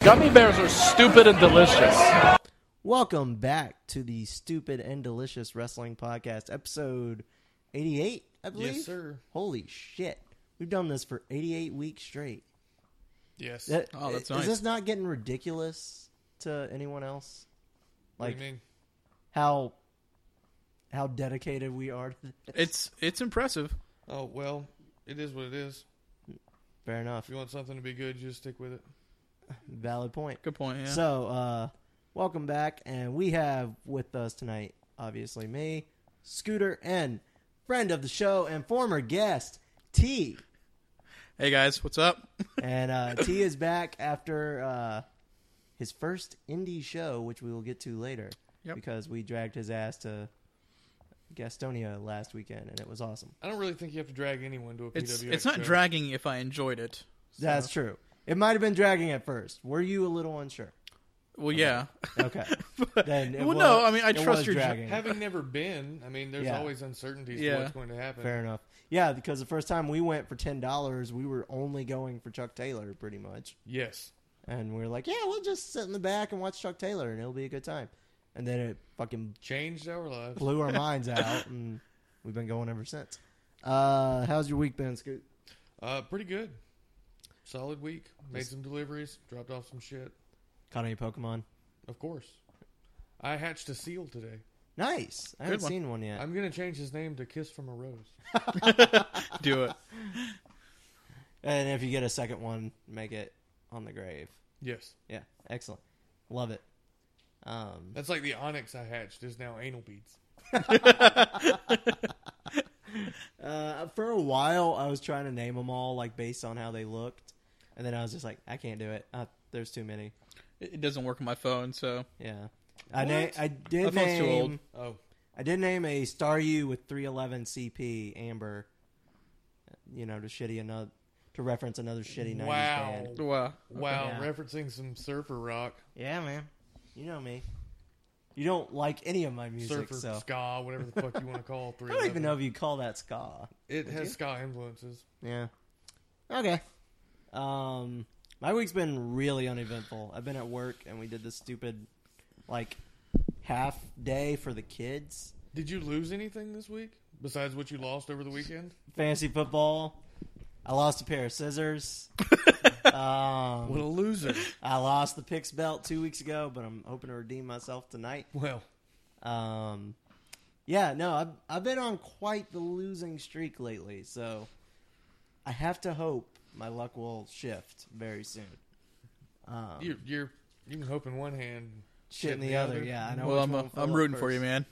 Gummy bears are stupid and delicious. Welcome back to the Stupid and Delicious Wrestling Podcast, episode 88, I believe. sir. Holy shit. We've done this for 88 weeks straight. Yes. That- Oh, that's Is nice. this not getting ridiculous to anyone else? What Like do you mean? how how dedicated we are to this. It's it's impressive. Oh well, it is what it is. Fair enough. If you want something to be good, you just stick with it. Valid point. Good point. Yeah. So, uh, welcome back, and we have with us tonight, obviously me, Scooter, and friend of the show and former guest T. hey guys, what's up? And uh, T is back after uh, his first indie show, which we will get to later, Yep. because we dragged his ass to Gastonia last weekend, and it was awesome. I don't really think you have to drag anyone to a It's PWX. it's not show. dragging if I enjoyed it. That's true. It might have been dragging at first. Were you a little unsure? Well, yeah. Okay. Then it well, was, no. I mean, I it trust was your. ju- dragging. Having never been, I mean, there's Yeah. always uncertainties Yeah. to what's going to happen. Fair enough. Yeah, because the first time we went for ten dollars, we were only going for Chuck Taylor, pretty much. Yes. And we are like, yeah, we'll just sit in the back and watch Chuck Taylor, and it'll be a good time. And then it fucking Changed our lives. blew our minds out, and we've been going ever since. Uh, how's your week been, Scoot? Uh, pretty good. Solid week. Made some deliveries. Dropped off some shit. Caught any Pokemon? Of course. I hatched a seal today. Nice. I Good haven't one. seen one yet. I'm gonna change his name to Kiss from a Rose. Do it. and if you get a second one, make it on the grave. Yes. Yeah, excellent. Love it. Um, That's like the onyx I hatched is now anal beads. Uh, for a while, I was trying to name them all like based on how they looked, and then I was just like, I can't do it. Uh, there's too many. It it doesn't work on my phone, so Yeah, I na- What? I did My phone's too name old. Oh, I did name a Staryu with 311 CP Amber. You know, to shitty another to reference another shitty 90s Wow. band. wow. wow! Yeah. Referencing some surfer rock, Yeah, man. You know me. You don't like any of my music, surfer so ska, whatever the fuck you want to call. Three. I don't even know if you call that ska. It has you? ska influences. Yeah. Okay. Um, my week's been really uneventful. I've been at work, and we did this stupid, like, half day for the kids. Did you lose anything this week besides what you lost over the weekend? Fantasy football. I lost a pair of scissors. um, What a loser! I lost the picks belt two weeks ago, but I'm hoping to redeem myself tonight. well, Um, yeah, no, I've, I've been on quite the losing streak lately, so I have to hope my luck will shift very soon. Um, you're you're you can hope in one hand, shit in the other. Yeah, I know. Well, which I'm one a, fell I'm out rooting for you, first. man.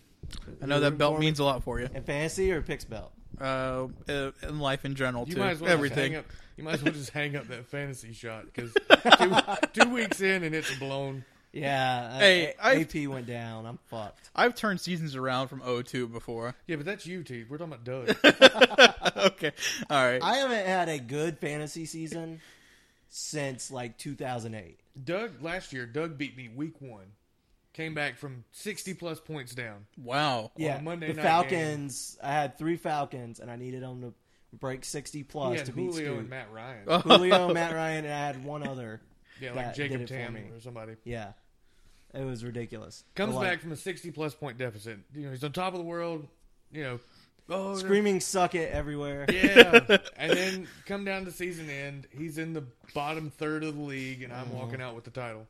I know that belt means a lot for you. In fantasy or picks belt? Uh, uh, in life in general You too. might as well Everything. Just hang up, you might as well just hang up that fantasy shot because two, two weeks in and it's blown. Yeah. Hey, I, I- AP Uh, went down. I'm fucked. I've turned seasons around from 02 before. Yeah, but that's you, T. We're talking about Doug. okay. All right. I haven't had a good fantasy season since like 2008. Doug last year, Doug beat me week one. Came back from sixty plus points down. wow. Yeah, Monday the night Falcons. I had three Falcons, and I needed them to break 60 He plus had to beat Julio Scoot. and Matt Ryan. Julio, Matt Ryan, and I had one other. yeah, like that did Jacob it for Tammy me. or somebody. Yeah, it was ridiculous. Comes But, like, back from a sixty plus point deficit. You know, he's on top of the world. You know, oh no, screaming "suck it" everywhere. Yeah. and then come down to season end, he's in the bottom third of the league, and Mm-hmm. I'm walking out with the title.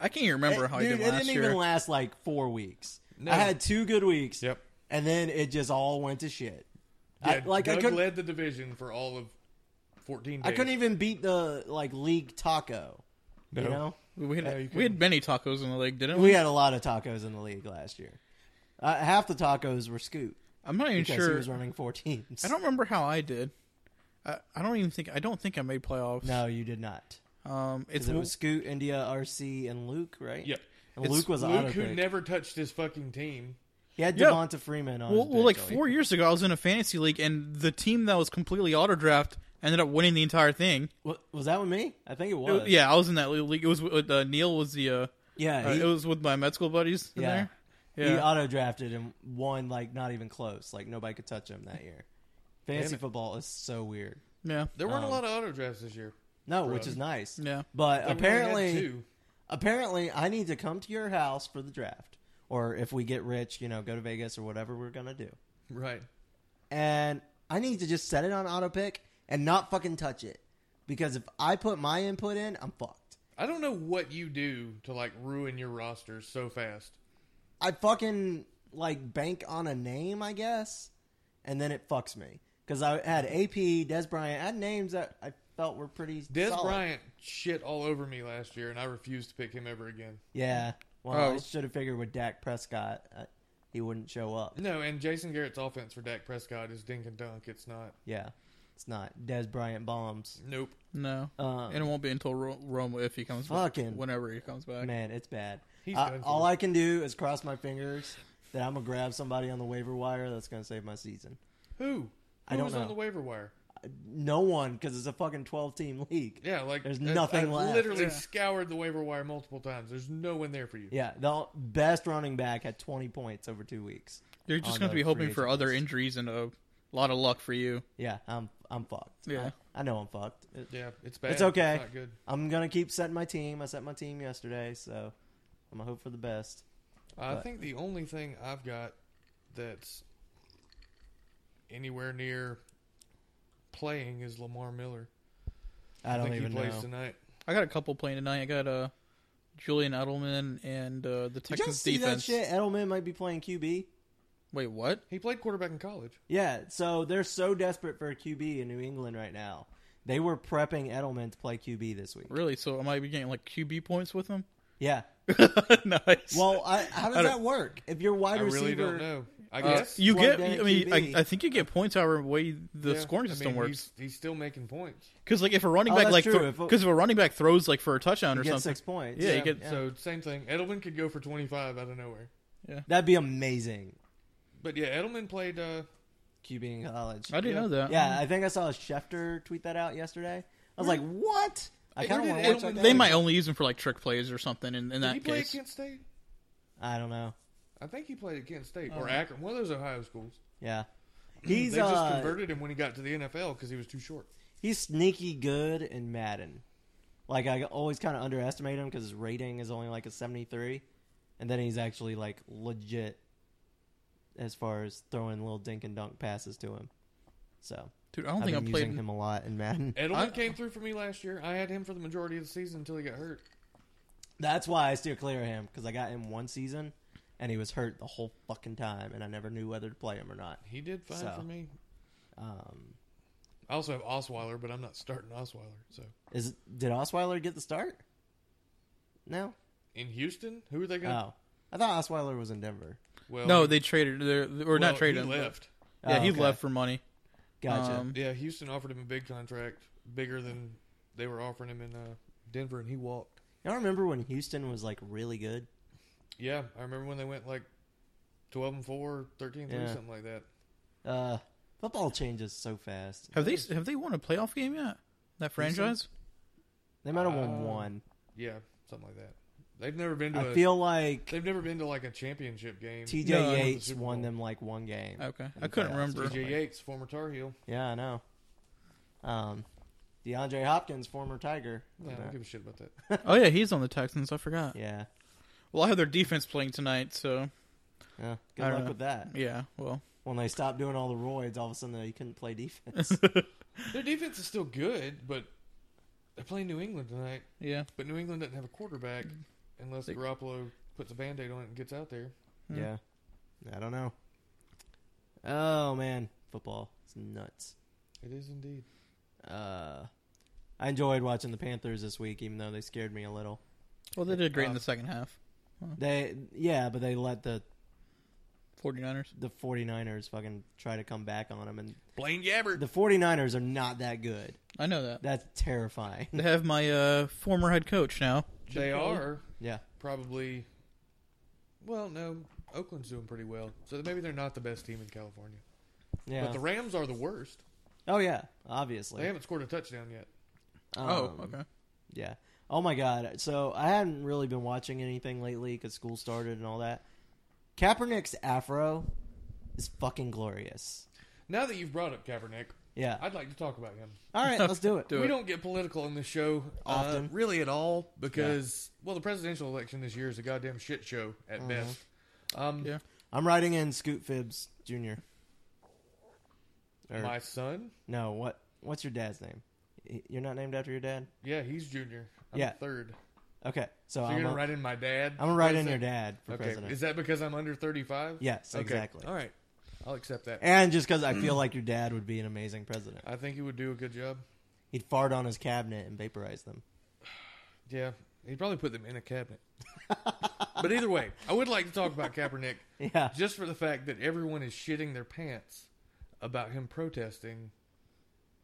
I can't even remember It- how Eh, dude, I did it last didn't year. even last like four weeks. No. I had two good weeks. Yep. And then it just all went to shit. Yeah, I, like Doug I couldn't, led the division for all of 14 days. I couldn't even beat the like league taco. You No. know, We had, No, you we had many tacos in the league, didn't we? we had a lot of tacos in the league last year. Uh, half the tacos were Scoot I'm not even because he sure. was running four teams. I don't remember how I did. I, I don't even think I don't think I made playoffs. No, you did not. Um, it's 'Cause it was Scoot, India, RC, and Luke, right? Yep. And Luke was Luke, auto who pick. never touched his fucking team. He had Yeah. Devonta Freeman on. well, his well, like bench, I four years ago, I was in a fantasy league, and the team that was completely auto draft ended up winning the entire thing. think. Wa- was that with me? I think it It- was. yeah, I was in that league. It was with, uh, Neil was the uh, yeah. uh, he- it was with my med school buddies. In Yeah. there. He yeah. auto drafted and won like not even close. Like nobody could touch him that year. Fantasy Damn it. football is so weird. yeah. There weren't Um, a lot of auto drafts this year. No, which is nice. Yeah. But Like, we only had apparently, two. apparently, I need to come to your house for the draft, or if we get rich, you know, go to Vegas or whatever we're gonna do. Right. And I need to just set it on auto pick and not fucking touch it, because if I put my input in, I'm fucked. I don't know what you do to like ruin your roster so fast. I fucking like bank on a name, I guess, and then it fucks me because I had AP, Des Bryant, I had names that I felt were pretty. Des solid. Bryant shit all over me last year, and I refused to pick him ever again. Yeah. Well, I Oh. should have figured with Dak Prescott, uh, he wouldn't show up. No, and Jason Garrett's offense for Dak Prescott is dink and dunk. It's not. Yeah. It's not Des Bryant bombs. Nope. No, Um, and it won't be until Ro- Rome if he comes. Fucking- back, whenever he comes back. Man, it's bad. He's I- done for. all I can do is cross my fingers that I'm gonna grab somebody on the waiver wire that's gonna save my season. Who? Who I don't was know. on the waiver wire? No one, because it's a fucking 12 team league. Yeah, like There's I- nothing I've left. Literally Yeah. scoured the waiver wire multiple times. There's no one there for you. Yeah, the best running back had 20 points over two weeks. You're just on going to the be hoping free for agent other list. injuries and a lot of luck for you. Yeah, I'm I'm fucked. Yeah. I, I know I'm fucked. It- Yeah, it's bad. It's okay. not good. I'm gonna keep setting my team. I set my team yesterday, so I'm gonna hope for the best. I But- think the only thing I've got that's anywhere near playing is Lamar Miller. I don't think even he plays know. tonight. I got a couple playing tonight. I got uh, Julian Edelman and uh, the Did y'all Texans see defense. that shit? Edelman might be playing QB. Wait, what? He played quarterback in college. Yeah, so they're so desperate for a QB in New England right now. They were prepping Edelman to play QB this week. Really? So am I be getting like QB points with him? Yeah. nice. Well, I, how does I don't- that work? If your wide I receiver, really don't know. I Uh, guess you plugged get. in at I mean, I, QB. I think you get points however way the Yeah, scoring I system mean, works. He's, he's still making points. Because like if a running Oh, back that's like true. because If a- if, a running back throws like for a touchdown you or get something, six points. Yeah, you get- so same thing. Edelman could go for twenty five out of nowhere. that'd be amazing. But yeah, Edelman played. Uh, QB in college. I didn't Yeah. know that. Yeah, I think I saw Schefter tweet that out yesterday. I was like, what? I Where kind of did want to watch Edelman- that. They game. might only use him for like trick plays or something. In, in did he that play case, at Kent State? I don't know. I think he played at Kent State Oh. or Akron, one of those Ohio schools. Yeah, Hmm, he's they just uh, converted him when he got to the NFL because he was too short. he's sneaky good in Madden. Like I always kind of underestimate him because his rating is only like a seventy three, and then he's actually like legit as far as throwing little dink and dunk passes to him. So dude, I don't I've think been I using played. him a lot in Madden. Edelman I- came through for me last year. I had him for the majority of the season until he got hurt. That's why I steer clear of him because I got him one season, and he was hurt the whole fucking time, and I never knew whether to play him or not. He did fine So. for me. Um, I also have Osweiler, but I'm not starting Osweiler. So is did Osweiler get the start? No. in Houston, who are they going? to Oh, I thought Osweiler was in Denver. Well, Oh. No, he- they traded their or well, not traded. He him, but- left. Yeah, Oh, he okay. left for money. Gotcha. Um, Yeah, Houston offered him a big contract, bigger than they were offering him in uh, Denver, and he walked. Y'all remember when Houston was like really good? Yeah, I remember when they went like 12 and 4, 13 and 3, Yeah. something like that. Uh, football changes so fast. Have they have they won a playoff game yet? That franchise? They might have Uh, won one. Yeah, something like that. They've never been to a I feel like they've never been to like a championship game. T.J. No, I remember the Yates Super won Bowl. them like one game. Okay, in I couldn't playoffs. remember. T.J. Yates, former Tar Heel. Yeah, I know. Um, DeAndre Hopkins, former Tiger. Uh, Yeah, I don't give a shit about that. oh yeah, he's on the Texans. I forgot. Yeah. Well, I have their defense playing tonight, so Yeah, good I don't luck know. with that. yeah. Well, When they stopped doing all the roids, all of a sudden they couldn't play defense. Their defense is still good, but they're playing New England tonight. yeah. But New England doesn't have a quarterback unless They- Garoppolo puts a band aid on it and gets out there. Hmm. yeah, I don't know. Oh man, football its nuts. It is indeed. Uh, I enjoyed watching the Panthers this week, even though they scared me a little. Well, they did great in Uh, the second half. They, yeah, but they let the 49ers. the 49ers fucking try to come back on them, and Blaine Gabbert. the 49ers are not that good. I know that. That's terrifying. They have my uh, former head coach now. They Um, are yeah, probably. Well, no, Oakland's doing pretty well, so maybe they're not the best team in California. yeah. But the Rams are the worst. oh yeah, They obviously. haven't scored a touchdown yet. oh, Um, okay. Yeah. Oh my god. So I hadn't really been watching anything lately because school started and all that. Kaepernick's afro is fucking glorious. Now that you've brought up Kaepernick, Yeah. I'd like to talk about him. All right, let's do it. we don't get political on this show uh, Often. really at all, because well, the presidential election this year is a goddamn shit show at Mm-hmm. best. Um, Yeah. I'm writing in Scoot Fibbs Jr. Or- my son, no, what? What's your dad's name? Y- You're not named after your dad. yeah, he's junior. I'm Yeah. third. Okay, so, So I'm you're gonna gonna write in my dad. I'm gonna What write is in that? your dad for Okay, president. is that because I'm under 35? Yes, Okay. exactly. All right, I'll accept that. And just because I feel like your dad would be an amazing president, I think he would do a good job. he'd fart on his cabinet and vaporize them. Yeah, he'd probably put them in a cabinet. but either way, I would like to talk about Kaepernick Yeah, just for the fact that everyone is shitting their pants about him protesting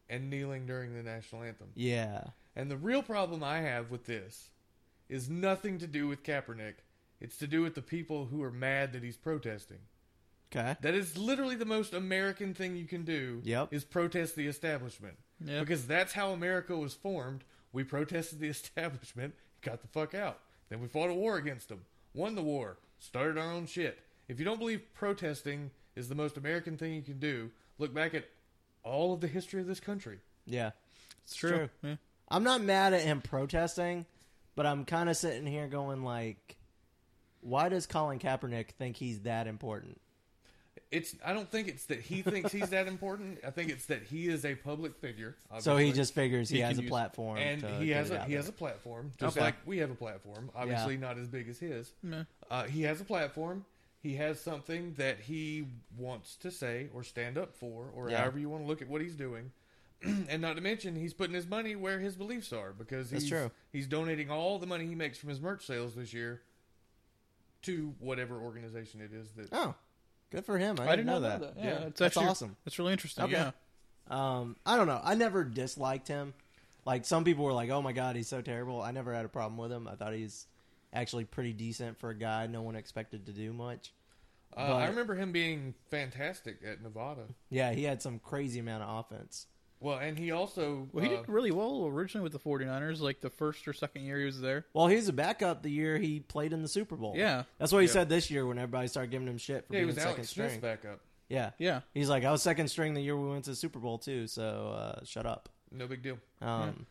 and kneeling during the national anthem. yeah, And the real problem I have with this is nothing to do with Kaepernick. It's to do with the people who are mad that he's protesting. okay, That is literally the most American thing you can do. Yep. Is protest the establishment. Yeah. Because that's how America was formed. We protested the establishment, got the fuck out. Then we fought a war against them, won the war, started our own shit. If you don't believe protesting is the most American thing you can do, look back at all of the history of this country. yeah. It's true. true. Yeah. I'm not mad at him protesting, but I'm kind of sitting here going like, why does Colin Kaepernick think he's that important? It's I don't think it's that he thinks he's that important. I think it's that he is a public figure. So he obviously. just figures he, He has can a use- platform, and to he get has it a out he there. has a platform, just Okay. like we have a platform. Obviously, not as big as his. Yeah. Uh, he has a platform. He has something that he wants to say or stand up for, or Yeah. however you want to look at what he's doing. and not to mention, he's putting his money where his beliefs are because That's he's true. he's donating all the money he makes from his merch sales this year to whatever organization it is that. uh, Oh, good for him! I, didn't know, that. Yeah, Yeah. it's That's actually, awesome. It's really interesting. Okay. Yeah. Um, I don't know. I never disliked him. Like some people were like, "Oh my god, he's so terrible." I never had a problem with him. I thought he's actually pretty decent for a guy no one expected to do much. Uh, I But- remember him being fantastic at Nevada. Yeah, he had some crazy amount of offense. Well, and he also Well, he uh, did really well originally with the 49ers, like the first or second year he was there. Well, he was a backup the year he played in the Super Bowl. Yeah. that's what he Yeah. said this year when everybody started giving him shit for yeah, he being was second Alex string. Smith's backup. Yeah, Yeah. he's like, "I was second string the year we went to the Super Bowl too." So uh, shut up. No big deal. Um,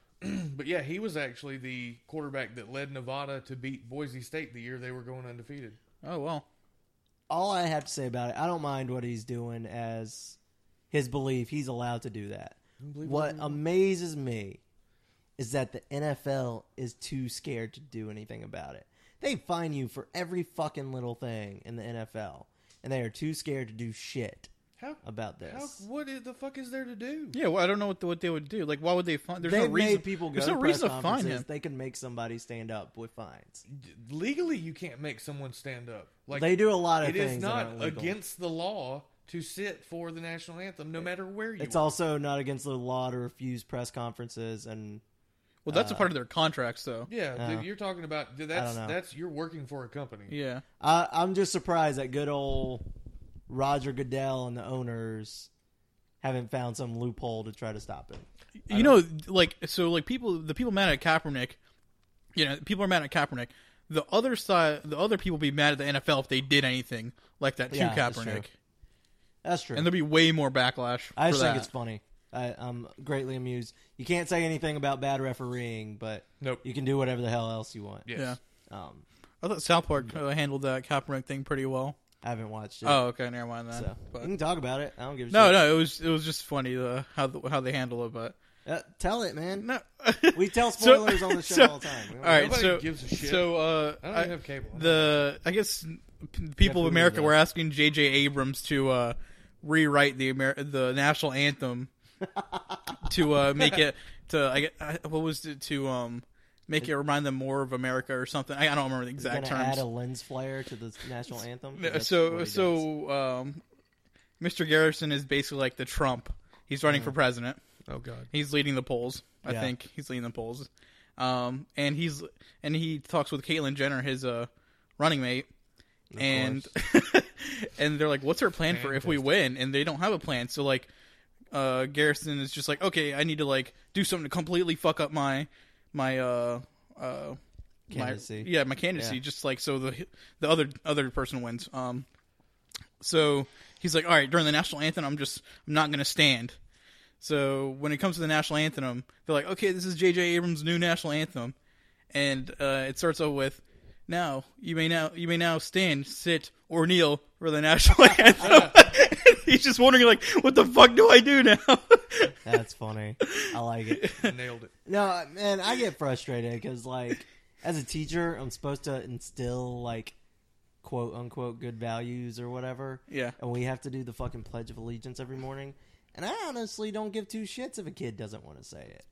But yeah, he was actually the quarterback that led Nevada to beat Boise State the year they were going undefeated. Oh, well. all I have to say about it, I don't mind what he's doing as his belief. He's allowed to do that. believe What amazes me is that the NFL is too scared to do anything about it. They fine you for every fucking little thing in the NFL, and they are too scared to do shit How about this. how what is, the fuck is there to do? Yeah, well, I don't know what, what they would do. Like, why would they find? There's They've no reason. made people go there's to no press reason to find conferences. him. They can make somebody stand up with fines. Legally, you can't make someone stand up. Like they do a lot of It things. is that not aren't legal. against the law to sit for the national anthem, no matter where you. It's are. also not against the law to refuse press conferences and Well, that's a part of their contracts, though. yeah. Uh, dude, you're talking about dude, that's know. that's you're working for a company. Yeah. I, I'm just surprised that good old Roger Goodell and the owners haven't found some loophole to try to stop it. you know, like so, like people, the people mad at Kaepernick, you know, people are mad at Kaepernick. The other side, the other people be mad at the NFL if they did anything like that to Yeah, that's Kaepernick, true. That's true. and there'd be way more backlash. I for just think that. it's funny. I, I'm greatly amused. You can't say anything about bad refereeing, but Nope. you can do whatever the hell else you want. Yes. Yeah, Um, I thought South Park uh, handled that Kaepernick thing pretty well. I haven't watched it, Oh, okay, never mind that. so Mm-hmm. But- you can talk about it. I don't give a no, shit. no, it was it was just funny uh, how the, how they handle it, but No, uh, tell it, man. no. We tell So- spoilers on the show so- all the time. We all don't- right, Nobody so gives a shit. so uh, I don't even have cable. the I guess p- people of Hulu America does. were asking J.J. Abrams to uh, rewrite the Amer- the national anthem to uh, make it to I, gue- I what was it to um make it remind them more of America or something. I, I don't remember the You're exact gonna add a terms. lens flare to the national anthem. No, That's what so he does. so um, Mr. Garrison is basically like the Trump. He's running Uh-huh. for president. Oh God. He's leading the polls. I Yeah. think he's leading the polls. Um, and he's and he talks with Caitlyn Jenner, his uh, running mate, and and they're like, "What's our plan for if we win?" And they don't have a plan. So like, uh, Garrison is just like, "Okay, I need to like do something to completely fuck up my my uh uh Candidacy. my yeah my candidacy." Yeah. Just like so the the other other person wins. Um, so he's like, "All right, during the national anthem, I'm just I'm not gonna stand." So when it comes to the national anthem, they're like, okay, this is J.J. Abrams' new national anthem, and uh, it starts off with, "Now you may now you may now stand, sit, or kneel for the national anthem." He's just wondering, like, what the fuck do I do now? That's funny. I like it. Nailed it. No, man, I get frustrated because, like, as a teacher, I'm supposed to instill, like, quote unquote good values or whatever. Yeah. And we have to do the fucking Pledge of Allegiance every morning. And I honestly don't give two shits if a kid doesn't want to say it.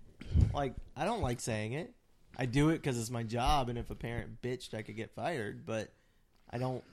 Like, I don't like saying it. I do it because it's my job, and if a parent bitched, I could get fired, but I don't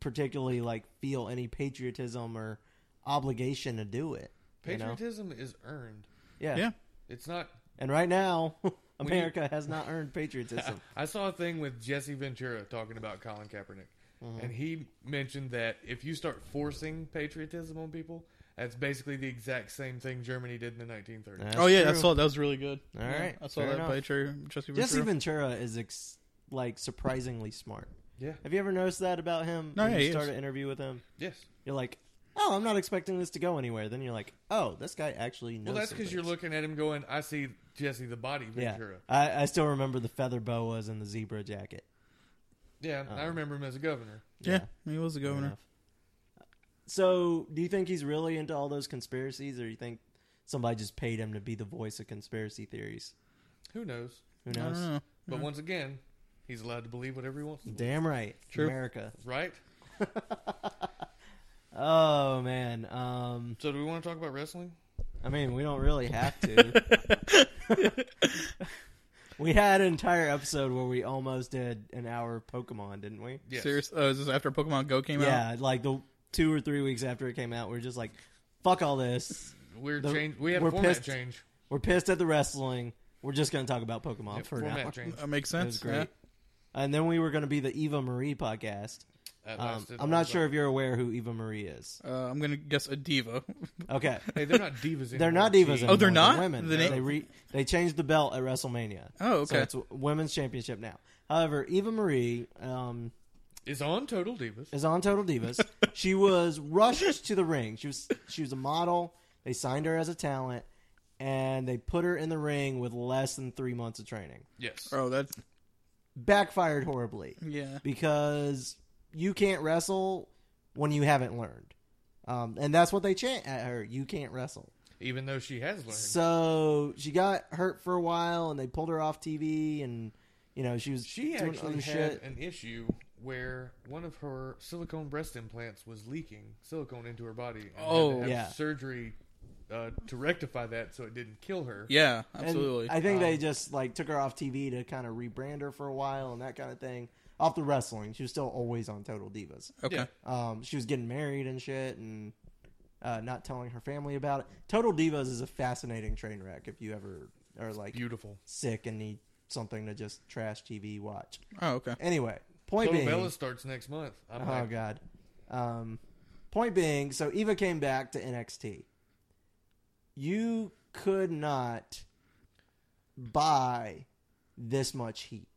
particularly, like, feel any patriotism or obligation to do it. you know? Patriotism is earned. yeah, It's not. And right now, America has not earned patriotism. I saw a thing with Jesse Ventura talking about Colin Kaepernick, Mm-hmm. and he mentioned that if you start forcing patriotism on people, that's basically the exact same thing Germany did in the 1930s. oh yeah, I true. saw that was really good. All All right, right, I saw fair that enough. by Trey Jesse Jesse Ventura. Ventura is ex- like surprisingly smart. Yeah. Have you ever noticed that about him? No, when yeah, you he start is. an interview with him, Yes. you're like, "Oh, I'm not expecting this to go anywhere." Then you're like, "Oh, this guy actually knows." Well, that's some because you're things." looking at him going, "I see Jesse the Body Yeah, Ventura." I, I still remember the feather boas and the zebra jacket. Yeah, Uh-huh. I remember him as a governor. yeah, he was the Fair governor. enough. So, do you think he's really into all those conspiracies, or you think somebody just paid him to be the voice of conspiracy theories? Who knows? Who I don't knows? know. But Mm-hmm. once again, he's allowed to believe whatever he wants, to believe, Damn right, True. America. right? Oh man, um, So, do we want to talk about wrestling? I mean, we don't really have to. we had an entire episode where we almost did an hour of Pokemon, didn't we? Yes. Serious? Oh, is this after Pokemon Go came out? Yeah, like the two or three weeks after it came out, we are just like, "Fuck all this." We're The- change. We had we're a format pissed. change. We're pissed at the wrestling. We're just going to talk about Pokemon Yep, for an format hour. change. That makes It sense. was great. yeah. And then we were going to be the Eva Marie podcast. That Um, lasted I'm not all sure the- if you're aware who Eva Marie is. Uh, I'm gonna guess a diva. Okay. Hey, they're not divas anymore. They're not divas Gee. anymore. Oh, they're not? women. The na- they re- they changed the belt at WrestleMania. Oh, So okay. it's women's championship now. However, Eva Marie um, Is on Total Divas. is on Total Divas. she was rushed to the ring. She was she was a model. They signed her as a talent, and they put her in the ring with less than three months of training. Yes. Oh, that's Backfired horribly yeah. because you can't wrestle when you haven't learned, um, and that's what they chant at her. You can't wrestle. Even though she has learned. So she got hurt for a while, and they pulled her off TV, and you know she was She doing actually other had shit. an issue where one of her silicone breast implants was leaking silicone into her body. And had Oh. to have Yeah. surgery uh, to rectify that so it didn't kill her. Yeah, And absolutely. I think um, they just like took her off TV to kind of rebrand her for a while and that kind of thing. Off the wrestling, she was still always on Total Divas. okay. Yeah. Um, she was getting married and shit, and uh, not telling her family about it. Total Divas is a fascinating train wreck. If you ever are like Beautiful. sick and need something to just trash TV watch. Oh, okay. Anyway, point Total being, Bella starts next month. I'm Oh like, god. Um, point being, so Eva came back to NXT. You could not buy this much heat.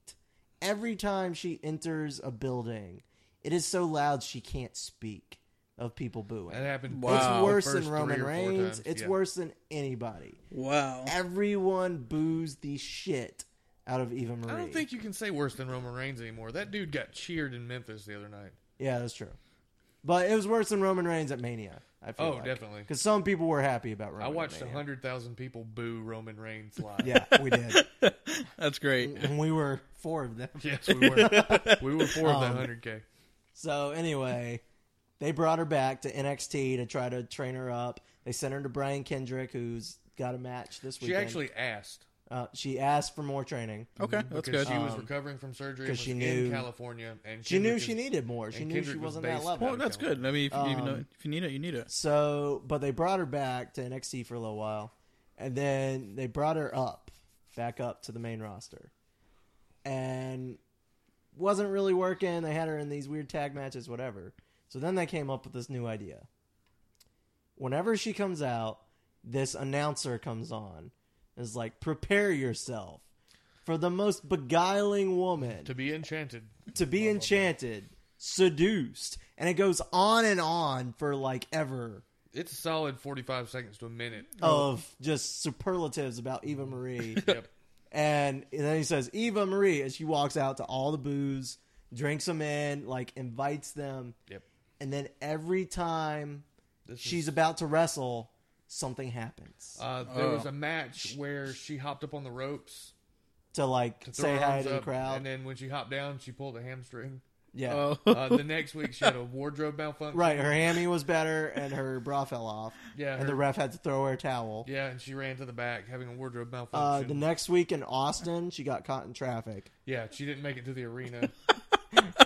Every time she enters a building, it is so loud she can't speak of people booing. That happened. Wow. It's It's Uh, the worse first than Roman three or four Reigns. times. It's Yeah. worse than anybody. Wow. Everyone boos the shit out of Eva Marie. I don't think you can say worse than Roman Reigns anymore. That dude got cheered in Memphis the other night. Yeah, that's true. But it was worse than Roman Reigns at Mania. I feel Oh, definitely. Because some people were happy about Roman. I watched at Mania. hundred thousand people boo Roman Reigns live. Yeah, we did, That's great. and we were four of them. Yes, we were. we were four of Um, that hundred k. So anyway, they brought her back to NXT to try to train her up. They sent her to Brian Kendrick, who's got a match this She weekend. actually Oh, asked uh, she asked for more training. Okay, that's because good. she was recovering from surgery. Um, and 'cause was she in knew- California, and She knew Kendrick she is- needed more. She and knew she Kendrick was wasn't that based- level. well, Oh, that's good. I mean, if, you Um, know, if you need it, you need it. So, but they brought her back to NXT for a little while, and then they brought her up, back up to the main roster, and wasn't really working. They had her in these weird tag matches, whatever. So then they came up with this new idea. Whenever she comes out, this announcer comes on, and is like, "Prepare yourself for the most beguiling woman to be enchanted. to be enchanted, seduced, and it goes on and on for like ever. it's a solid 45 seconds to a minute. of just superlatives about Eva Marie. Yep. and then he says Eva Marie as she walks out to all the booze, drinks them in, like invites them, Yep. and then every time This she's about to wrestle, something happens Uh, there was Oh. a match where she hopped up on the ropes to like to throw say hi arms to the up, crowd. and then when she hopped down, she pulled a hamstring. yeah, Oh. Uh, the next week, she had a wardrobe malfunction. right. Her hammy was better, and her bra fell off. Yeah, and her- the ref had to throw her a towel. Yeah, Oh, and she ran to the back having a wardrobe Uh, malfunction. the next week in Austin, she got caught in traffic. yeah, she didn't make it to the arena.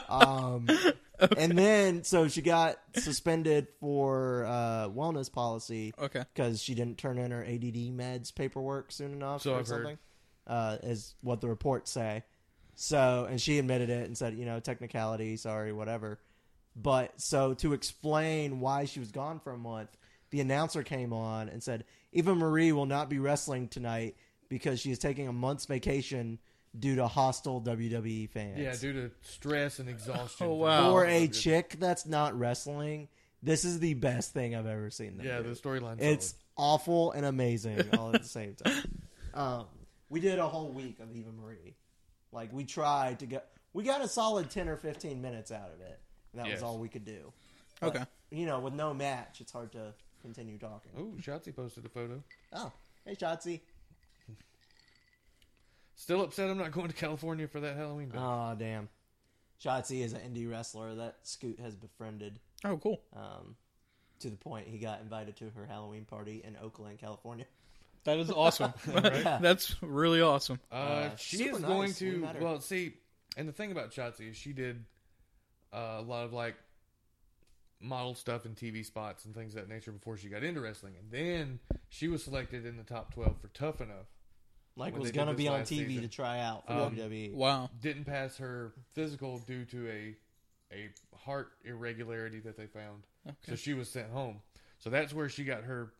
Um, And then, so she got suspended for uh, wellness policy okay. because she didn't turn in her ADD meds paperwork soon enough So or I've heard. something, uh, is what the reports say. So, and she admitted it and said, you know, technicality, sorry, whatever. But so to explain why she was gone for a month, the announcer came on and said, Eva Marie will not be wrestling tonight because she is taking a month's vacation due to hostile WWE fans yeah, due to stress and exhaustion. Oh, from wow. for the a wardrobe. chick that's not wrestling, this is the best thing I've ever seen. Them Yeah, do. the storyline. it's awful and amazing all at the same time. Um, we did a whole week of Eva Marie. Like we tried to get, we got a solid ten or fifteen minutes out of it. And that Yes. was all we could do. But, Okay. you know, with no match, it's hard to continue talking. Oh, Shotzi posted a photo. Oh, hey Shotzi. Still upset I'm not going to California for that Halloween. bash. Oh damn, Shotzi is an indie wrestler that Scoot has befriended. Oh, cool. Um, to the point he got invited to her Halloween party in Oakland, California. That is awesome. That's really awesome. Uh, Uh, she super is nice. going We to. met her. Well, see, and the thing about Shotzi is she did uh, a lot of like model stuff and TV spots and things of that nature before she got into wrestling, and then she was selected in the top twelve for Tough Enough. Like when was they did gonna this be on last TV season. to try out for E. Um, WWE. Wow. Didn't pass her physical due to a a heart irregularity that they found, so Okay. she was sent home. So that's where she got her.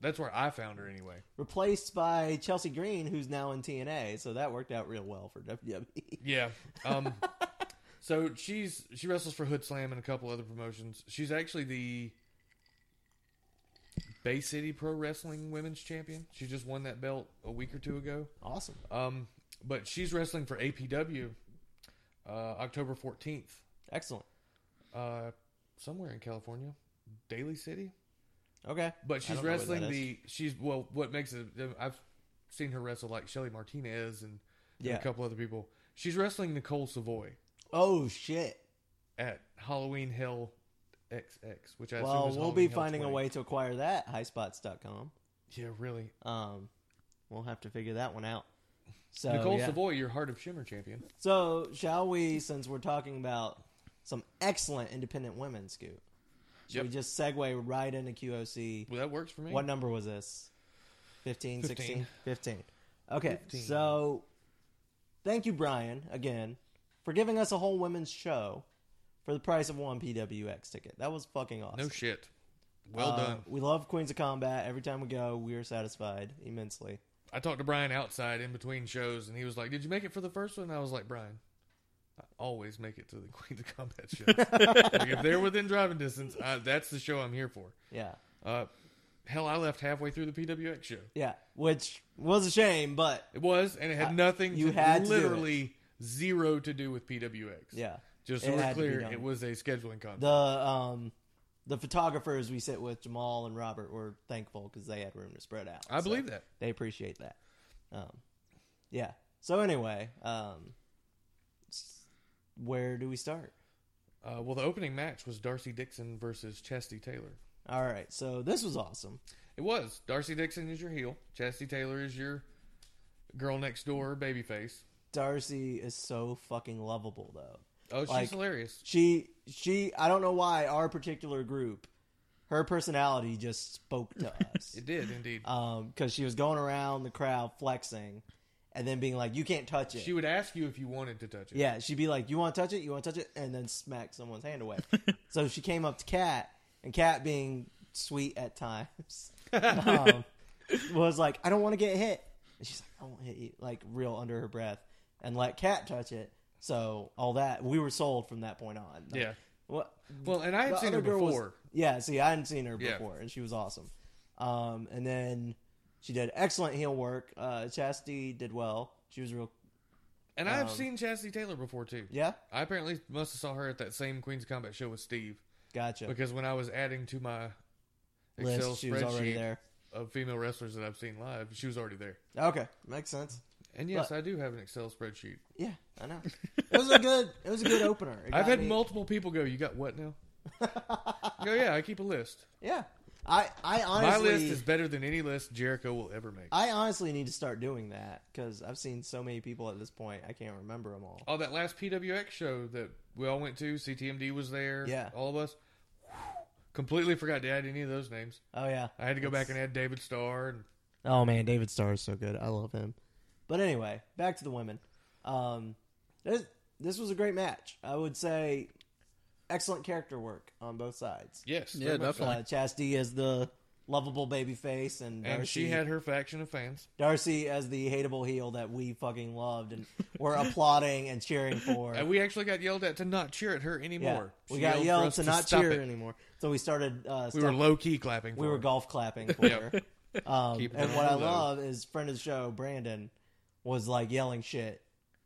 That's where I found her anyway. Replaced by Chelsea Green, who's now in TNA, so that worked out real well for E. WWE. Yeah. Um, so she's she wrestles for Hood Slam and a couple other promotions. She's actually the Bay City Pro Wrestling Women's Champion. She just won that belt a week or two ago. awesome. Um, but she's wrestling for APW uh, October fourteenth, Excellent. uh, somewhere in California, Daly City. Okay. But don't she's know where that wrestling is. the she's well. What makes it? um, I've seen her wrestle like Shelly Martinez and, and Yeah. a couple other people. She's wrestling Nicole Savoy. Oh shit. at Halloween Hill XX, which I Well, assume is we'll Halloween be Hill finding a 20. way to acquire that highspots.com. Yeah, really. Um we'll have to figure that one out. So Nicole Oh, yeah. Savoy, your Heart of Shimmer champion. So shall we, since we're talking about some excellent independent women, Scoot, should we Yep. just segue right into QOC? Well, that works for me. What number was this? 15, 16, 15. Okay, 15. so thank you, Brian, again, for giving us a whole women's show for the price of one PWX ticket. That was fucking awesome. No shit. Well Uh, done. We love Queens of Combat. Every time we go, we are satisfied immensely. I talked to Brian outside in between shows, and he was like, "Did you make it for the first one?" I was like, "Brian, I always make it to the Queens of Combat show. like, if they're within driving distance, I, that's the show I'm here for." Yeah. Uh, hell, I left halfway through the PWX show. Yeah. Which was a shame, but It was, and it had I- nothing. you to, had to do it. literally zero to do with PWX. yeah. Just It so we're had to be clear, done. it was a scheduling conflict. The um the photographers we sit with, Jamal and Robert, were thankful because they had room to spread out. I So believe that. They appreciate that. Um, yeah. So anyway, um, s- where do we start? Uh, well, the opening match was Darcy Dixon versus Chastity Taylor. All right. So this was awesome. It was Darcy Dixon is your heel, Chastity Taylor is your girl next door babyface. Darcy is so fucking lovable though. Oh, she's Like- hilarious. She she I don't know why our particular group, her personality just spoke to us. It did indeed. Um, cuz she was going around the crowd flexing and then being like you can't touch it. she would ask you if you wanted to touch it. Yeah, she'd be like, "You want to touch it? You want to touch it?" and then smack someone's hand away. so she came up to Kat, and Kat, being sweet at times, um, was like, "I don't want to get hit." And she's like, "I won't hit you," like real under her breath, and let Kat touch it. So all that we were sold from that point on. Like, Yeah. What? Well, and I had the seen her other girl was- before. yeah, see, I hadn't seen her Yeah. before, and she was awesome. Um, and then she did excellent heel work. Uh, Chastity did well. She was real. And I've Um, seen Chastity Taylor before too. Yeah, I apparently must have saw her at that same Queen's Combat show with Steve gotcha. because when I was adding to my Excel List. She was already spreadsheet there. of female wrestlers that I've seen live, she was already there. Okay, makes sense. And yes, I do have an Excel spreadsheet. Yeah, I know. It was a good. It was a good opener. It I've got had me- multiple people go, "You got what now?" I go, yeah, I keep a list. Yeah, I. I honestly. my list is better than any list Jericho will ever make. I honestly need to start doing that because I've seen so many people at this point. I can't remember them all. oh, that last PWX show that we all went to, CTMD was there. Yeah. all of us. Completely forgot to add any of those names. Oh yeah. I had to go back and add David Starr and Oh man, David Starr is so good. I love him. But anyway, back to the women. Um, this this was a great match. I would say excellent character work on both sides. yes, Yeah, very much definitely. Uh, Chastity as the lovable baby face, and Darcy, And she had her faction of fans. Darcy as the hateable heel that we fucking loved and were applauding and cheering for. And we actually got yelled at to not cheer at her Yeah. anymore. we She got for yelled us to not stop cheer it. anymore, so we started. Uh, We were stop- low key clapping. For we were her. golf clapping for Yep. her. Um, Keep it and on what the I low. love is friend of the show Brandon was like yelling shit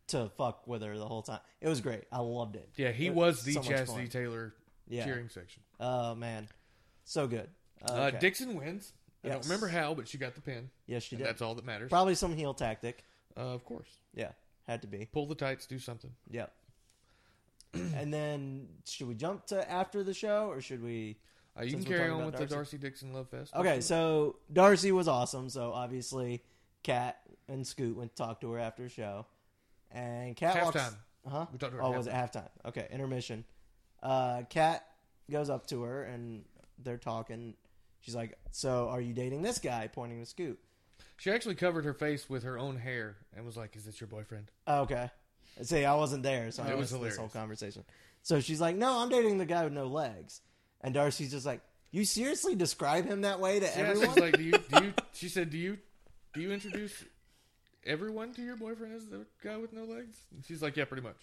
to fuck with her the whole time. It was great. I loved it. Yeah, he It was the so much Chastity fun. Taylor Yeah. cheering section. Oh man, so good. Uh, Uh, okay. Dixon wins. I don't Yes. remember how, but she got the pin. Yes, she And did. That's all that matters. Probably some heel tactic. Uh, of course, Yeah, had to be. pull the tights, do something. Yep. and then should we jump to after the show or should we? Uh, you Since can we're carry talking on with about the Darcy. Darcy Dixon love fest. Okay, so Darcy was awesome. So obviously, Kat and Scoot went to talk to her after the show, and Kat walks. Halftime. Huh? We talked to her oh, at was it halftime? Okay, intermission. Uh, Kat goes up to her and they're talking. She's like, "So are you dating this guy?" Pointing to Scoot. she actually covered her face with her own hair and was like, "Is this your boyfriend?" Oh, Okay. See, I wasn't there, so I It was missed this hilarious. whole conversation. So she's like, "No, I'm dating the guy with no legs," and Darcy's just like, "You seriously describe him that way to Yeah, everyone?" she's like, "Do you?" Do you she said, "Do you? Do you introduce everyone to your boyfriend as the guy with no legs?" And she's like, "Yeah, pretty much."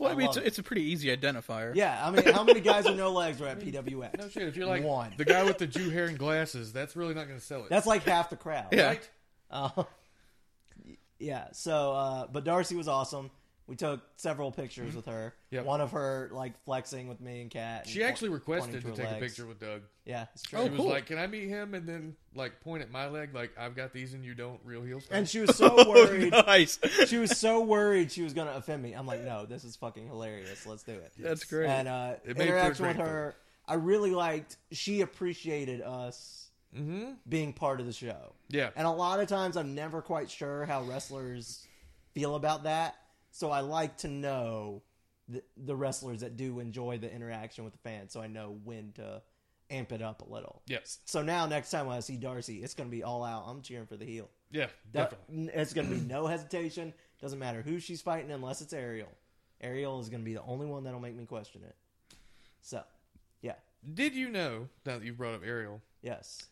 Well, I, mean, it's, love a- it. it's a pretty easy identifier. yeah, I mean, how many guys with no legs were at PWX? No shit. If you're like One. the guy with the Jew hair and glasses, that's really not going to sell it. That's like half the crowd. Yeah. right. Uh, yeah. So, uh, but Darcy was awesome. We took several pictures with her. Mm-hmm. Yep. One of her like flexing with me and Kat. and She po- actually requested to pointing her take a legs. picture with Doug. Yeah, it's true. She was cool. like, "Can I meet him?" And then like point at my leg, like, "I've got these and you don't." Real heel stuff. and she was so worried. Oh, nice. She was so worried she was gonna offend me. I'm like, no, this is fucking hilarious. Let's do it. That's great. And uh, It made for a interaction great with her, I really liked. She appreciated us being part of the show. yeah. And a lot of times I'm never quite sure how wrestlers feel about that. So I like to know the, the wrestlers that do enjoy the interaction with the fans so I know when to amp it up a little. Yes. So now next time when I see Darcy, it's going to be all out. I'm cheering for the heel. Yeah. That- Definitely. it's going to be no hesitation. Doesn't matter who she's fighting unless it's Ariel. Ariel is going to be the only one that'll make me question it. So, yeah. Did you know? Now that you brought up Ariel, Yes.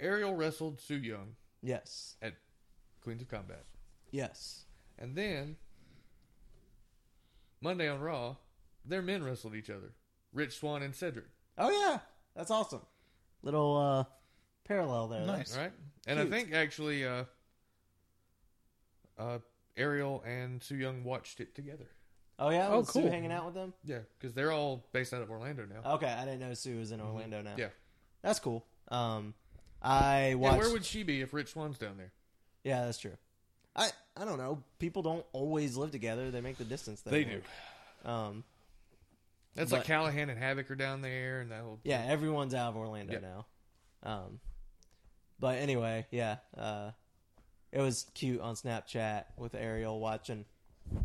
Ariel wrestled Sue Young Yes. at Queens of Combat, Yes. and then Monday on Raw, their men wrestled each other. Rich Swan and Cedric. Oh yeah, that's awesome. Little uh parallel there. Nice. Right. And Cute. I think actually, uh, uh, Ariel and Sue Young watched it together. Oh yeah. Oh, Was Sue cool. hanging out with them. Yeah, because they're all based out of Orlando now. Okay, I didn't know Sue was in Orlando now. yeah. that's cool. Um, I Yeah, watched. where would she be if Rich Swan's down there? Yeah, that's true. I I don't know. People don't always live together. They make the distance. thing work. Um, That's like But- Callahan and Havoc are down there, and that whole yeah, everyone's out of Orlando Yeah. now. Um, but anyway, yeah. Uh, it was cute on Snapchat with Ariel watching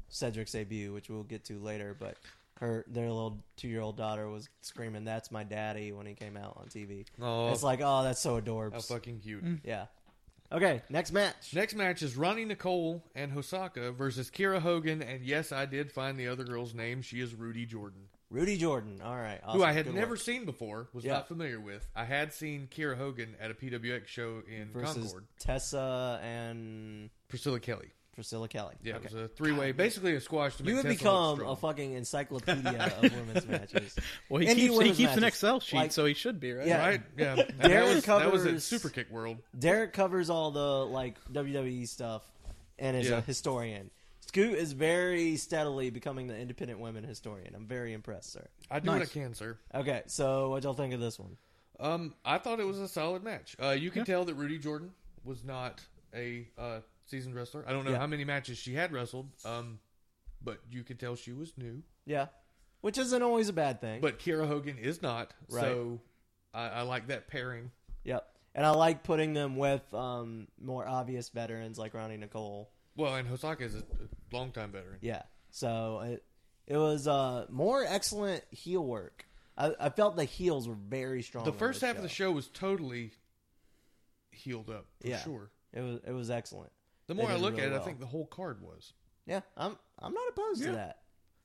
Cedric's debut, which we'll get to later. But her, their little two-year-old daughter was screaming, "That's my daddy!" when he came out on TV. Oh. It's like, oh, that's so adorable. how fucking cute. Yeah. Okay, next match. Next match is Ronnie Nicole and Hosaka versus Kira Hogan, and yes, I did find the other girl's name. She is Rudy Jordan, Rudy Jordan. All right, who awesome. I had Good never work. seen before, was Yeah. not familiar with. I had seen Kira Hogan at a PWX show in versus Concord. Tessa and Priscilla Kelly. Priscilla Kelly. Yeah, Okay. it was a three-way, basically a squash to make You would Tessa look become a strong. fucking encyclopedia of women's matches. Well, he Any keeps, he women's keeps an matches. Excel sheet, Like- so he should be right. Yeah. right? Yeah, And that Darren was that was at covers- Super Kick World. Derek covers all the like WWE stuff and is Yeah. a historian. Scoot is very steadily becoming the independent women historian. I'm very impressed, sir. I do what I Nice. can, sir. Okay, so what y'all think of this one? Um, I thought it was a solid match. Uh, you can tell that Rudy Jordan was not a uh, seasoned wrestler. I don't know Yeah. how many matches she had wrestled, um, but you could tell she was new. Yeah, which isn't always a bad thing. But Kira Hogan is not, Right. so I, I like that pairing. yep, and I like putting them with um, more obvious veterans like Ronnie Nicole. Well, and Hosaka is a a longtime veteran. Yeah, so it it was uh, more excellent heel work. I, I felt the heels were very strong. The on first this half of the show was totally healed up for Yeah. sure. it was it was excellent. The They more I did look really at it, I well. think the whole card was. Yeah, I'm I'm not opposed Yeah. to that.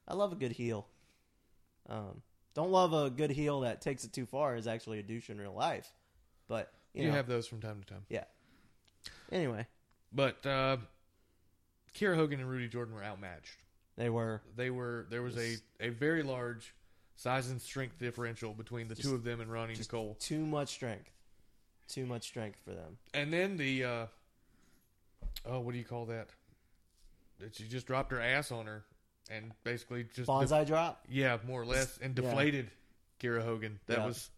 I love a good heel. Um, don't love a good heel that takes it too far is actually a douche in real life, but you, You, know, have those from time to time. yeah. Anyway, But uh, Kira Hogan and Rudy Jordan were outmatched. they were They were there was a, a very large size and strength differential between the two of them and Ronnie Nicole. too much strength, too much strength for them. And then the uh, oh, what do you call that? That she just dropped her ass on her and basically just def- Bonsai drop. yeah, more or less, and Yeah. deflated Kira Hogan. That Yeah. was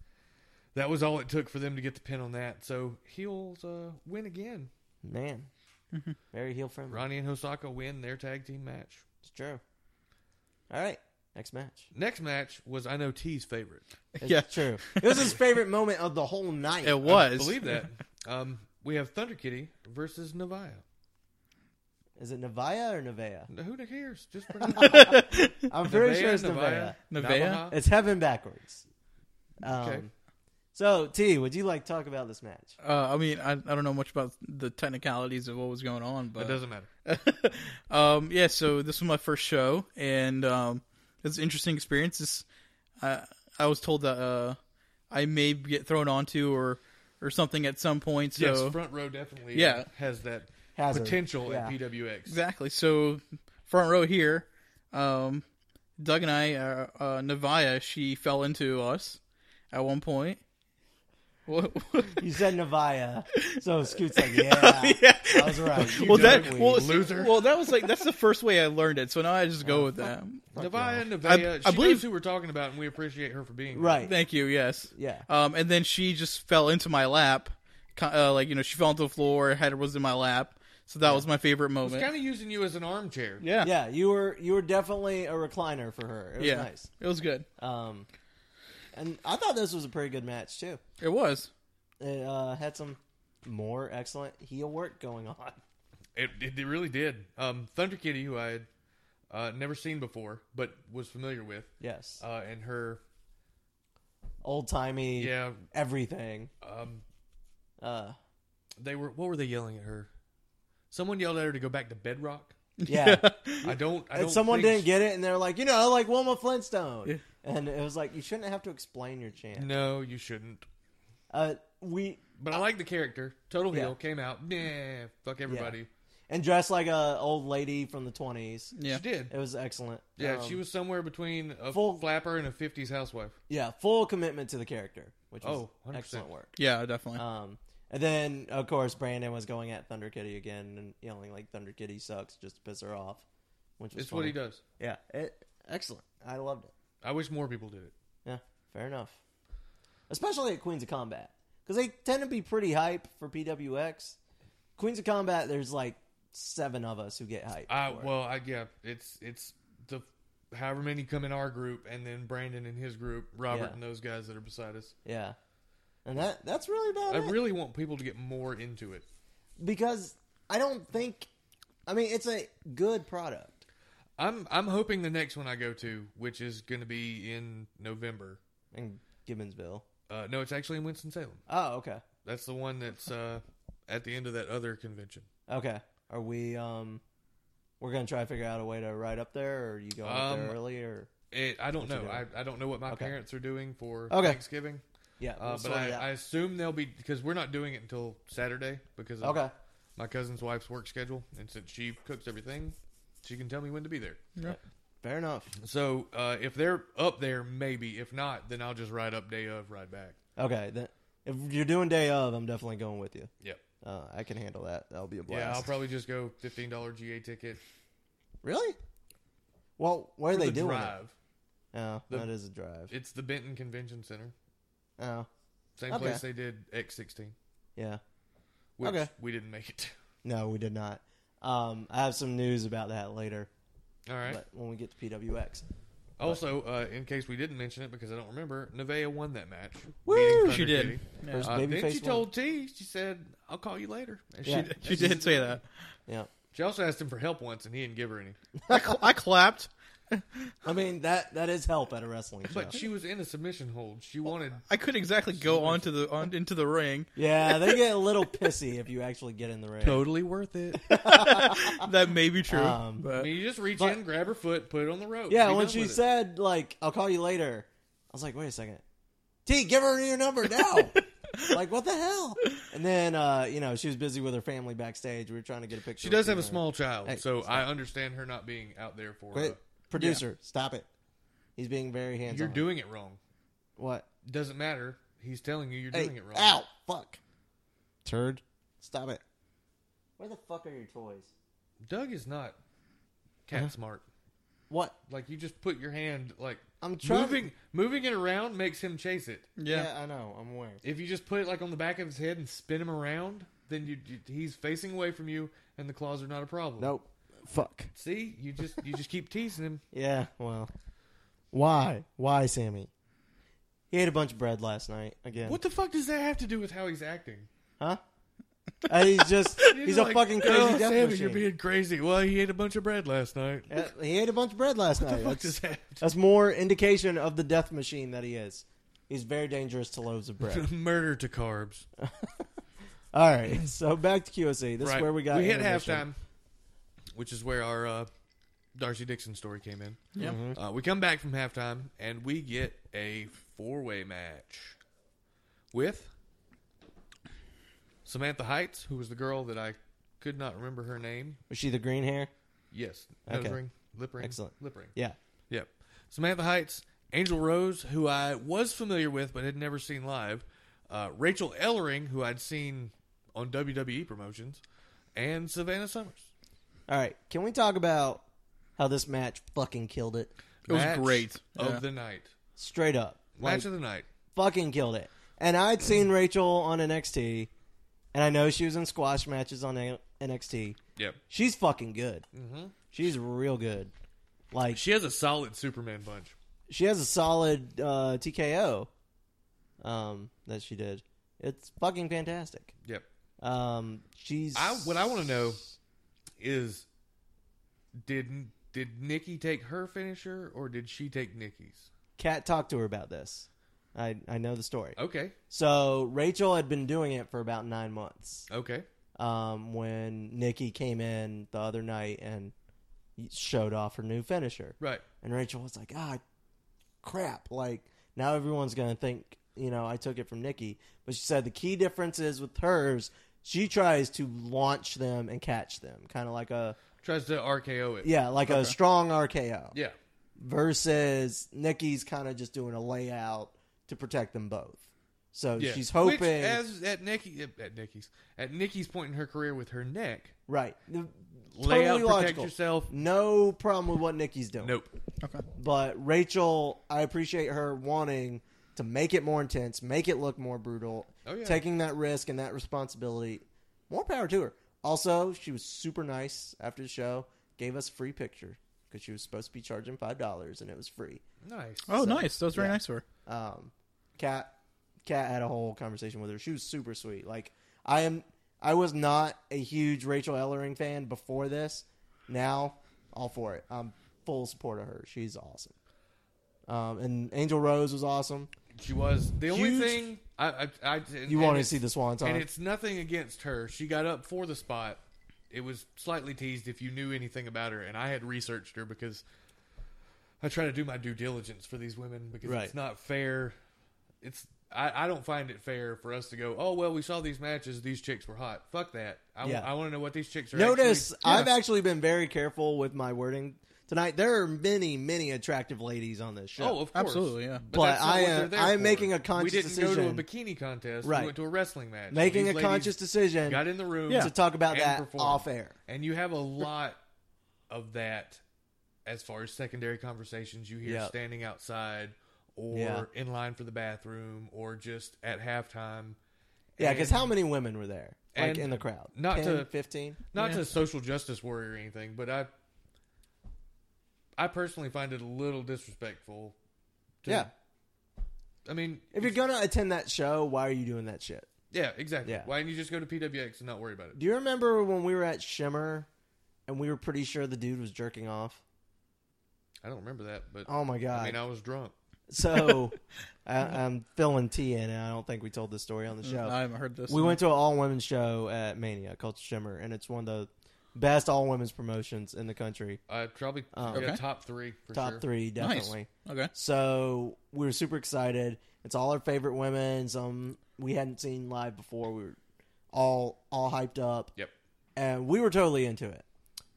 that was all it took for them to get the pin on that. So heels uh, win again. Man, Mm-hmm. very heel friendly. Ronnie and Hosaka win their tag team match. It's true. All right, next match. Next match was I know T's favorite. It's Yeah. true. It was his favorite moment of the whole night. It was. Believe that. um, we have Thunder Kitty versus Navaya. Is it Navaya or Nevea? Who cares? Just pronounce it. I'm pretty Navaya, sure it's Navaya, Nevea. Navaya? Navaja. It's heaven backwards. Um, Okay. So, T, would you like to talk about this match? Uh, I mean, I, I don't know much about the technicalities of what was going on, It but doesn't matter. um, yeah. So this was my first show, and um, it's an interesting experience. This, I I was told that uh, I may get thrown onto or or something at some point. So yes, front row definitely Yeah. has that Hazard. potential Yeah. at PWX. Exactly. So front row here, um, Doug and I, uh, uh, Navaya, she fell into us at one point. What? You said Navaya, so Scoot's like, yeah, yeah. I was right. You Well, know that it, we- well, loser. well, that was like that's the first way I learned it. So now I just go with that. Navaya, I- Navaya, she I believe- knows who we're talking about, and we appreciate her for being there. right. Thank you. Yes. Yeah. Um, and then she just fell into my lap, ki- uh, like you know, she fell onto the floor. Her head was in my lap. So that was my favorite I was moment. kind of using you as an armchair. yeah. Yeah, you were you were definitely a recliner for her. It was Yeah. nice. It was good. Um, and I thought this was a pretty good match too. It was. It uh, had some more excellent heel work going on. It, it, it really did. Um, Thunder Kitty, who I had uh, never seen before, but was familiar with, Yes, uh, and her, old timey, yeah, everything. um, Uh, they were, what were they yelling at her? Someone yelled at her to go back to Bedrock. yeah. I don't, I and don't someone think didn't get it, and they're like, you know, like Wilma Flintstone, and it was like you shouldn't have to explain your chant. No, you shouldn't. Uh, we But I like the character. Total heel Yeah. came out. Nah, fuck everybody. and dressed like a old lady from the twenties. Yeah. She did. It was excellent. Yeah, Um, she was somewhere between a full- flapper and a '50s housewife. Yeah, full commitment to the character, which was Oh, 100%. excellent work. Yeah, definitely. Um, and then of course Brandon was going at Thunder Kitty again and yelling like Thunder Kitty sucks just to piss her off, which was It's what he funny. does. Yeah, it, excellent. I loved it. I wish more people did it. Yeah, fair enough. Especially at Queens of Combat because they tend to be pretty hype for PWX. Queens of Combat, there's like seven of us who get hype. I for it. well, I yeah, it's it's the however many come in our group, and then Brandon and his group, Robert Yeah. and those guys that are beside us. yeah, and that that's really about I it. really want people to get more into it. because I don't think. I mean, it's a good product. I'm I'm hoping the next one I go to, which is going to be in November. In Gibbonsville. Uh, no, it's actually in Winston Salem. Oh, okay, That's the one that's uh, at the end of that other convention. okay. Are we? Um, we're gonna try to figure out a way to ride up there, or are you going up there Um, early, or It, I What don't know. you I, I don't know what my Okay. parents are doing for Okay. Thanksgiving, yeah? uh, we'll but sort I, it out. I assume they'll be because we're not doing it until Saturday because of okay, my cousin's wife's work schedule, and since she cooks everything, she can tell me when to be there. Hmm. Yeah. Fair enough. So uh, if they're up there, maybe. If not, then I'll just ride up day of, ride back. Okay, then if you're doing day of, I'm definitely going with you. Yep. Uh, I can handle that. That'll be a Yeah, I'll blast. probably just go fifteen dollar GA ticket. really? Well, where for are they the doing drive. it? Oh, The- that is a drive. It's the Benton Convention Center, oh, same Okay. place they did X sixteen, yeah. which Okay. we didn't make it. to. No, we did not. Um, I have some news about that later, All right. but when we get to PWX. also, uh, in case we didn't mention it because I don't remember, Nevaeh won that match. Woo! She beating Thunder did. Kitty. Yeah. First Uh, then babyface she one. told T. She said, "I'll call you later." And Yeah. she, did. She did say that. Yeah. she also asked him for help once, and he didn't give her any. I, cl- I clapped. I mean that that is help at a wrestling show. But she was in a submission hold. She wanted. I couldn't exactly go onto the on into the ring. yeah, they get a little pissy if you actually get in the ring. Totally worth it. That may be true. Um, I but mean, you just reach But- in, grab her foot, put it on the rope. Yeah, be when done she with it. said like "I'll call you later," I was like, "Wait a second, T, give her your number now." like, what the hell? And then uh, you know she was busy with her family backstage. We were trying to get a picture. She does with have a her. small child, Hey, so I understand her not being out there for. Uh, Quit. producer. Stop it. He's being very hands. you're doing it wrong. what? Doesn't matter. He's telling you you're Hey, doing it wrong. ow! Fuck. Turd. Stop it. Where the fuck are your toys? Doug is Uh-huh. not cat smart. What? Like you just put your hand like I'm trying- moving moving it around makes him chase it. yeah. I know. I'm aware. If you just put it like on the back of his head and spin him around, then you, you- he's facing away from you, and the claws are not a problem. Nope. Fuck. See, you just you just keep teasing him. Yeah, well. Why? Why, Sammy? He ate a bunch of bread last night again. What the fuck does that have to do with how he's acting? Huh? Uh, he's just he's, a like, fucking crazy "Oh, death Sammy, machine. You're being crazy. Well, he ate a bunch of bread last night. Uh, he ate a bunch of bread last night. What That's, does that that's more indication of the death machine that he is. He's very dangerous to loaves of bread. Murder to carbs. All right, so back to QSA. This right. is where we got. hit intermission. halftime, which is where our uh, Darcy Dixon story came in. Yeah. Mm-hmm. Uh, we come back from halftime and we get a four way match with Samantha Heights, who was the girl that I could not remember her name. Was she the green hair? Yes, nose Okay. ring, lip ring, Excellent. lip ring. Yeah. Yep. Samantha Heights, Angel Rose, who I was familiar with but had never seen live, uh, Rachel Ellering, who I'd seen on WWE promotions, and Savannah Summers. All right. Can we talk about how this match fucking killed it? It was Match great. of Yeah. the night. Straight up. Like, Match of the night. fucking killed it. And I'd seen Rachel on NXT, and I know she was in squash matches on A- NXT. Yep. She's fucking good. Mm-hmm. She's real good. Like She has a solid Superman punch. she has a solid uh, TKO um, that she did. It's fucking fantastic. Yep. Um, she's I what I want to know is did did Nikki take her finisher or did she take Nikki's? Kat talked to her about this. I I know the story. Okay. So Rachel had been doing it for about nine months. Okay. um, when Nikki came in the other night and showed off her new finisher. Right. And Rachel was like, ah, crap. Like, now everyone's going to think, you know, I took it from Nikki. But she said the key difference is with hers, she tries to launch them and catch them. Kind of like a, Tries to RKO it. yeah, like a strong RKO. Yeah. Versus Nikki's kind of just doing a layout to protect them both. So Yeah. she's Which, hoping. as at Nikki at Nikki's at Nikki's point in her career with her neck, right. The- lay out, totally protect logical. yourself. No problem with what Nikki's doing. Nope. But Rachel, I appreciate her wanting to make it more intense, make it look more brutal, Oh, yeah. taking that risk and that responsibility. More power to her. Also, she was super nice after the show, gave us a free picture because she was supposed to be charging $5 and it was free. Nice. Oh, nice. That was very nice of her. Um, Kat, Kat had a whole conversation with her. She was super sweet. Like, I am. I was not a huge Rachel Ellering fan before this. Now, all for it. I'm full support of her. She's awesome. Um, and Angel Rose was awesome. She was the only Huge- thing I I, I and, You and want to it's- see the Swanton? and it's nothing against her. She got up for the spot. It was slightly teased if you knew anything about her, and I had researched her because I try to do my due diligence for these women because Right. it's not fair. It's I, I don't find it fair for us to go. Oh well, we saw these matches; these chicks were hot. Fuck that. I, Yeah. want to know what these chicks are. Notice actually- I've actually been very careful with my wording tonight. There are many, many attractive ladies on this show. Oh, of course, Absolutely, yeah. But, But that's not I, what uh, they're there I'm for. making a conscious We didn't go decision. to a bikini contest. Right. We went to a wrestling match. Making These a ladies- conscious decision Got in the room to talk about and that perform. off air. and you have a lot of that as far as secondary conversations you hear Yeah. standing outside or Yeah. in line for the bathroom or just at halftime. Yeah, because And how many women were there? Like and in the crowd? not 10, to- 15? not Yeah. to social justice warrior or anything, but I I personally find it a little disrespectful. To, Yeah. I mean, If you're going to attend that show, why are you doing that shit? yeah, exactly. Yeah. Why didn't you just go to PWX and not worry about it? Do you remember when we were at Shimmer and we were pretty sure the dude was jerking off? I don't remember that, but Oh my God. I mean, uh, I was drunk. so I, I'm filling tea in, and I don't think we told this story on the Mm, show. I haven't heard this. we went to an all women's show at Mania, called Shimmer, and it's one of the best all women's promotions in the country. I probably Oh. yeah, Okay. top three for Top sure. three, definitely. Okay. So we were super excited. It's all our favorite women. Some we hadn't seen live before. We were all all hyped up, Yep. and we were totally into it.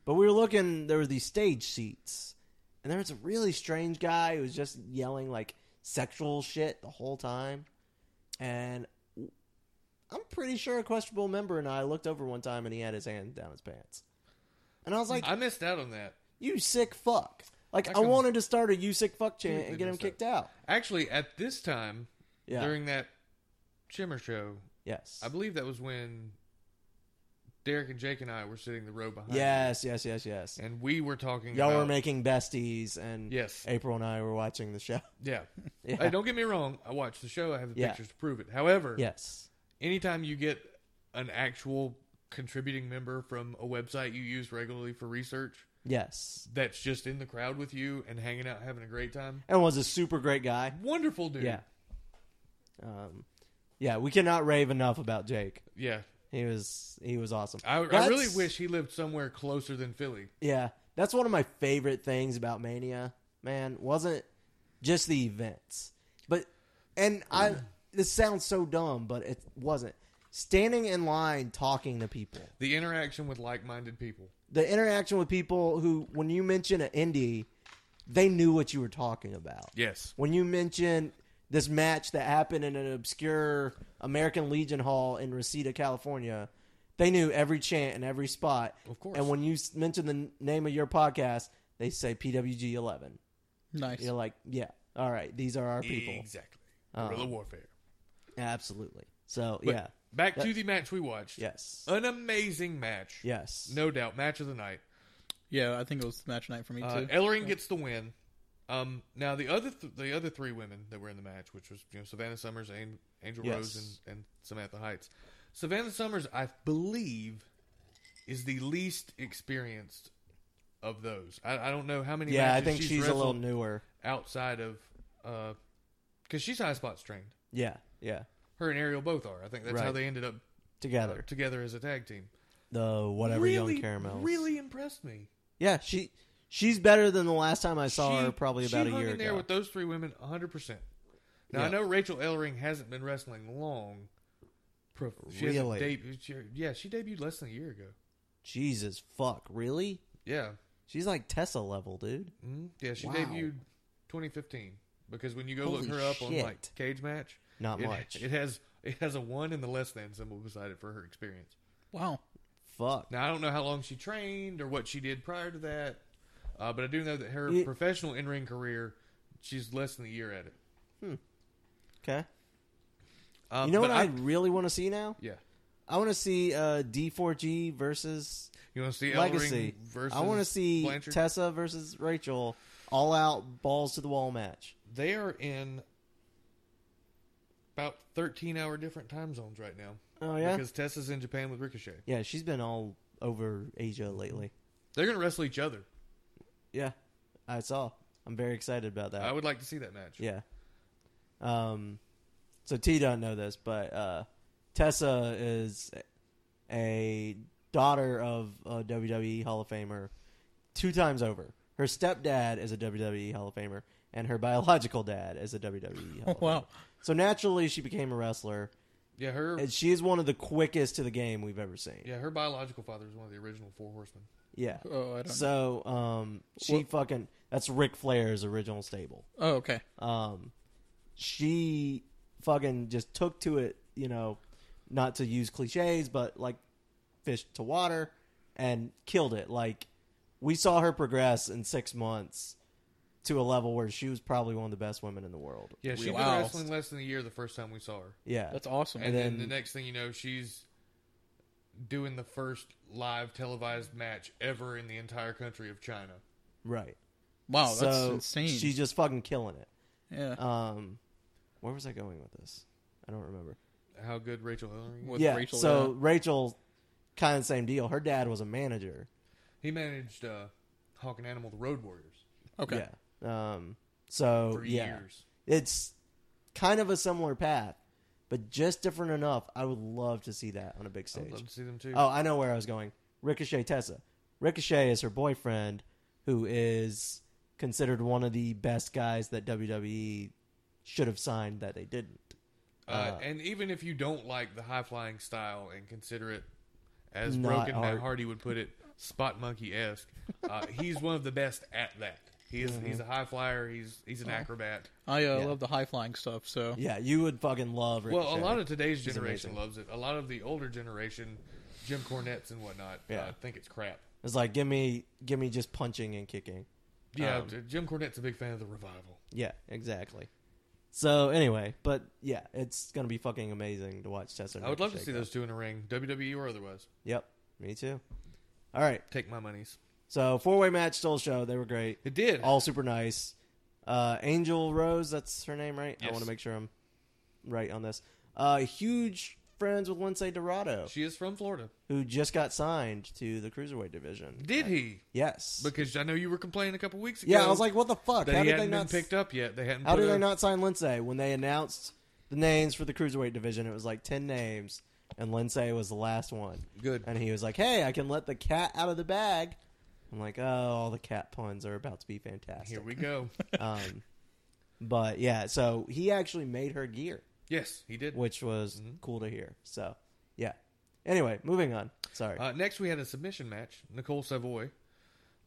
But we were looking. There were these stage seats, and there was a really strange guy who was just yelling like sexual shit the whole time. And I'm pretty sure a questionable member and I looked over one time, and he had his hand down his pants. And I was like, I missed out on that. "You sick fuck!" Like I can- wanted to start a "You sick fuck" chant Dude, and get him goodness, that- kicked out. Actually, at this time Yeah. during that Shimmer show, yes. I believe that was when Derek and Jake and I were sitting the row behind. you. yes. Yes. Yes. Yes. and we were talking. Y'all about, were making besties, and Yes. April and I were watching the show. Yeah. Yeah. Hey, don't get me wrong. I watched the show. I have the Yeah. pictures to prove it. However, Yes. anytime you get an actual contributing member from a website you use regularly for research Yes. that's just in the crowd with you and hanging out having a great time And was a super great guy. wonderful dude Yeah. Um, yeah. We cannot rave enough about Jake. yeah He was he was awesome. I, I That's- really wish he lived somewhere closer than philly Yeah, that's one of my favorite things about Mania. Man, wasn't just the events, but and I. Mm-hmm. This sounds so dumb, but it wasn't. Standing in line talking to people. the interaction with like-minded people the interaction with people who, when you mention an indie, they knew what you were talking about. yes When you mention this match that happened in an obscure American Legion Hall in Reseda, California, they knew every chant and every spot. Of course. And when you s- mention the n- name of your podcast, they say PWG 11. Nice. You're like, yeah, all right, these are our people. Uh-huh. exactly guerrilla warfare Absolutely. So, But yeah. back to the match we watched Yes. an amazing match yes. no doubt match of the night Yeah, I think it was match night for me too. Uh, Ellering gets the win. Um, now the other th- the other three women that were in the match, which was you know Savannah Summers, An- Angel Yes. Rose, and, and Samantha Heights. Savannah Summers, I believe, is the least experienced of those. I, I don't know how many. yeah, I matches think she's, she's, a little wrestled newer. outside of because she's high spots trained. Yeah, yeah. Her and Ariel both are. I think that's how Right. they ended up uh, Together. together as a tag team. The whatever really, young caramel. really impressed me. Yeah, she she's better than the last time I saw She- her, probably she about a hung year in there ago. with those three women 100%. Now, I Yeah. know Rachel Ellering hasn't been wrestling long. Pro- She hasn't Really? deb- she, yeah, she debuted less than a year ago. Jesus fuck, really? Yeah. She's like Tessa level, dude. Mhm. Yeah, she Wow. debuted 2015 because when you go Holy look her up on shit. like Cage Match, Not it, much. It has it has a 1 and the less than symbol beside it for her experience. wow. Fuck. Now, I don't know how long she trained or what she did prior to that. Uh, but I do know that her It- professional in-ring career, she's less than a year at it. Okay. Uh, You know what but I, really want to see now? yeah. I want to see uh, D4G versus You want to see Legacy. Ellering versus I want to see Blanchard? Tessa versus Rachel all out balls to the wall match. They are in about 13 hour different time zones right now. Oh yeah. Because Tessa's in Japan with Ricochet. yeah, she's been all over Asia lately. They're going to wrestle each other. Yeah. I saw. I'm very excited about that. I would like to see that match. Yeah. Um, so T don't know this, but uh, Tessa is a daughter of a E WWE E Hall of Famer two times over. Her stepdad is a WWE Hall of Famer, and her biological dad as a WWE. Hall of wow. Famer. So naturally, she became a wrestler, Yeah, her and she is one of the quickest to the game we've ever seen. yeah her biological father is one of the original Four Horsemen. Yeah. Oh, I don't. So um, she fucking that's Ric Flair's original stable. oh, okay. Um, she fucking just took to it, you know, not to use cliches, but like fish to water, and killed it. Like we saw her progress in six months to a level where she was probably one of the best women in the world. Yeah, she Wow. did wrestling less than a year the first time we saw her, Yeah, That's awesome. and, then, then- the next thing you know, she's doing the first live televised match ever in the entire country of China. right. wow, Oh, that's so insane. she's just fucking killing it. yeah. Um, where was I going with this? I don't remember. How good Rachel Hillary! With yeah, Rachel, so Rachel, kind of same deal. Her dad was a manager. He managed uh, Hawk and Animal, the Road Warriors, yeah. Okay. Yeah. Um. So for yeah, years. it's kind of a similar path, but just different enough. I would love to see that on a big I'd stage. love to see them too. Oh, I know where I was going. Ricochet Tessa. Ricochet is her boyfriend, who is considered one of the best guys that WWE should have signed that they didn't. Uh, and even if you don't like the high flying style and consider it, as Not broken Matt art. Hardy would put it, spot monkey esque, uh, he's one of the best at that. He is, He's a Mm-hmm. high flyer. He's he's Oh. an acrobat. I uh, Yeah. love the high flying stuff. So Yeah, you would fucking love Ricochet. Well, a lot of today's He's generation amazing. loves it. A lot of the older generation, Jim Cornettes and whatnot, uh, Yeah. think it's crap. it's like give me, give me just punching and kicking. Yeah, Um, J- Jim Cornette's a big fan of the revival. Yeah, exactly. So anyway, but yeah, it's gonna be fucking amazing to watch Tessa. and I would love to Ricochet see go. those two in a ring, WWE or otherwise. Yep, me too. All right, Take my monies. so four way match, Soul Show, they were great, It did. all super nice. Uh, Angel Rose, that's her name, right? I Yes. want to make sure I'm right on this. Uh, huge friends with Lince Dorado, she is from Florida. who just got signed to the cruiserweight division. Did he? Yes. Because I know you were complaining a couple weeks ago. yeah, I was like, what the fuck? that How he did hadn't they been not picked up yet. They hadn't. How put did a- they not sign Lindsay when they announced the names for the cruiserweight division? It was like ten names, and Lindsay was the last one. Good. And he was like, "Hey, I can let the cat out of the bag." I'm like, "Oh, all the cat puns are about to be fantastic." Here we go. um, but yeah, so he actually made her gear, yes, he did. which was Mm-hmm. cool to hear. So yeah. Anyway, moving on. Sorry. Uh, next, we had a submission match. Nicole Savoy,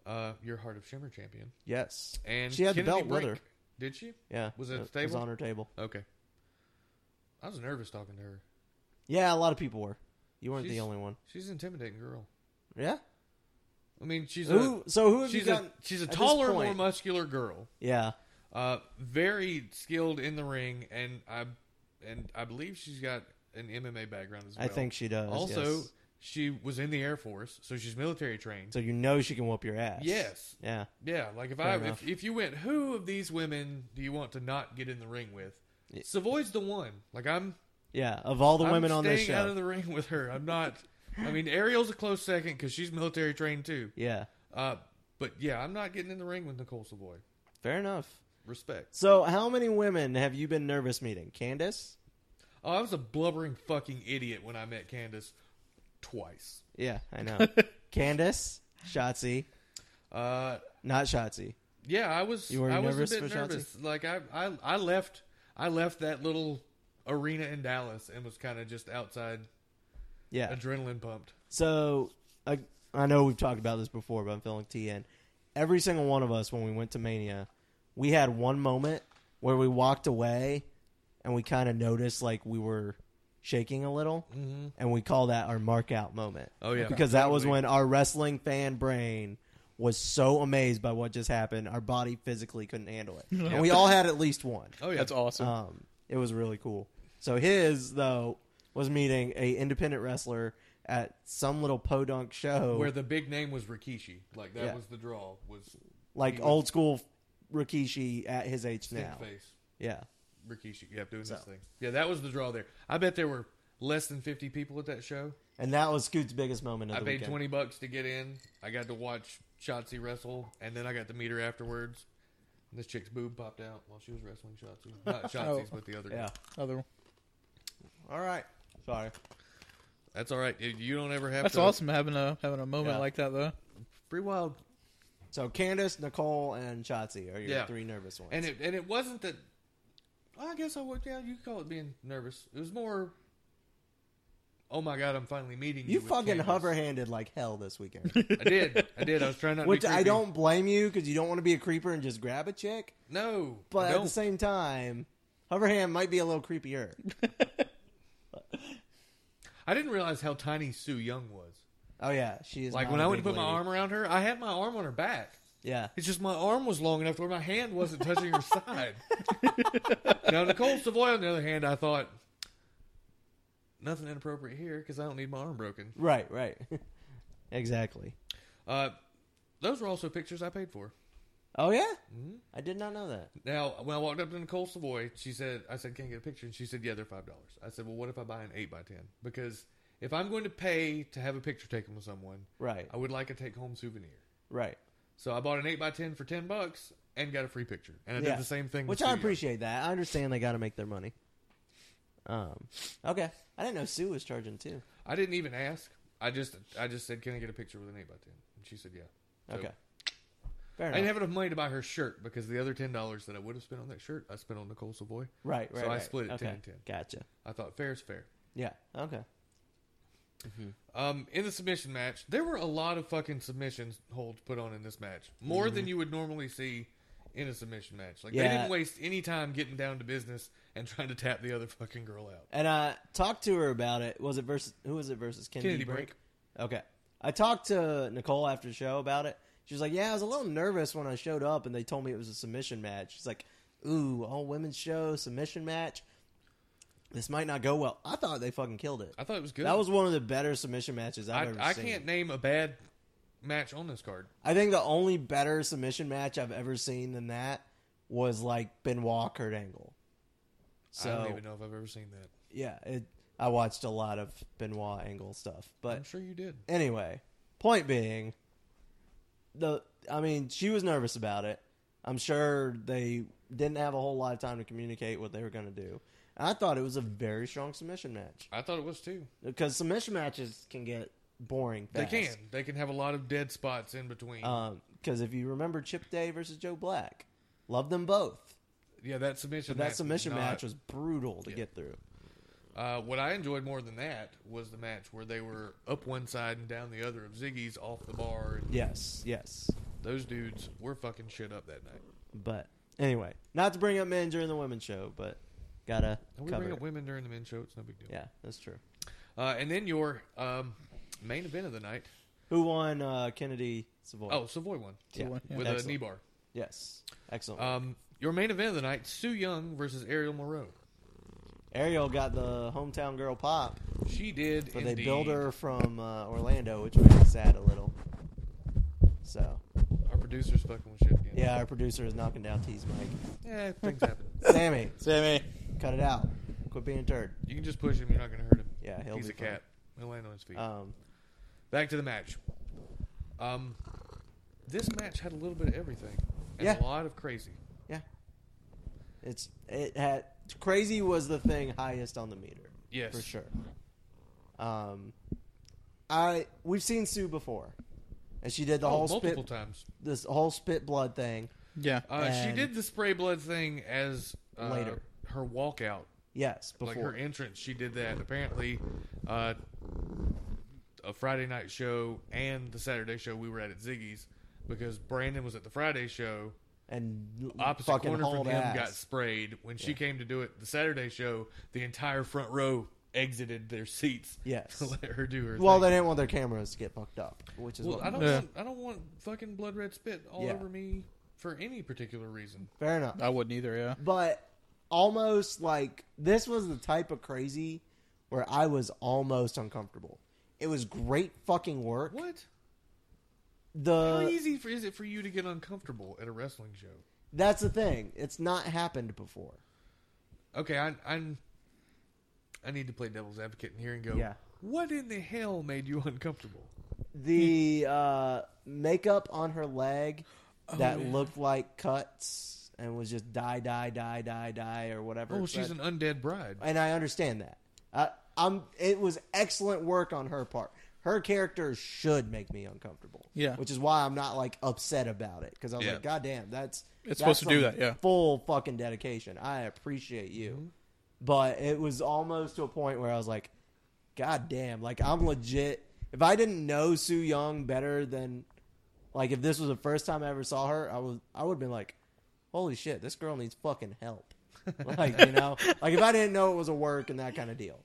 uh, your Heart of Shimmer champion, yes. and she had the Kennedy belt Brink. with her. Did she? Yeah. Uh, Was it it was stable? on her table? Okay. I was nervous talking to her. Yeah, a lot of people were. You weren't She's- the only one. She's an intimidating girl. Yeah. I mean, she's Who? a So who have she's you got? a she's a at this taller, more point? muscular girl. Yeah. Uh, very skilled in the ring, and I and I believe she's got an MMA background as well. I think she does. Also, yes. she was in the Air Force, so she's military trained. so you know she can whoop your ass. yes. Yeah. Yeah, like if Fair I enough. if, if you went, who of these women do you want to not get in the ring with? Savoy's the one. Like I'm Yeah. Of all the I'm women on this staying show. out of the ring with her. I'm not. I mean, Ariel's a close second because she's military trained too. yeah. Uh, but yeah, I'm not getting in the ring with Nicole Savoy. Fair enough. Respect. So how many women have you been nervous meeting? Candace? Oh, I was a blubbering fucking idiot when I met Candace twice. Yeah, I know. Candace? Shotzi. Uh, Not Shotzi. yeah, I was. You were I was nervous a bit for Shotzi? nervous. Like I, I, I left. I left that little arena in Dallas and was kind of just outside, Yeah. adrenaline pumped. So I I know we've talked about this before, but I'm feeling TN. Every single one of us when we went to Mania, we had one moment where we walked away and we kind of noticed like we were shaking a little, and we call that our mark out moment. Mm-hmm. Oh, yeah. because that was Totally. when our wrestling fan brain was so amazed by what just happened, our body physically couldn't handle it, and we all had at least one. Oh yeah, that's awesome. Um, it was really cool. So his though was meeting a independent wrestler at some little podunk show, Where the big name was Rikishi. Like that Yeah. was the draw. Was like he was- old school Rikishi at his age Thin now. face. Yeah, Rikishi. Yep, doing this So. thing. Yeah, that was the draw there. I bet there were less than 50 people at that show. and that was Scoot's biggest moment of I the paid weekend. 20 bucks to get in. I got to watch Shotzi wrestle, and then I got to meet her afterwards. And this chick's boob popped out while she was wrestling Shotzi. Not Shotzi's, but the other. Oh. Yeah. guy. Other one. All right. Sorry. That's all right. You you don't ever have That's to. awesome having a having a moment Yeah. like that though. Free Wild. So Candace, Nicole, and Shotzi are your Yeah. three nervous ones. And it and it wasn't that. Well, I guess I would. Yeah, you could call it being nervous. It was more. Oh my god! I'm finally meeting you. you with fucking Candace." hover handed like hell this weekend. I did. I did. I was trying not. Which to be I creepy. don't blame you because you don't want to be a creeper and just grab a chick. No, But I at don't. the same time, hover hand might be a little creepier. I didn't realize how tiny Sue Young was. Oh yeah, she is. Like not when a I went to big put my lady. arm around her, I had my arm on her back. Yeah, It's just my arm was long enough to where my hand wasn't touching her side. now Nicole Savoy, on the other hand, I thought nothing inappropriate here because I don't need my arm broken. right, right, exactly. Uh, those were also pictures I paid for. Oh yeah, Mm-hmm. I did not know that. Now, when I walked up to Nicole Savoy, she said, "I said, can not get a picture?" And she said, "Yeah, they're five dollars." I said, "Well, what if I buy an eight by ten? Because if I'm going to pay to have a picture taken with someone, Right, I would like a take home souvenir." right. So I bought an eight by ten for ten bucks and got a free picture, and I yeah. did the same thing. with which I Sue Young. appreciate that. I understand they got to make their money. Um, okay, I didn't know Sue was charging too. I didn't even ask. I just I just said, "Can I get a picture with an eight by 10? And she said, "Yeah." So, Okay, fair I enough. didn't have enough money to buy her shirt because the other ten dollars that I would have spent on that shirt, I spent on Nicole Savoy. right, right. so I right. split it okay. 10 and 10. Gotcha. I thought fair's fair. Yeah. Okay. Um, in the submission match, there were a lot of fucking submissions holds put on in this match, more than you would normally see in a submission match. Like they Mm-hmm. Yeah. didn't waste any time getting down to business and trying to tap the other fucking girl out. And I talked to her about it. Was it versus who was it versus Kennedy, Kennedy Brink? Okay. I talked to Nicole after the show about it. She was like, "Yeah, I was a little nervous when I showed up, and they told me it was a submission match." She's like, "Ooh, all women's show submission match. This might not go well." I thought they fucking killed it. I thought it was good. That was one of the better submission matches I've I, ever I seen. can't name a bad match on this card. I think the only better submission match I've ever seen than that was like Benoit Kurt Angle. So I don't even know if I've ever seen that. yeah, it, I watched a lot of Benoit Angle stuff, but I'm sure you did. anyway, point being, the I mean, she was nervous about it. I'm sure they didn't have a whole lot of time to communicate what they were going to do. And I thought it was a very strong submission match I thought it was too. because submission matches can get boring. They Fast. can. They can have a lot of dead spots in between. Um, because if you remember Chip Day versus Joe Black, love them both. yeah, that submission. But that match was submission not- match was brutal to get through. Uh, what I enjoyed more than that was the match where they were up one side and down the other of Ziggy's off the bar. And Yes, yes. Those dudes were fucking shit up that night. But anyway, not to bring up men during the women's show, but gotta And we cover. bring it. up women during the men's show. It's no big deal. Yeah, that's true. Uh, and then your um, main event of the night. Who won uh, Kennedy Savoy? Oh, Savoy won yeah. Savoy, yeah. with a Excellent. knee bar. yes, excellent. Um, your main event of the night: Sue Young versus Ariel Moreau. Ariel got the hometown girl pop, She did. but they indeed. build her from uh, Orlando, which made me sad a little. So Our producer's fucking with shit again. yeah, our producer is knocking down T's mic. Yeah, things happen. Sammy, Sammy. cut it out. Quit being a turd. You can just push him. You're not going to hurt him. Yeah, he'll He's be a cat. He'll land on his feet. Um, Back to the match. Um, this match had a little bit of everything and Yeah. a lot of crazy. yeah, it's it had crazy was the thing highest on the meter. Yes. for sure. Um, I we've seen Sue before, and she did the Oh, whole spit multiple times. this whole spit blood thing. Yeah. Uh, she And- did the spray blood thing as uh, Later. her walkout, Yes, before like her entrance. She did that apparently. Uh, a Friday night show and the Saturday show we were at at Ziggy's because Brandon was at the Friday show. and l- opposite fucking corner hauled from him ass. got sprayed. When she came to do it, the Saturday show, the entire front row exited their seats. Yes. to let her do her. well, they thing. didn't want their cameras to get fucked up, which is Well, what I don't. Yeah. Want, I don't want fucking blood red spit all Yeah. over me for any particular reason. fair enough. I wouldn't either, yeah. But almost like this was the type of crazy where I was almost uncomfortable. It was great fucking work. What? How The easy for, is it for you to get uncomfortable at a wrestling show? that's the thing. It's not happened before. Okay, I, I'm. I need to play devil's advocate in here and go. Yeah. What in the hell made you uncomfortable? Hmm. The uh, makeup on her leg Oh, that looked like cuts and was just die, die, die, die, die, or whatever. Oh, she's But- an undead bride. and I understand that. I, I'm. It was excellent work on her part. her character should make me uncomfortable. Yeah. which is why I'm not like upset about it because I was Yeah. like, God damn, that's It's that's supposed to do some that, yeah. full fucking dedication. I appreciate you, but it was almost to a point where I was like, God damn, like I'm legit. If I didn't know Sue Young better than, like, if this was the first time I ever saw her, I was I would have been like, holy shit, this girl needs fucking help. like you know, like if I didn't know it was a work and that kind of deal,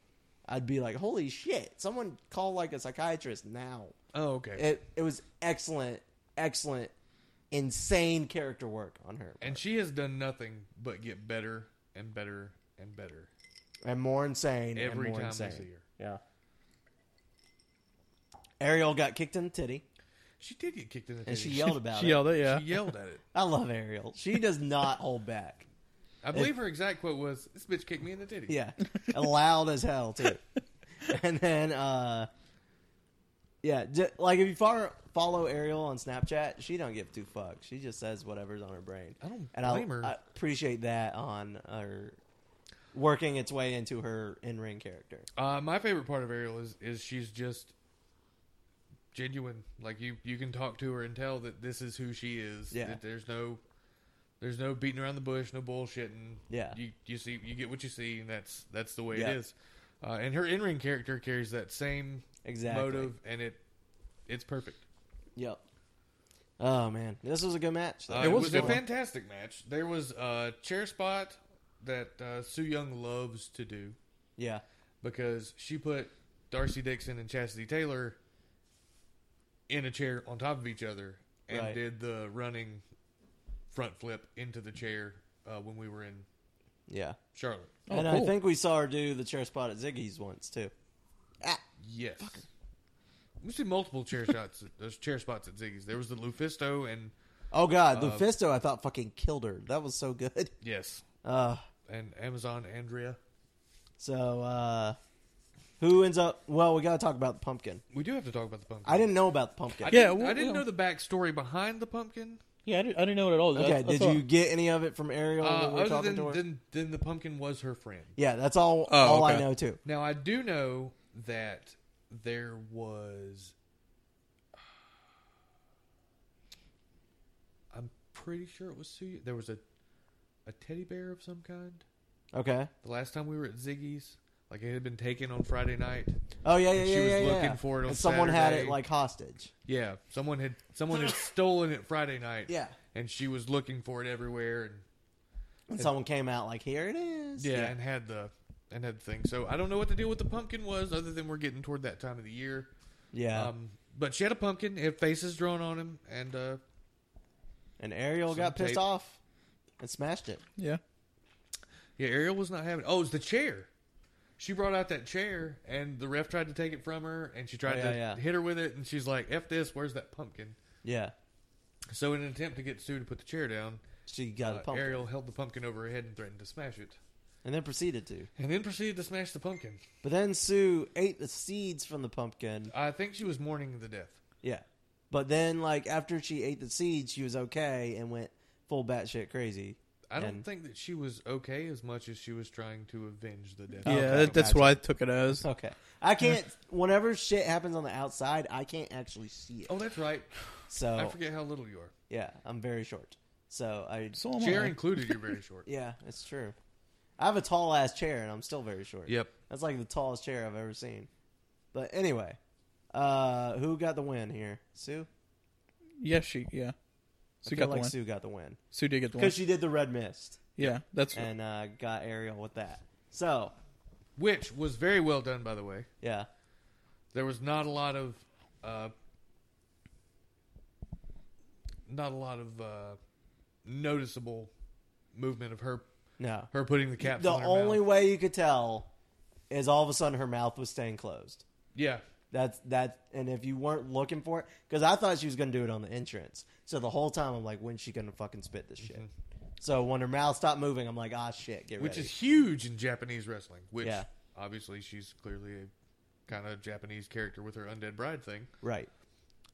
I'd be like, holy shit, someone call like a psychiatrist now. Oh, okay. It it was excellent, excellent, insane character work on her, and she has done nothing but get better and better and better and more insane and every more time insane. I see her. Yeah. Ariel got kicked in the titty, She did get kicked in the and she titties. yelled about She it. yelled it, yeah. She yelled at it. I love Ariel. She does not hold back. I believe her exact quote was, "This bitch kicked me in the titty." Yeah. And loud as hell too. And then uh yeah, j- like if you follow, follow Ariel on Snapchat, she don't give two fucks. She just says whatever's on her brain. I don't and I- blame her. I appreciate that on her working its way into her in-ring character. Uh, my favorite part of Ariel is is she's just genuine. Like you, you can talk to her and tell that this is who she is. Yeah. That there's no, there's no beating around the bush, no bullshitting. Yeah. You you see you get what you see, and that's that's the way Yeah. it is. Uh, and her in ring character carries that same Exactly. motive, and it it's perfect. Yep. Oh man, this was a good match. though. Uh, it was, a fantastic match. There was a chair spot that uh, Sue Young loves to do. yeah. because she put Darcy Dixon and Chastity Taylor in a chair on top of each other and Right. did the running front flip into the chair uh, when we were in Yeah. Charlotte. Oh, and I cool. think we saw her do the chair spot at Ziggy's once too. Yes. We see multiple chair shots, those chair spots at Ziggy's. There was the Lufisto and Oh god, Uh, Lufisto I thought fucking killed her. That was so good. yes, Uh and Amazon Andrea. So, uh, who ends up? Well, we got to talk about the pumpkin. We do have to talk about the pumpkin. I didn't know about the pumpkin. I Yeah, didn't, well, I didn't well. know the backstory behind the pumpkin. Yeah, I didn't, I didn't know it at all. okay, did you get any of it from Ariel when Uh, we Oh, were other talking than, to her? than than the pumpkin was her friend. yeah, that's all. Oh, all I okay. know too. Now I do know that there was. I'm pretty sure it was Sue. There was a, a teddy bear of some kind. Okay. The last time we were at Ziggy's, like it had been taken on Friday night. Oh yeah, yeah, she yeah, was yeah, looking yeah. for it on and someone had it Saturday. like hostage. Yeah, someone had someone had stolen it Friday night. Yeah. and she was looking for it everywhere, and And someone came out like, "Here it is." yeah, and had the and had the thing. So I don't know what the deal with the pumpkin was, other than we're getting toward that time of the year. yeah. Um, but she had a pumpkin, had faces drawn on him, and uh, and Ariel some got pissed tape. off and smashed it. Yeah. yeah, Ariel was not having. Oh, it was the chair. She brought out that chair, and the ref tried to take it from her, and she tried Oh, yeah, to yeah. hit her with it, and she's like, "F this, where's that pumpkin?" Yeah, So, in an attempt to get Sue to put the chair down, she got uh, a pumpkin Ariel held the pumpkin over her head and threatened to smash it, and then proceeded to. and then proceeded to smash the pumpkin. But then Sue ate the seeds from the pumpkin. I think she was mourning the death. Yeah. But then, like, after she ate the seeds, she was okay and went full batshit crazy. I don't And- think that she was okay as much as she was trying to avenge the death. Yeah, Okay, that, that's gotcha. what I took it as. Okay. I can't, whenever shit happens on the outside, I can't actually see it. Oh, that's right. So, I forget how little you are. yeah, I'm very short. So, I, So am Chair I. included, you're very short. Oh, yeah, it's true. I have a tall ass chair and I'm still very short. Yep. That's like the tallest chair I've ever seen. But anyway, uh, who got the win here? Sue? Yeah, she. Yeah, I Sue feel got the like one. Sue. Sue got the win. did get the one. Because she did the red mist yeah, that's and uh, got Ariel with that. So, which was very well done, by the way. yeah. There was not a lot of, uh, not a lot of uh, noticeable movement of her No. her putting the caps. the on her only mouth. way you could tell is all of a sudden her mouth was staying closed. yeah, That's that, and if you weren't looking for it, because I thought she was going to do it on the entrance. So the whole time I'm like, when's she going to fucking spit this shit? So when her mouth stopped moving, I'm like, ah, shit, get Mm-hmm. which ready. is huge in Japanese wrestling. Which Yeah. obviously she's clearly a kind of Japanese character with her undead bride thing. right.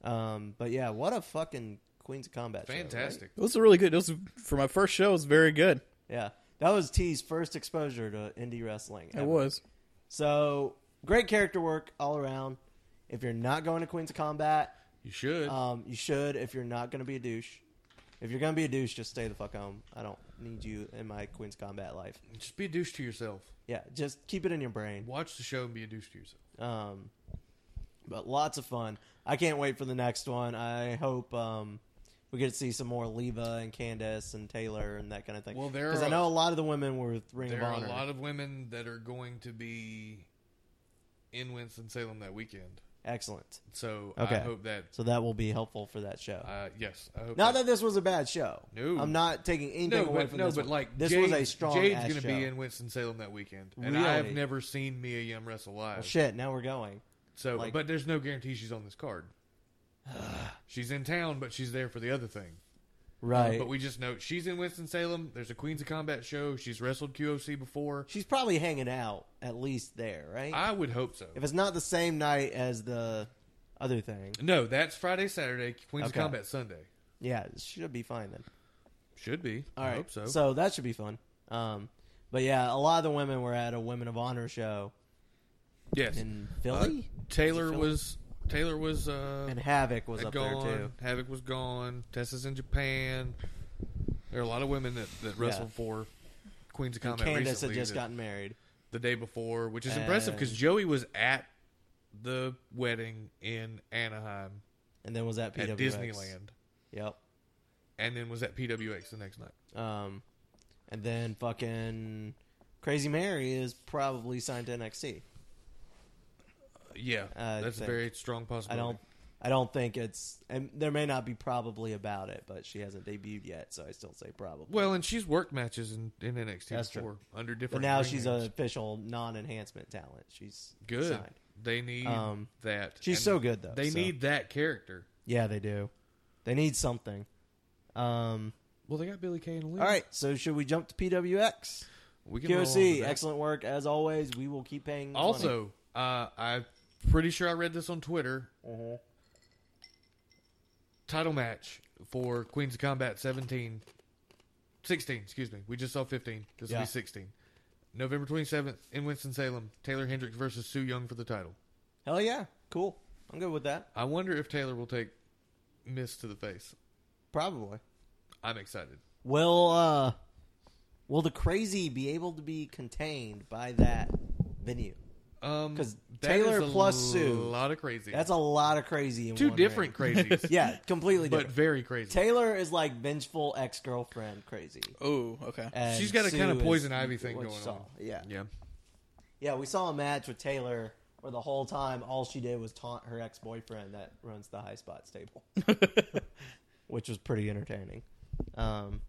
Um, but yeah, what a fucking Queens of Combat! show, right? Fantastic. It was really good. It was for my first show. It was very good. Yeah, that was T's first exposure to indie wrestling. It ever. was. So great character work all around. If you're not going to Queens of Combat, You should. um, you should. If you're not going to be a douche, if you're going to be a douche, just stay the fuck home. I don't need you in my Queens of Combat life. Just be a douche to yourself. Yeah, just keep it in your brain. Watch the show and be a douche to yourself. Um, but lots of fun. I can't wait for the next one. I hope um, we get to see some more Leva and Candace and Taylor and that kind of thing. Well, there because are- I know a lot of the women were with Ring There of are a Honor. lot of women that are going to be in Winston Salem that weekend. Excellent. So I Okay. hope that. So that will be helpful for that show. Uh, yes, I hope. not that this was a bad show. No. I'm not taking no, anything away but from no, this. but one. like this Jade, was a strong Jade's ass gonna show. be in Winston Salem that weekend, and Really? I've never seen Mia Yim wrestle live. Well, Oh, shit, now we're Um, going. so, like- but there's no guarantee she's on this card. she's in town, but she's there for the other thing. Right. But we just know she's in Winston Salem. There's a Queens of Combat show. She's wrestled QOC before. She's probably hanging out at least there, right? I would hope so. if it's not the same night as the other thing, No, that's Friday, Saturday, Queens Okay. of Combat Sunday. yeah, it should be fine then. Should be. All I right. hope so. that should be fun. Um, but yeah, a lot of the women were at a Women of Honor show yes. in Uh, Philly, Taylor Philly? was Taylor was uh and Havoc was had up gone. there too. Havoc was gone. Tessa's in Japan. There are a lot of women that, that wrestled for Queens of Combat Candace had recently just that- gotten married. the day before, which is impressive because And- Joey was at the wedding in Anaheim and then was at PWX. at Disneyland, Yep. and then was at PWX the next night. Um, and then fucking Crazy Mary is probably signed to NXT. Uh, yeah, I that's a think- very strong I possibility. don't. I don't think it's, and there may not be probably about it, but she hasn't debuted yet, so I still say probably. Well, and she's worked matches in, in NXT That's true. before under but different. now ring she's an names. official non-enhancement talent. She's good. signed. They need Um, that. she's And so good, though, They so- need that character. Yeah, they do. They need something. Um, Well, they got Billy Kay and Lee. all right, so should we jump to PWX? we can roll on with QOC, that. excellent work as always. We will keep paying. this money. Also, uh, I'm pretty sure I read this on Twitter. Uh-huh. Title match for Queens of Combat 17. 16, excuse me. We just saw 15. This will Yeah. be 16. November 27th in Winston-Salem, Taylor Hendricks versus Sue Young for the title. hell yeah, cool. I'm good with that. I wonder if Taylor will take Miss to the face. Probably. I'm excited. Will uh, will the crazy be able to be contained by that venue? Um, 'Cause that is Taylor a plus Sue, a lot of crazy. That's a lot of crazy. In two one different ring. crazies, yeah, completely but different. very crazy. Taylor is like vengeful ex girlfriend crazy. Oh, okay. and She's got a kind Sue of is poison ivy thing what you going saw. on. Yeah, Yeah, Yeah, we saw a match with Taylor where the whole time all she did was taunt her ex boyfriend that runs the high spots table, which was pretty entertaining. Um,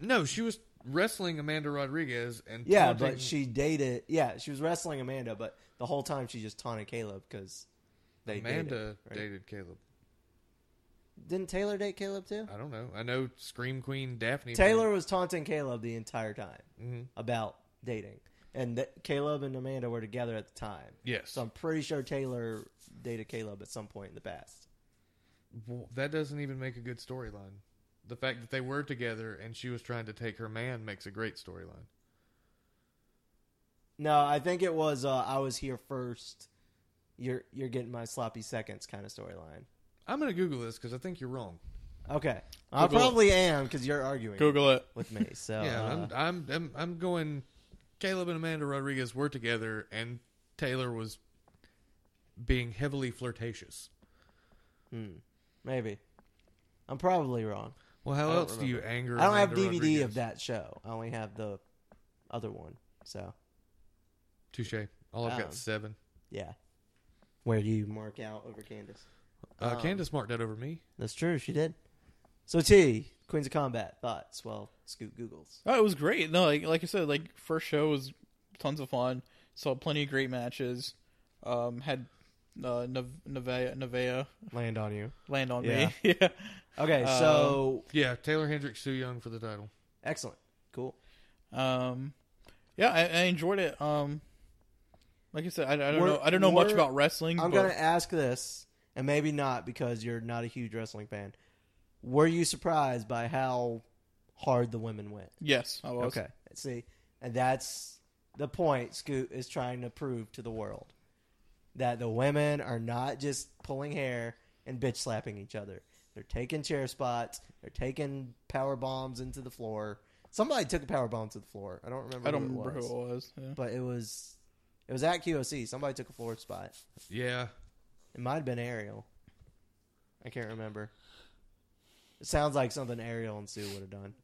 no, she was wrestling Amanda Rodriguez, and yeah, taunting- but she dated. Yeah, she was wrestling Amanda, but the whole time she just taunted Caleb because they Amanda dated, right? dated Caleb. Didn't Taylor date Caleb too? I don't know. I know Scream Queen Daphne Taylor was taunting Caleb the entire time Mhm. about dating, and th- Caleb and Amanda were together at the time. Yes, So I'm pretty sure Taylor dated Caleb at some point in the past. Well, that doesn't even make a good storyline. The fact that they were together and she was trying to take her man makes a great storyline. No, I think it was uh, I was here first. You're you're getting my sloppy seconds kind of storyline. I'm gonna Google this because I think you're wrong. Okay, I Google it. probably am am because you're arguing Google it. with me. So yeah, uh, I'm, I'm I'm I'm going. Caleb and Amanda Rodriguez were together, and Taylor was being heavily flirtatious. maybe I'm probably wrong. Well, how don't else do you anger? I don't have Amanda DVD Rodriguez? of that show. I only have the other one. So Touche. All I've Um, got is seven. yeah, where you mark out over Candace. Uh, um, Candace marked that over me. That's true. She did. So T Queens of Combat thoughts. Well, Scoot Googles. Oh, it was great. No, like, like I said, like first show was tons of fun. Saw plenty of great matches. Um, had uh, Nevea, Nevea Land on you. Um, land on Yeah. me. yeah. Okay, so Yeah, Taylor Hendricks, Sue Young for the title. excellent, cool. Um, yeah, I, I enjoyed it. Um, like I said, I, I don't We're- know. I don't know much we're- about wrestling. I'm but gonna ask this, and maybe not because you're not a huge wrestling fan. Were you surprised by how hard the women went? yes, I was. Okay, see, and that's the point Scoot is trying to prove to the world. that the women are not just pulling hair and bitch slapping each other. They're taking chair spots. They're taking power bombs into the floor. Somebody took a power bomb to the floor. I don't remember. I don't who it remember who was, it was. Yeah. but it was it was at QOC. Somebody took a floor spot. Yeah. It might have been Ariel. I can't remember. It sounds like something Ariel and Sue would have done.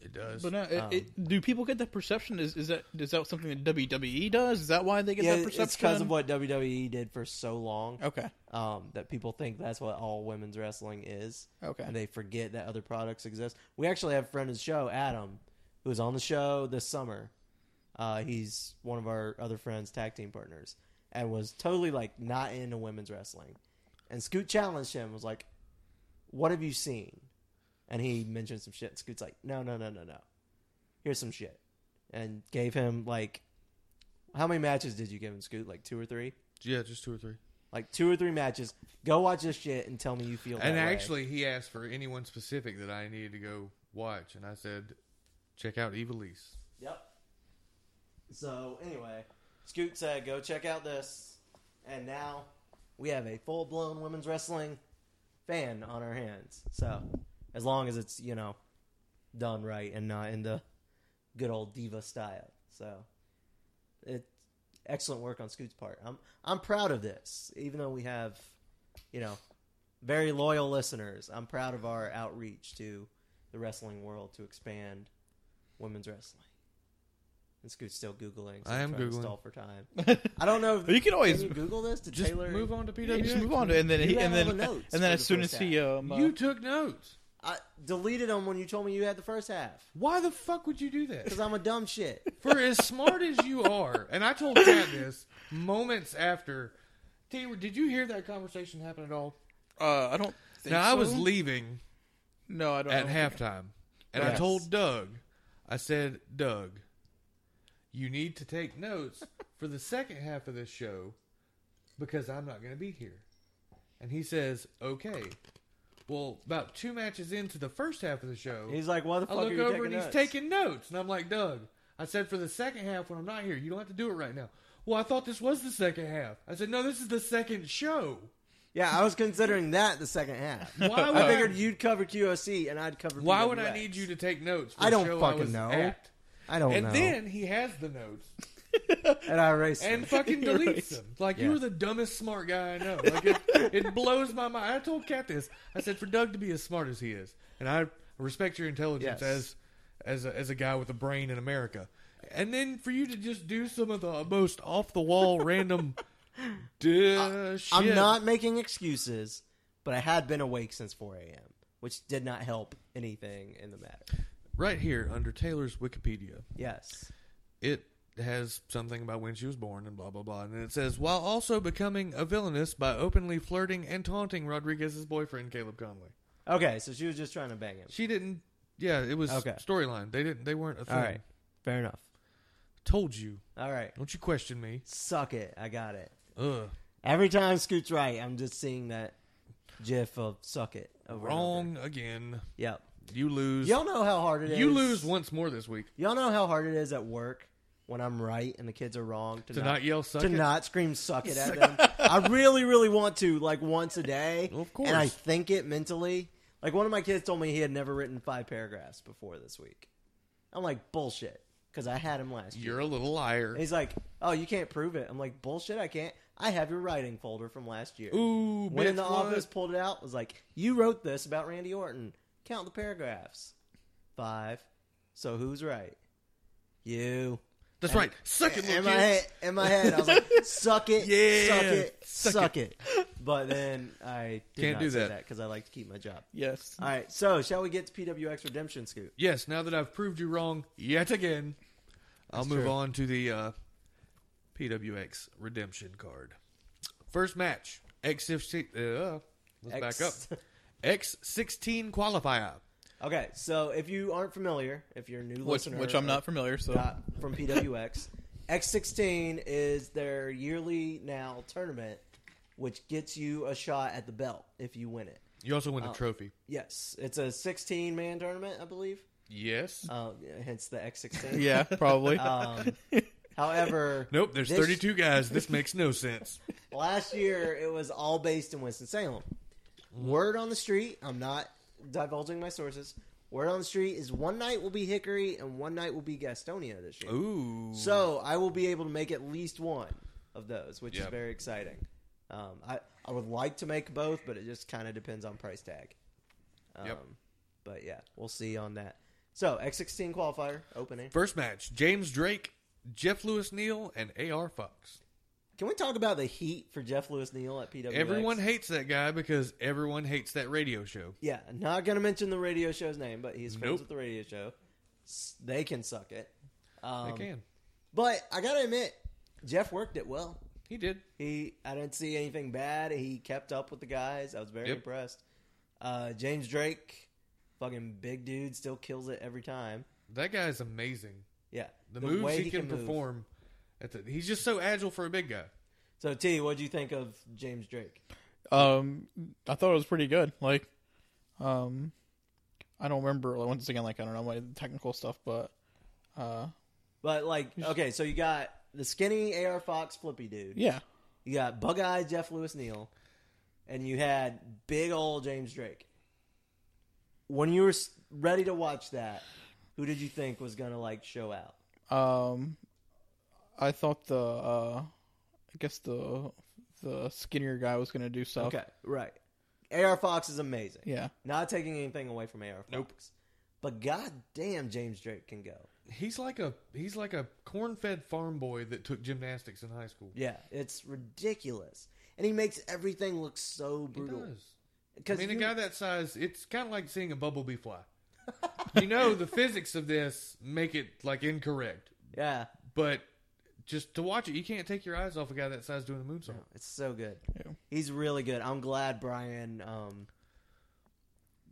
It does. But no, it, Um, it, do people get that perception? Is is that is that something that WWE does? Is that why they get that Yeah, it's perception? because of what WWE did for so long Okay. um, that people think that's what all women's wrestling is. Okay. and they forget that other products exist. We actually have a friend of the show, Adam, who's on the show this summer. Uh, he's one of our other friends, tag team partners, and was totally like not into women's wrestling. And Scoot challenged him, was like, What have you seen? And he mentioned some shit. Scoot's like, No, no, no, no, no. Here's some shit. And gave him like, How many matches did you give him, Scoot? Like two or three? yeah, just two or three. Like two or three matches. Go watch this shit and tell me you feel. And that way. actually, he asked for anyone specific that I needed to go watch, and I said, check out Evilise. Yep. So anyway, Scoot said, "Go check out this," and now we have a full blown women's wrestling fan on our hands. So as long as it's you know done right and not in the good old diva style, so it excellent work on Scoot's part. I'm I'm proud of this, even though we have you know very loyal listeners. I'm proud of our outreach to the wrestling world to expand women's wrestling. And Scoot's still googling. So I I'm am trying to Googling. stall for time. I don't know. If, You can always- you Google this to Just Taylor. move on to Yeah, PWX. just move on to and then You he, had and all then the notes and then for as the soon as first he um uh, You took notes. I deleted them when you told me you had the first half Why the fuck would you do because that? I'm a dumb shit. For as smart as you are, and I told Kat this moments after. Taylor, did you hear that conversation happen at all? uh, I don't. Think Now, I was so. leaving no, I don't. at know. halftime, and I Yes. told Doug, I said, Doug, you need to take notes for the second half of this show because I'm not going to be here. And he says, okay. Well, about two matches into the first half of the show, He's like, "Why the I fuck are look you over taking and he's notes?" taking notes. And I'm like, Doug, I said for the second half when I'm not here, you don't have to do it right now. Well, I thought this was the second half. I said, no, this is the second show. Yeah, I was considering that the second half. Why would I figured you'd cover QOC and I'd cover. Why would I PWX. need you to take notes? For I the don't show fucking was know. at? I don't and know. then he has the notes and I erased and and fucking You're deletes right. them. Like Yeah. you were the dumbest smart guy I know. Like it, it blows my mind. I told Kat this. I said for Doug to be as smart as he is, and I respect your Yes. intelligence as as a, as a guy with a brain in America. And then for you to just do some of the most off the wall random duh, shit. I'm not making excuses, but I had been awake since 4 a.m., which did not help anything in the matter. right here under Taylor's Wikipedia. Yes. it has something about when she was born and blah blah blah and it says while also becoming a villainess by openly flirting and taunting rodriguez's boyfriend caleb conley Okay, so she was just trying to bang him. she didn't yeah it was Okay. storyline they didn't they weren't a thing All right, fair enough. told you All right, don't you question me suck it. I got it. Ugh. Every time Scoot's right, I'm just seeing that gif of suck it. Over and over. wrong again Yep. you lose Y'all know how hard it is. you lose once more this week Y'all know how hard it is at work when I'm right and the kids are wrong to, to not, yell suck to it. not scream suck it at them. I really, really want to, like once a day. Well, of course. And I think it mentally. Like one of my kids told me he had never written five paragraphs before this week. I'm like, bullshit. Because I had him last year. you're a little liar And he's like, oh, you can't prove it. I'm like, bullshit, I can't. I have your writing folder from last year. ooh Went in bitch, the what? office, pulled it out, was like, you wrote this about Randy Orton. Count the paragraphs. Five. So who's right? You. that's right suck it In little my kid. head, in my head, I was like, "Suck it, Yeah, suck it, suck suck, it. But then I did Can't not do say that. that because I like to keep my job. Yes. All right, so shall we get to PWX Redemption Scoot? yes, now that I've proved you wrong yet again, I'll move true. on to the uh, PWX redemption card. First match X15. Uh, let's X- back up. X16 qualifier. Okay, so if you aren't familiar, if you're a new Which, listener, which I'm or not familiar. So not from PWX, X16 is their yearly now tournament, which gets you a shot at the belt if you win it. You also Oh. win a trophy. Yes, it's a 16 man tournament, I believe. Yes. Uh, hence Uh, the X16. yeah, probably. Um, However, Nope, there's this- 32 guys. This makes no sense. Last year, it was all based in Winston Salem. Word on the street, I'm not divulging my sources. Word on the street is one night will be Hickory and one night will be Gastonia this year. Ooh. So I will be able to make at least one of those, which is Yep. very exciting. Um, I I would like to make both, but it just kind of depends on price tag. Um, Yep. But yeah, we'll see on that. So X16 qualifier opening. First match James Drake, Jeff Lewis Neal, and AR Fox. Can we talk about the heat for Jeff Lewis Neal at PWX? Everyone hates that guy because everyone hates that radio show. Yeah, not gonna mention the radio show's name, but he's friends Nope. with the radio show. S- They can suck it. Um, They can. But I gotta admit, Jeff worked it well. He did. He, I didn't see anything bad. He kept up with the guys. I was very Yep. impressed. Uh, James Drake, fucking big dude, still kills it every time. That guy's amazing. Yeah, The, moves way he, can, move. perform. At the, he's just so agile for a big guy. So T, what'd you think of James Drake? Um, I thought it was pretty good. Like, um, I don't remember. Like, once again, like I don't know my technical stuff, but uh, But like, okay, so you got the skinny AR Fox flippy dude. yeah, You got Bug Eye Jeff Lewis Neal, and you had big old James Drake. When you were s- ready to watch that, who did you think was gonna like show out? um, I thought the uh, I guess the the skinnier guy was gonna do stuff. Okay, right. AR Fox is amazing. Yeah. Not taking anything away from AR Fox. Nope. But goddamn, James Drake can go. He's like a he's like a corn fed farm boy that took gymnastics in high school. Yeah, it's ridiculous, and he makes everything look so He brutal. does. I Because mean, a guy that size, it's kind of like seeing a bumblebee fly. you know, the physics of this make it like incorrect, yeah, but just to watch it, you can't take your eyes off a guy that size doing the moonsault. it's so good. Yeah. He's really good. I'm glad Brian um,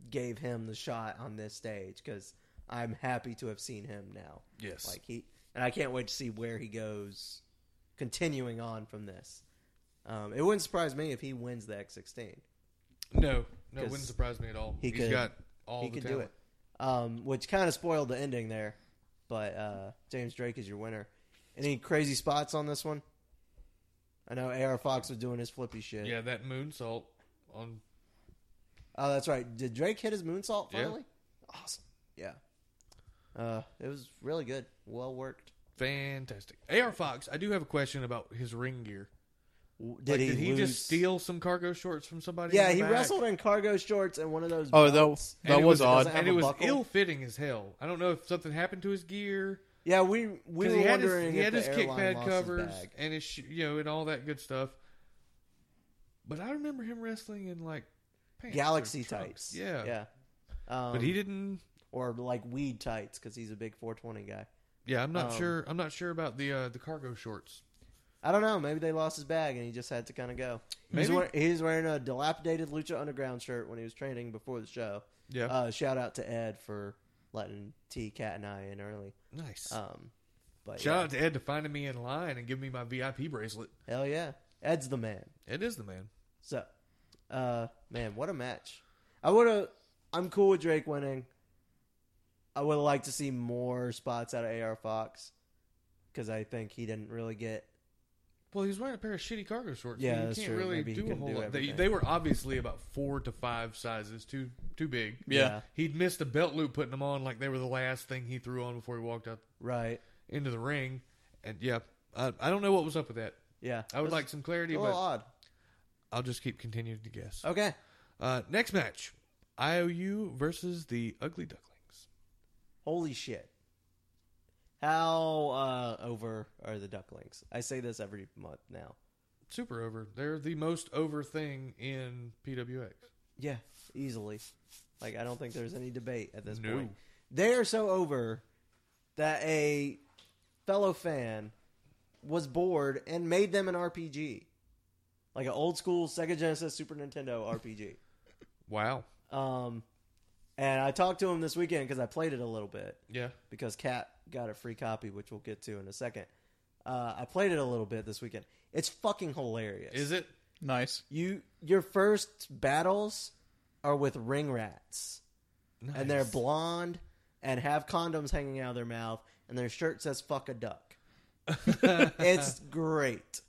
gave him the shot on this stage because I'm happy to have seen him now. Yes. Like he and I can't wait to see where he goes, continuing on from this. Um, it wouldn't surprise me if he wins the X16. no, no, it 'Cause wouldn't surprise me at all. he He's could- got all he the could talent. do it, um, which kind of spoiled the ending there. But uh, James Drake is your winner. Any crazy spots on this one? I know AR Fox was doing his flippy shit. Yeah, that moonsault on Oh, that's right. Did Drake hit his moonsault Yeah. finally? Awesome. Yeah. Uh, it was really good. Well worked. fantastic. AR Fox, I do have a question about his ring gear. W- Like, Did he, lose? just steal some cargo shorts from somebody? Yeah, in the he back? wrestled in cargo shorts and one of those. Oh, that- belts. that it was odd. doesn't have and a it was buckle. ill fitting as hell. I don't know if something happened to his gear. Yeah, we we 'Cause were he had wondering his, he if had the his kick airline pad lost his covers bag. and his sh- you know and all that good stuff. But I remember him wrestling in like pants or galaxy trunks. types. Yeah, yeah. Um, But he didn't. or like weed tights because he's a big 420 guy. Yeah, I'm not um, sure. I'm not sure about the uh, the cargo shorts. I don't know. Maybe they lost his bag and he just had to kind of go. He's, Maybe. wear, he's wearing a dilapidated Lucha Underground shirt when he was training before the show. Yeah, Uh, shout out to Ed for letting T Cat and I in early. nice. Um, but Shout yeah. out to Ed to finding me in line and giving me my VIP bracelet. hell yeah, Ed's the man. Ed is the man. So, uh, man, what a match! I would have. I'm cool with Drake winning. I would have liked to see more spots out of AR Fox because I think he didn't really get Well, he's wearing a pair of shitty cargo shorts. Yeah, so you that's can't true. really Maybe he do a couldn't whole do lot. They, everything. they were obviously about four to five sizes too too big. Yeah. He'd missed a belt loop putting them on like they were the last thing he threw on before he walked out right. into the ring. And yeah, I, I don't know what was up with that. Yeah, I would That's like some clarity, a but little odd. I'll just keep continuing to guess. Okay, Uh, next match IOU versus the Ugly Ducklings. holy shit! How uh, over are the Ducklings? I say this every month now. Super over. They're the most over thing in PWX. Yeah, easily. Like I don't think there's any debate at this No. point. They are so over that a fellow fan was bored and made them an RPG. Like an old school Sega Genesis Super Nintendo RPG. Wow. Um and I talked to him this weekend because I played it a little bit Yeah. because Kat got a free copy, which we'll get to in a second. Uh, I played it a little bit this weekend. It's fucking hilarious. Is it? Nice. You your first battles are with ring rats and they're Nice. blonde and have condoms hanging out of their mouth and their shirt says fuck a duck it's great.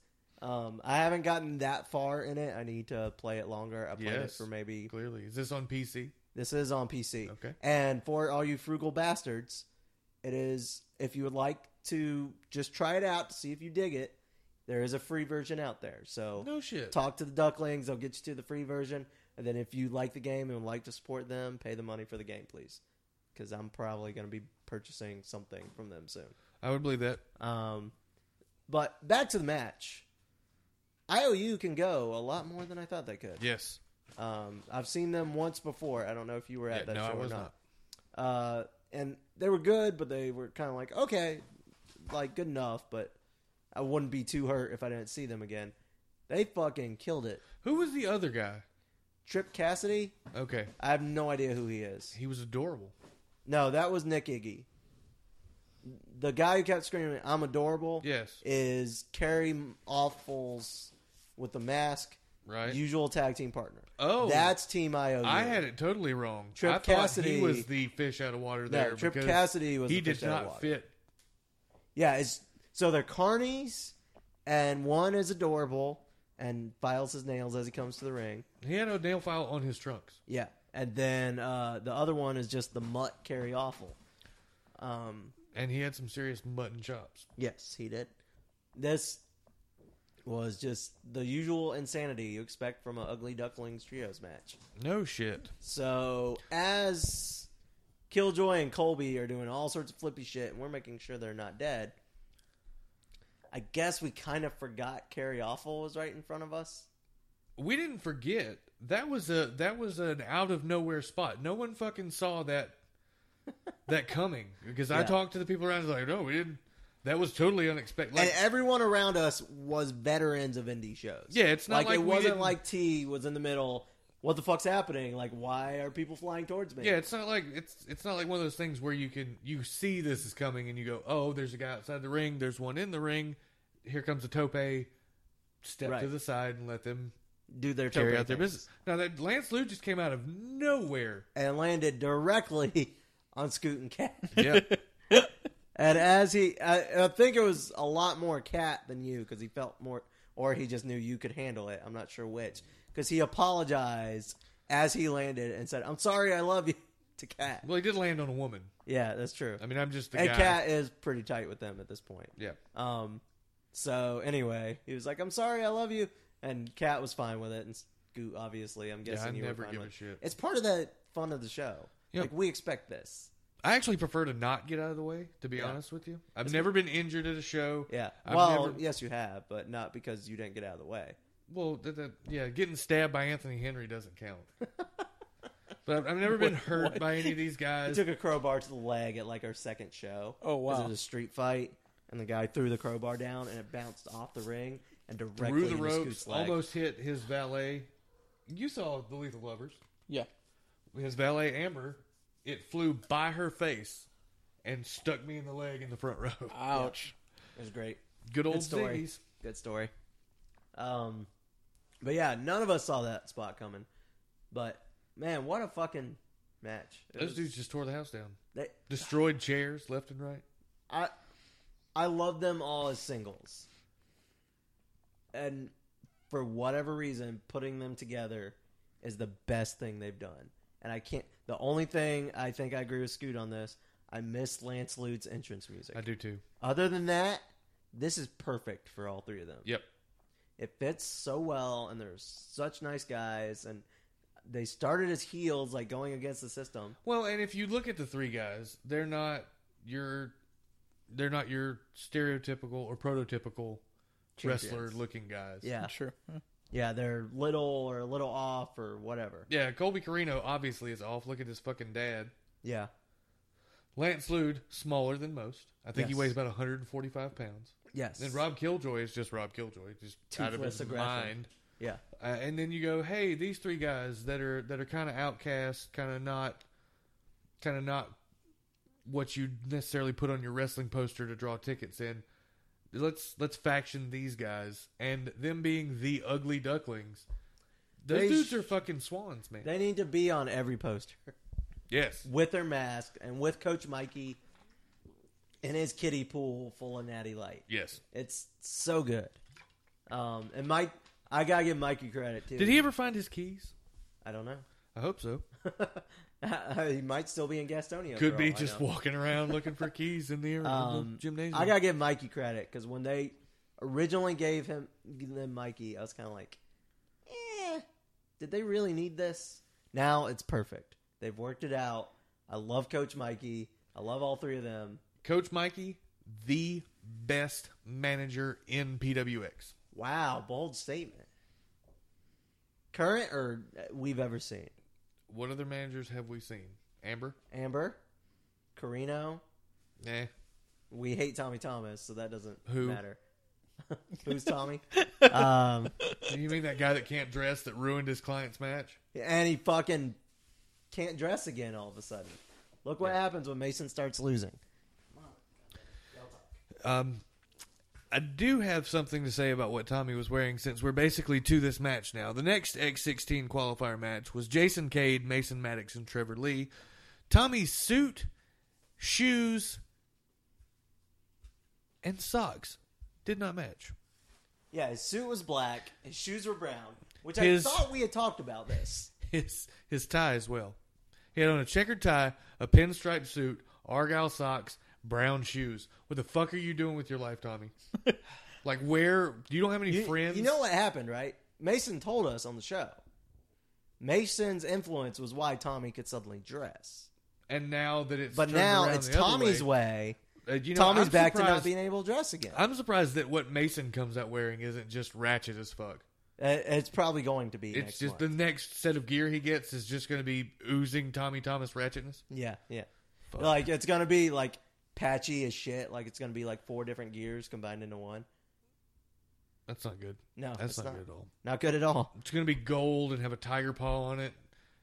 Um, I haven't gotten that far in it. I need to play it longer. I played Yes. it for maybe. Clearly, is this on PC? This is on PC. Okay. And for all you frugal bastards, it is if you would like to just try it out to see if you dig it. There is a free version out there. So No shit. talk to the ducklings. They'll get you to the free version. And then if you like the game and would like to support them, pay the money for the game, please. Because I'm probably going to be purchasing something from them soon. I would believe that. Um, but back to the match. IOU can go a lot more than I thought they could. Yes. Um, I've seen them once before. I don't know if you were at Yeah, that no, show I was or not. Uh, and they were good, but they were kind of like okay, like good enough. But I wouldn't be too hurt if I didn't see them again. They fucking killed it. Who was the other guy? Trip Cassidy. Okay, I have no idea who he is. he was adorable. No, that was Nick Iggy. The guy who kept screaming, "I'm adorable." Yes. is Carrie Awfuls with the mask, Right. usual tag team partner. Oh. that's Team IOU. I had it totally wrong. Trip I thought Cassidy- he was the fish out of water No, there. Trip because Cassidy was He the did fish out of not water. fit. Yeah, it's so they're carnies, and one is adorable and files his nails as he comes to the ring. He had a nail file on his trunks. Yeah, and then uh, the other one is just the mutt Carrie Awful. Um, And he had some serious mutton chops. yes, he did. This was just the usual insanity you expect from an ugly ducklings trios match. No shit. So as Killjoy and Colby are doing all sorts of flippy shit, and we're making sure they're not dead. I guess we kind of forgot Carrie Awful was right in front of us. We didn't forget. That was a that was an out of nowhere spot. No one fucking saw that that coming. Because I Yeah. talked to the people around like, no, we didn't that was totally unexpected. Like, and everyone around us was veterans of indie shows. Yeah, it's not like it we wasn't didn't- like T was in the middle. What the fuck's happening? Like, why are people flying towards me? yeah, it's not like it's it's not like one of those things where you can you see this is coming and you go, Oh, there's a guy outside the ring, there's one in the ring, here comes a tope. Step Right. to the side and let them do their carry token out their things. business. Now that Lance Luge just came out of nowhere. and landed directly on Scoot and Cat. Yeah. And as he, I, I think it was a lot more cat than you because he felt more, or he just knew you could handle it. I'm not sure which, because he apologized as he landed and said, "I'm sorry, I love you." To cat, well, he did land on a woman. yeah, that's true. I mean, I'm just the And guy. cat is pretty tight with them at this point. Yeah. Um, so anyway, he was like, "I'm sorry, I love you," and cat was fine with it, and Scoot obviously, I'm guessing I you never were fine give with a shit. It's part of the fun of the show. Yeah. Like we expect this. I actually prefer to not get out of the way, to be Yeah. honest with you. I've never been injured at a show. Yeah. I've well, never- yes, you have, but not because you didn't get out of the way. Well, th- th- yeah, getting stabbed by Anthony Henry doesn't count. but I've, I've never been hurt by any of these He guys. took a crowbar to the leg at like our second show. Oh, wow. 'Cause It was a street fight, and the guy threw the crowbar down, and it bounced off the ring and directly Through the into ropes, Scoot's leg. almost hit his valet. You saw the Lethal Lovers. Yeah. His valet, Amber, it flew by her face and stuck me in the leg in the front row. Ouch. It was great. Good old Good story. Ziggy's. Good story. Um, but yeah, none of us saw that spot coming. But man, what a fucking match! It Those was- dudes just tore the house down. They, Destroyed chairs left and right. I I love them all as singles. And for whatever reason, putting them together is the best thing they've done. And I can't the only thing I think I agree with Scoot on this, I miss Lance Lude's entrance music. I do too. Other than that, this is perfect for all three of them. Yep. It fits so well and they're such nice guys and they started as heels like going against the system. Well, and if you look at the three guys, they're not your they're not your stereotypical or prototypical wrestler Champions. looking guys. Yeah. Sure. Yeah. Yeah, they're little or a little off or whatever. Yeah, Colby Carino obviously is off. Look at his fucking dad. Yeah. Lance Lude, smaller than most. I think he Yes. weighs about 145 pounds. Yes. Then Rob Killjoy is just Rob Killjoy, just out of Toothless his aggression. mind. Yeah. Uh, and then you go, hey, these three guys that are that are kind of outcast, kind of not, kind of not what you necessarily put on your wrestling poster to draw tickets in. Let's let's faction these guys, and them being the ugly ducklings. Those They dudes sh- are fucking swans, man. They need to be on every poster yes, with their mask and with Coach Mikey in his kiddie pool full of natty light. Yes. It's so good. Um, and Mike, I gotta give Mikey credit too. Did he ever find his keys? I don't I hope so. know. he might still be in Gastonia. Could for be all I just know. walking around looking for keys in the, in the Oh Um, gymnasium. I gotta give Mikey credit because when they originally gave him them Mikey, I was kind of like, eh, did they really need this? Now it's perfect. They've worked it out. I love Coach Mikey. I love all three of them. Coach Mikey, the best manager in PWX. Wow, bold statement. Current or uh, we've ever seen What other managers have we seen? Amber? Amber, Carino. Nah. We hate Tommy Thomas, so that doesn't Who? matter. Who's Tommy? um, You mean that guy that can't dress that ruined his client's match? and he fucking can't dress again all of a sudden. Look what happens when Mason starts losing. Um, I do have something to say about what Tommy was wearing since we're basically to this match now. The next X16 qualifier match was Jason Cade, Mason Maddox, and Trevor Lee. Tommy's suit, shoes, and socks did not match. Yeah, his suit was black, his shoes were brown, which His- I thought we had talked about this. His his tie as well. He had on a checkered tie, a pinstripe suit, argyle socks, brown shoes. What the fuck are you doing with your life, Tommy? like, where you don't have any You- friends? You know what happened, right? Mason told us on the show. Mason's influence was why Tommy could suddenly dress. and now that it's But turned now around it's the other Tommy's way, way. uh, you know, Tommy's I'm back to not surprised- being able to dress again. I'm surprised that what Mason comes out wearing isn't just ratchet as fuck. Uh, It's probably going to be. It's next just month. the next set of gear he gets is just going to be oozing Tommy Thomas ratchetness. Yeah, yeah. Like it's gonna be like patchy as shit. Like it's gonna be like four different gears combined into one. That's not good. No, that's it's not, not. good at all. Not good at all. It's going to be gold and have a tiger paw on it.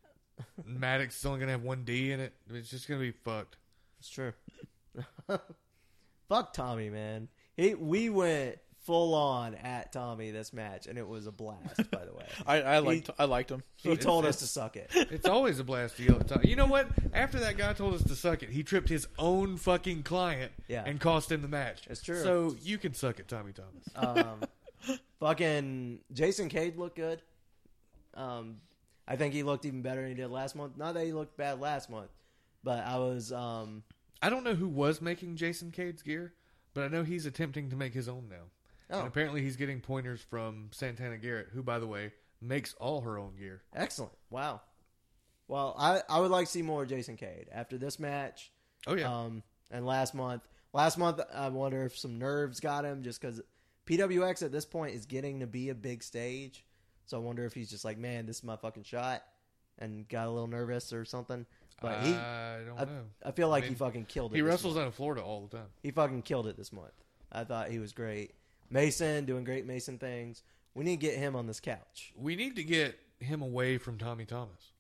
Maddox is only going to have one D in it. It's just going to be fucked. It's true. Fuck Tommy, man. He we went full on at Tommy this match, and it was a blast. By the way, I, I liked I liked him. he told us to suck it. It's always a blast to yell at Tommy. You know what? After that guy told us to suck it, he tripped his own fucking client Yeah. and cost him the match. It's true. So you can suck it, Tommy Thomas. Um, fucking Jason Cade looked good. Um, I think he looked even better than he did last month. Not that he looked bad last month, but I was um, I don't know who was making Jason Cade's gear, but I know he's attempting to make his own now. Oh. And apparently he's getting pointers from Santana Garrett, who, by the way, makes all her own gear. Excellent. Wow. Well, I, I would like to see more of Jason Cade after this match. Oh, yeah. Um, and last month, last month, I wonder if some nerves got him just because PWX at this point is getting to be a big stage. So I wonder if he's just like, man, this is my fucking shot, and got a little nervous or something. But he, I don't I, know. I feel like Uh, I he mean, fucking killed it. He this wrestles month. out of Florida all the time. He fucking killed it this month. I thought he was great. Mason doing great Mason things. We need to get him on this couch. Oh, We need to get him away from Tommy Thomas.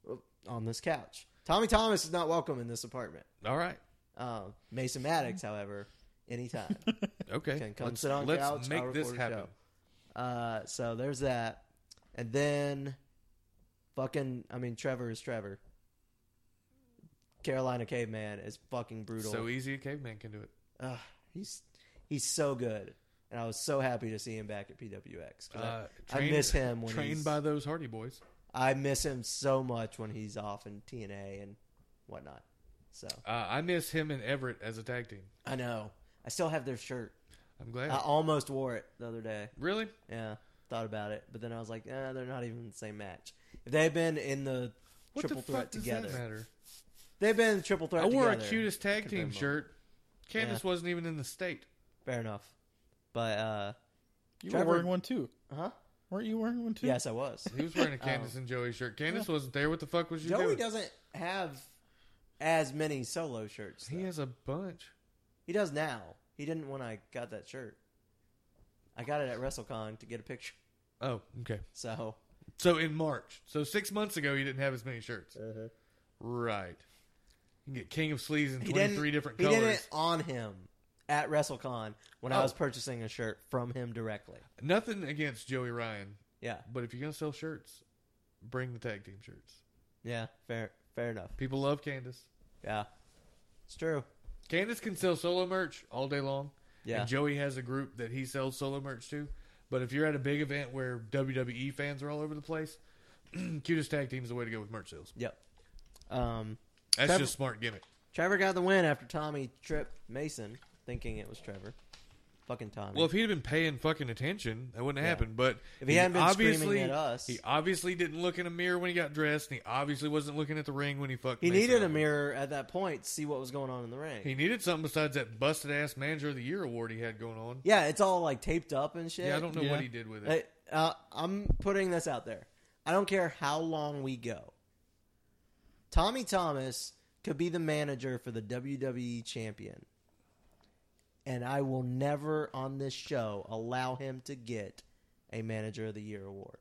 On this couch. Tommy Thomas is not welcome in this apartment. All right. Um, Mason Maddox, however, anytime Okay. can come let's sit on let's couch. I'll make this record a show. happen. Uh, so there's that, and then fucking, I mean, Trevor is Trevor. Carolina Caveman is fucking brutal. So easy a caveman can do it. Ugh, he's he's so good, and I was so happy to see him back at PWX. 'cause I- Uh, I, trained- miss him when trained he's, by those Hardy boys. I miss him so much when he's off in TNA and whatnot. So Uh, I miss him and Everett as a tag team. I know I still have their shirt. I'm glad. I almost wore it the other day. really? Yeah, thought about it, but then I was like, eh, they're not even in the same match. If they had been in the What triple the fuck threat does that together, matter? they've been in the triple threat. I wore together. a cutest tag Could've been team more. shirt. Candace wasn't even in the state. Fair enough, but uh, You Trevor- were wearing one too. huh? Weren't you wearing one too? Yes, I was. He was wearing a Candace and Joey shirt. Candace wasn't there. What the fuck was you Oh. Joey doing? doesn't have as many solo shirts. though. He has a bunch. He does now. He didn't when I got that shirt. I got it at WrestleCon to get a picture. Oh, okay. So So in March, so six months ago, you didn't have as many shirts, right? You can get King of Sleeves in Uh-huh. he twenty didn't. three different he colors. did it on him at WrestleCon when I Oh. was purchasing a shirt from him directly. Nothing against Joey Ryan, Yeah, but if you're gonna sell shirts, bring the tag team shirts. yeah. Fair, fair enough. People love Candace. Yeah, it's true. Candace can sell solo merch all day long. Yeah. And Joey has a group that he sells solo merch to. But if you're at a big event where WWE fans are all over the place, cutest tag team is the way to go with merch sales. Yep. Um, That's Trevor- just smart gimmick. Trevor got the win after Tommy tripped Mason, thinking it was Trevor. Fucking Tommy. Well, if he'd have been paying fucking attention, that wouldn't have Yeah. happened. But If he hadn't been screaming at us. he obviously didn't look in a mirror when he got dressed, and he obviously wasn't looking at the ring when he fucked. he Mason needed a up. mirror at that point to see what was going on in the ring. He needed something besides that busted ass manager of the year award he had going on. yeah, it's all like taped up and shit. Yeah, I don't know Yeah. what he did with it. Hey, uh, I'm putting this out there. I don't care how long we go. Tommy Thomas could be the manager for the WWE champion. And I will never on this show allow him to get a Manager of the Year award.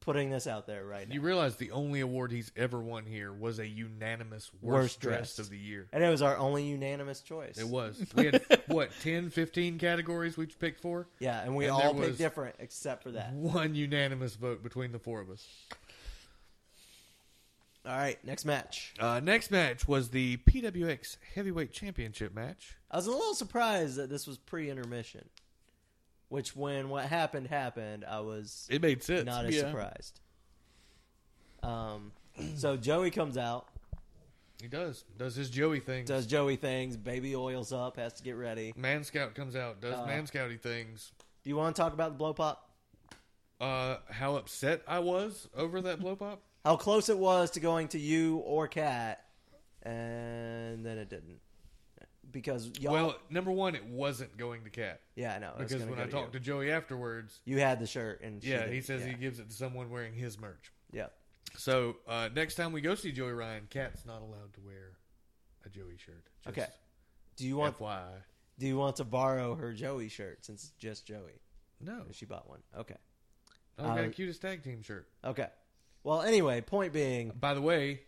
Putting this out there right now. You realize the only award he's ever won here was a unanimous worst, Worst dressed dressed. of the year. and it was our only unanimous choice. It was. We had what 10, 15 categories we picked for. Yeah, and we And all there picked was- different except for that. One unanimous vote between the four of us. All right, next match. Uh, next match was the PWX Heavyweight Championship match. I was a little surprised that this was pre intermission, which when what happened happened, I was It made sense. not as yeah. surprised. Um, so Joey comes out, He does. Does his Joey thing. does Joey things, baby oils up, has to get ready. Man Scout comes out, does Uh, Man Scouty things. Do you want to talk about the blow pop? Uh, how upset I was over that blow pop. How close it was to going to you or Cat, and then it didn't because y'all. Well, number one, it wasn't going to Cat yeah, I know. it was because gonna when go I to talked you. to Joey afterwards, you had the shirt and she yeah, didn't. he says yeah. he gives it to someone wearing his merch. yeah. So uh, next time we go see Joey Ryan, Cat's not allowed to wear a Joey shirt. Just Okay. Do you want FYI. Do you want to borrow her Joey shirt since it's just Joey? No, She bought one. Okay. I've got a Uh, cutest tag team shirt. Okay. Well, anyway, point being, By the way,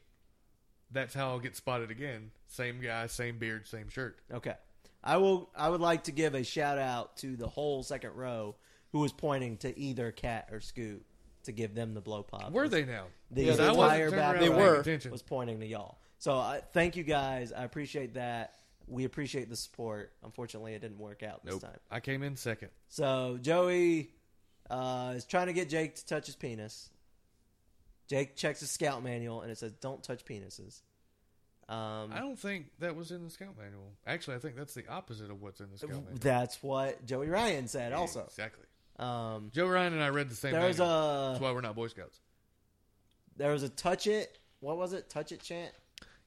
that's how I'll get spotted again. Same guy, same beard, same shirt. Okay. I will I would like to give a shout out to the whole second row who was pointing to either Cat or Scoot to give them the blow pop. Were they now? The Because I wasn't entire turning around back They row paying were. attention. was pointing to y'all. So I thank you guys. I appreciate that. We appreciate the support. Unfortunately, it didn't work out this Nope. time. I came in second. So Joey uh, is trying to get Jake to touch his penis. Jake checks his scout manual and it says don't touch penises. Um, I don't think that was in the scout manual. Actually, I think that's the opposite of what's in the scout manual. that's what Joey Ryan said also. exactly. Um, Joe Ryan and I read the same. There was manual. a That's why we're not Boy Scouts. there was a touch it. What was it? Touch it chant,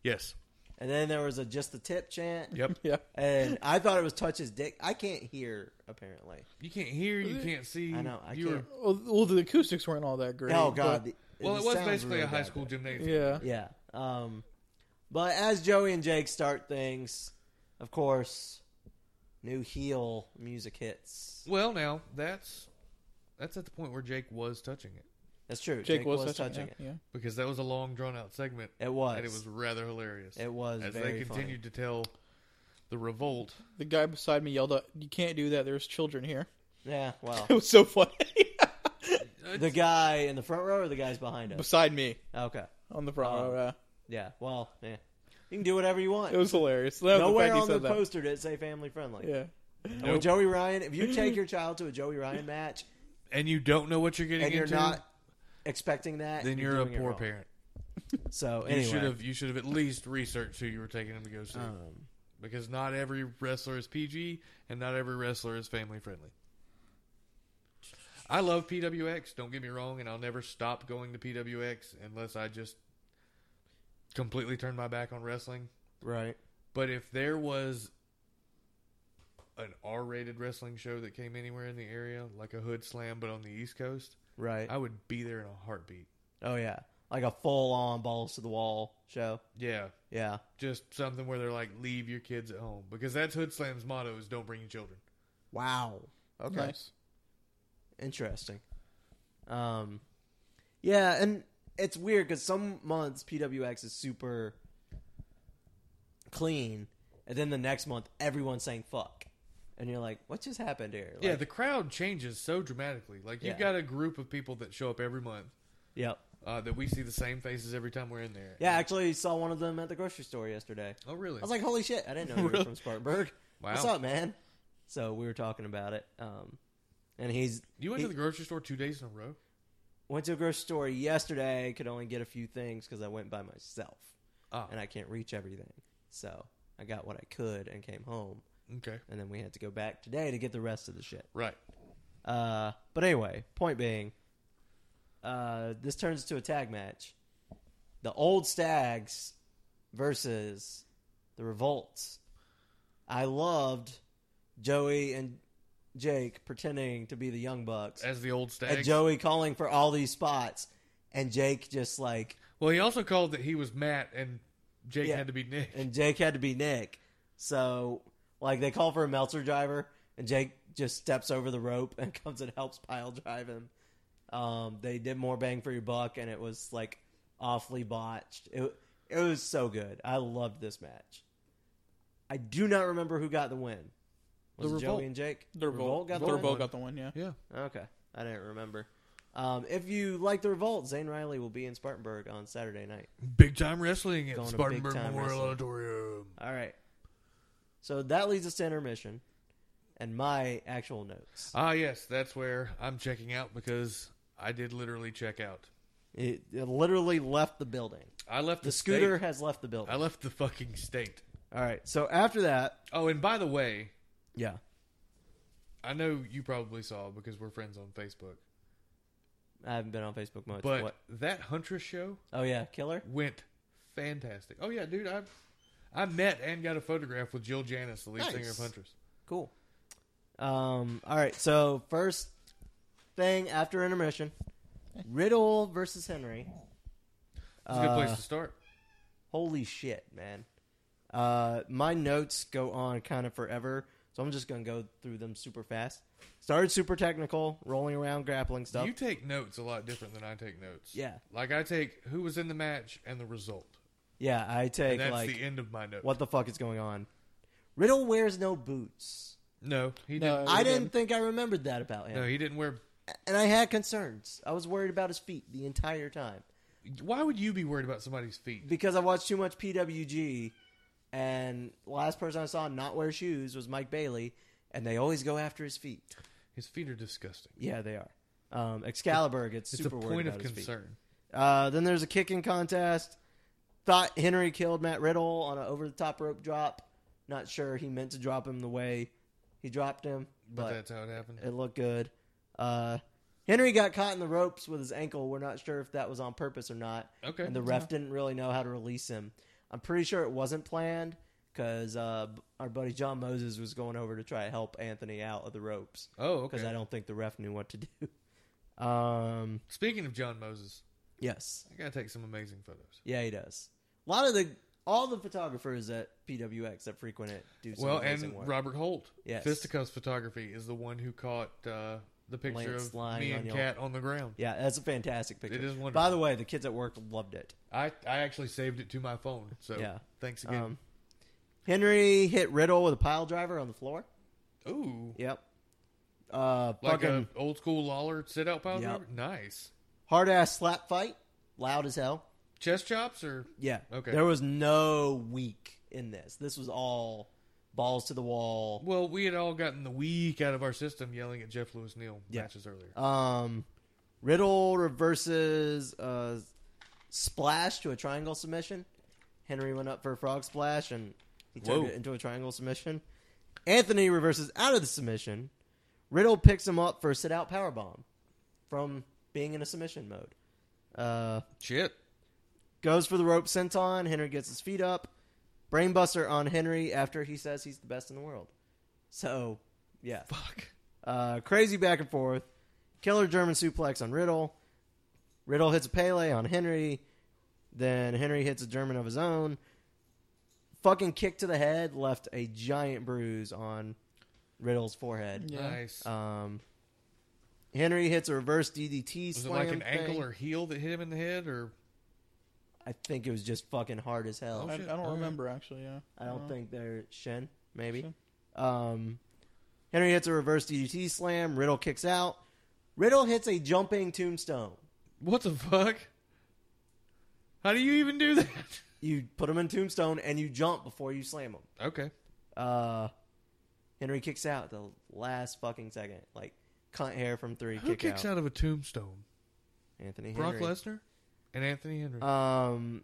Yes. and then there was a just the tip chant. Yep. Yeah. And I thought it was touch his dick. I can't hear apparently. You can't hear. You can't see. I know, I you were- can't. Well, well, the acoustics weren't all that great. oh but- god. the- well, the it was sounds basically really a high bad. school gymnasium. yeah. Yeah. Um, but as Joey and Jake start things, of course, new heel music hits. Well, now that's that's at the point where Jake was touching it That's true. Jake, was, touching it. Yeah. because that was a long, drawn out segment, It was. and it was rather hilarious. It was as very they continued to tell the revolt. The guy beside me yelled out, "You can't do that. There's children here." Funny. Yeah. Well, It was so funny. the guy in the front row or the guys behind us. beside me Okay. on the front Oh. row. yeah. Yeah. Well. Yeah. You can do whatever you want. It was hilarious. That was Nowhere the fact on he the said that. poster did it say family friendly. Yeah. And with Joey Ryan, if you take your child to a Joey Ryan match And you don't know what you're getting and you're into. not expecting that, then you're, a doing it poor wrong. parent. So You anyway, should have you should have at least researched who you were taking him to go see. Um, because not every wrestler is PG and not every wrestler is family friendly. I love PWX, don't get me wrong, and I'll never stop going to PWX unless I just completely turn my back on wrestling. right? But if there was an R rated wrestling show that came anywhere in the area, like a Hood Slam, but on the East Coast, Right. I would be there in a heartbeat. Oh yeah, like a full on balls to the wall show. Yeah. Yeah, Just something where they're like, leave your kids at home. Because that's Hood Slam's motto is don't bring your children. Wow. Okay. Nice. Interesting. Um, yeah, and it's weird because some months PWX is super clean, and then the next month everyone's saying fuck, and you're like, what just happened here? Like, yeah, the crowd changes so dramatically. Like you've Yeah. got a group of people that show up every month Yep. uh, that we see the same faces every time we're in there. Yeah, I actually saw one of them at the grocery store yesterday. Oh, really? I was like, holy shit, I didn't know you were from Spartanburg. Wow. What's up, man? So we were talking about it. Um, and he's. you went he to the grocery store two days in a row. went to a grocery store yesterday, could only get a few things because I went by myself Oh, and I can't reach everything. So I got what I could and came home. okay. And then we had to go back today to get the rest of the shit. Right. Uh, but anyway, point being, uh, this turns to a tag match. The old stags versus the revolts. I loved Joey and Jake pretending to be the Young Bucks, As the old and stag. Joey calling for all these spots, and Jake just like, Well, he also called that he was Matt and Jake Yeah. had to be Nick. and Jake had to be Nick. So like they call for a Meltzer driver, and Jake just steps over the rope and comes and helps pile drive him. Um, they did more bang for your buck, and it was like awfully botched. It it was so good. I loved this match. I do not remember who got the win. Was The it Revolt. Joey and Jake? The revolt got got the the win? revolt got the one. Yeah. yeah. Okay, I didn't remember. Um, if you like the revolt, Zane Riley will be in Spartanburg on Saturday night. Big time wrestling at Going to Spartanburg big time Memorial wrestling. Auditorium. All right. So that leads us to intermission and my actual notes. Ah, yes, that's where I'm checking out because I did literally check out. It, it literally left the building. I left the, The scooter state. Oh. has left the building. I left the fucking state. All right. So after that, Oh, and by the way, yeah. I know you probably saw because we're friends on Facebook, I haven't been on Facebook much. but what? that Huntress show Oh yeah, killer. went fantastic. Oh yeah, dude, I I met and got a photograph with Jill Janis, the lead Nice. singer of Huntress. Cool. Um. All right. So first thing after intermission, Riddle versus Henry. It's a good Uh, place to start. Holy shit, man. Uh, my notes go on kind of forever, so I'm just going to go through them super fast. Started super technical, rolling around, grappling stuff. You take notes a lot different than I take notes. Uh, Yeah. like I take who was in the match and the result. yeah, I take, And that's like, the end of my notes. what the fuck is going on? Riddle wears no boots. No, he No. didn't. I didn't. didn't think I remembered that about him. No, he didn't wear. And I had concerns. I was worried about his feet the entire time Why would you be worried about somebody's feet? because I watched too much PWG, and the last person I saw not wear shoes was Mike Bailey, and they always go after his feet. His feet are disgusting. Yeah, they are. Um, Excalibur gets It's super a worried point of about his feet. concern. Uh, then there's a kicking contest. Thought Henry killed Matt Riddle on an over the top rope drop. Not sure he meant to drop him the way he dropped him, But, but, that's how it happened. it looked good. Uh, Henry got caught in the ropes with his ankle. We're not sure if that was on purpose or not. Okay. And the ref didn't really know how to release him. I'm pretty sure it wasn't planned because uh, b- our buddy John Moses was going over to try to help Anthony out of the ropes oh, because I okay. don't think the ref knew what to do. Um, Speaking of John Moses, yes, I gotta take some amazing photos. yeah, he does. A lot of the all the photographers at PWX that frequent it do some well, amazing and work. Robert Holt, Yes. Fisticuffs Photography, is the one who caught uh, the picture Lance of lying me on and your- Cat on the ground. yeah, that's a fantastic picture. It is wonderful. By the way, the kids at work loved it. I, I actually saved it to my phone. So Yeah. thanks again. Um, Henry hit Riddle with a pile driver on the floor. Ooh, Yep. Uh, like Um, fucking a old school Lawler sit out pile Yep. driver. Nice hard ass slap fight, loud as hell. chest chops or Yeah. Okay. There was no weak in this. This was all balls to the wall. well, we had all gotten the week out of our system yelling at Jeff Lewis Neal Yeah. matches earlier. Um, Riddle reverses uh, splash to a triangle submission. Henry went up for a frog splash and he turned Whoa. it into a triangle submission. Anthony reverses out of the submission. Riddle picks him up for a sit out power bomb from being in a submission mode. Uh, Shit, goes for the rope senton. Henry gets his feet up. Brainbuster on Henry after he says he's the best in the world. So, yeah. fuck. Uh, crazy back and forth. Killer German suplex on Riddle. Riddle hits a Pele on Henry. Then Henry hits a German of his own. Fucking kick to the head left a giant bruise on Riddle's forehead. Yeah. Nice. Um, Henry hits a reverse DDT Was it slam. like an thing. ankle or heel that hit him in the head, or I think it was just fucking hard as hell. I, I shit. don't Okay. remember actually. Oh, Yeah. I don't Oh. Uh, think they're Shen, maybe. Shen. Um, Henry hits a reverse DDT slam. Riddle kicks out. Riddle hits a jumping tombstone. What the fuck? How do you even do that? You put him in tombstone and you jump before you slam him. Okay. Uh, Henry kicks out the last fucking second, like cunt hair from three. Who kick kicks out. of a tombstone? Anthony Brock Henry. Lesnar and Anthony Henry. Um,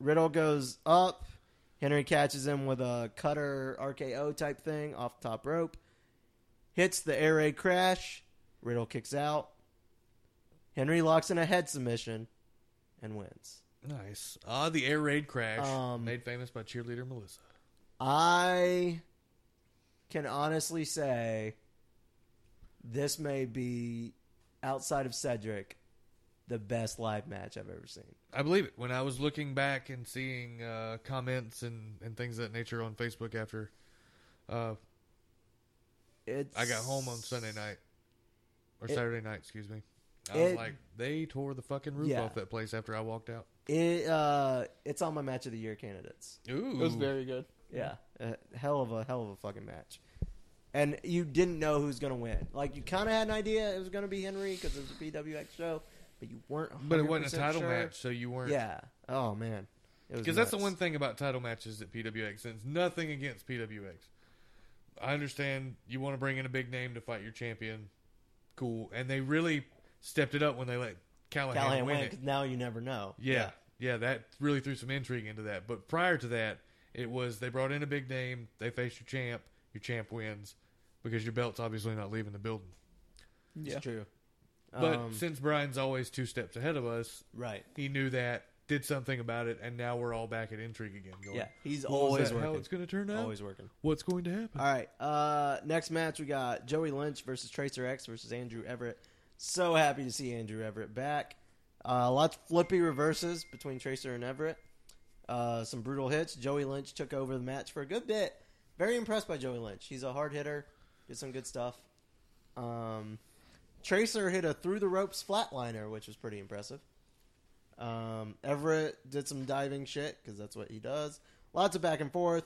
Riddle goes up. Henry catches him with a cutter RKO type thing off top rope. Hits the air raid crash. Riddle kicks out. Henry locks in a head submission and wins. nice. Ah, the air raid crash Um, made famous by cheerleader Melissa. I can honestly say this may be outside of Cedric the best live match I've ever seen. I believe it. When I was looking back and seeing uh, comments and, and things of that nature on Facebook after uh, It's I got home on Sunday night or It- Saturday night, excuse me. I was It- like, they tore the fucking roof Yeah. off that place after I walked out. It uh, it's on my match of the year candidates. Ooh, It was very good. Yeah, a hell of a hell of a fucking match. And you didn't know who's gonna win. Like you kind of had an idea it was gonna be Henry because it was a PWX show, but you weren't. but it wasn't a 100% title sure. match, so you weren't. Yeah. Oh man. because that's the one thing about title matches at PWX. And it's nothing against PWX. I understand you want to bring in a big name to fight your champion. Cool, and they really stepped it up when they let Callahan, Callahan win win it. 'cause now you never know. Yeah, yeah, that really threw some intrigue into that. But prior to that, it was they brought in a big name, they faced your champ, your champ wins because your belt's obviously not leaving the building. It's Yeah. true. But Um, since Brian's always two steps ahead of us, right. he knew that, did something about it, and now we're all back at intrigue again. Going, Yeah, he's "Well, is always that how working. it's going to turn out. Always working. What's going to happen? All right. Uh, next match we got Joey Lynch versus Tracer X versus Andrew Everett. So happy to see Andrew Everett back. Uh, lots of flippy reverses between Tracer and Everett. Uh, some brutal hits. Joey Lynch took over the match for a good bit. Very impressed by Joey Lynch. He's a hard hitter. Did some good stuff. Um, Tracer hit a through the ropes flatliner, which was pretty impressive. Um, Everett did some diving shit because that's what he does. Lots of back and forth.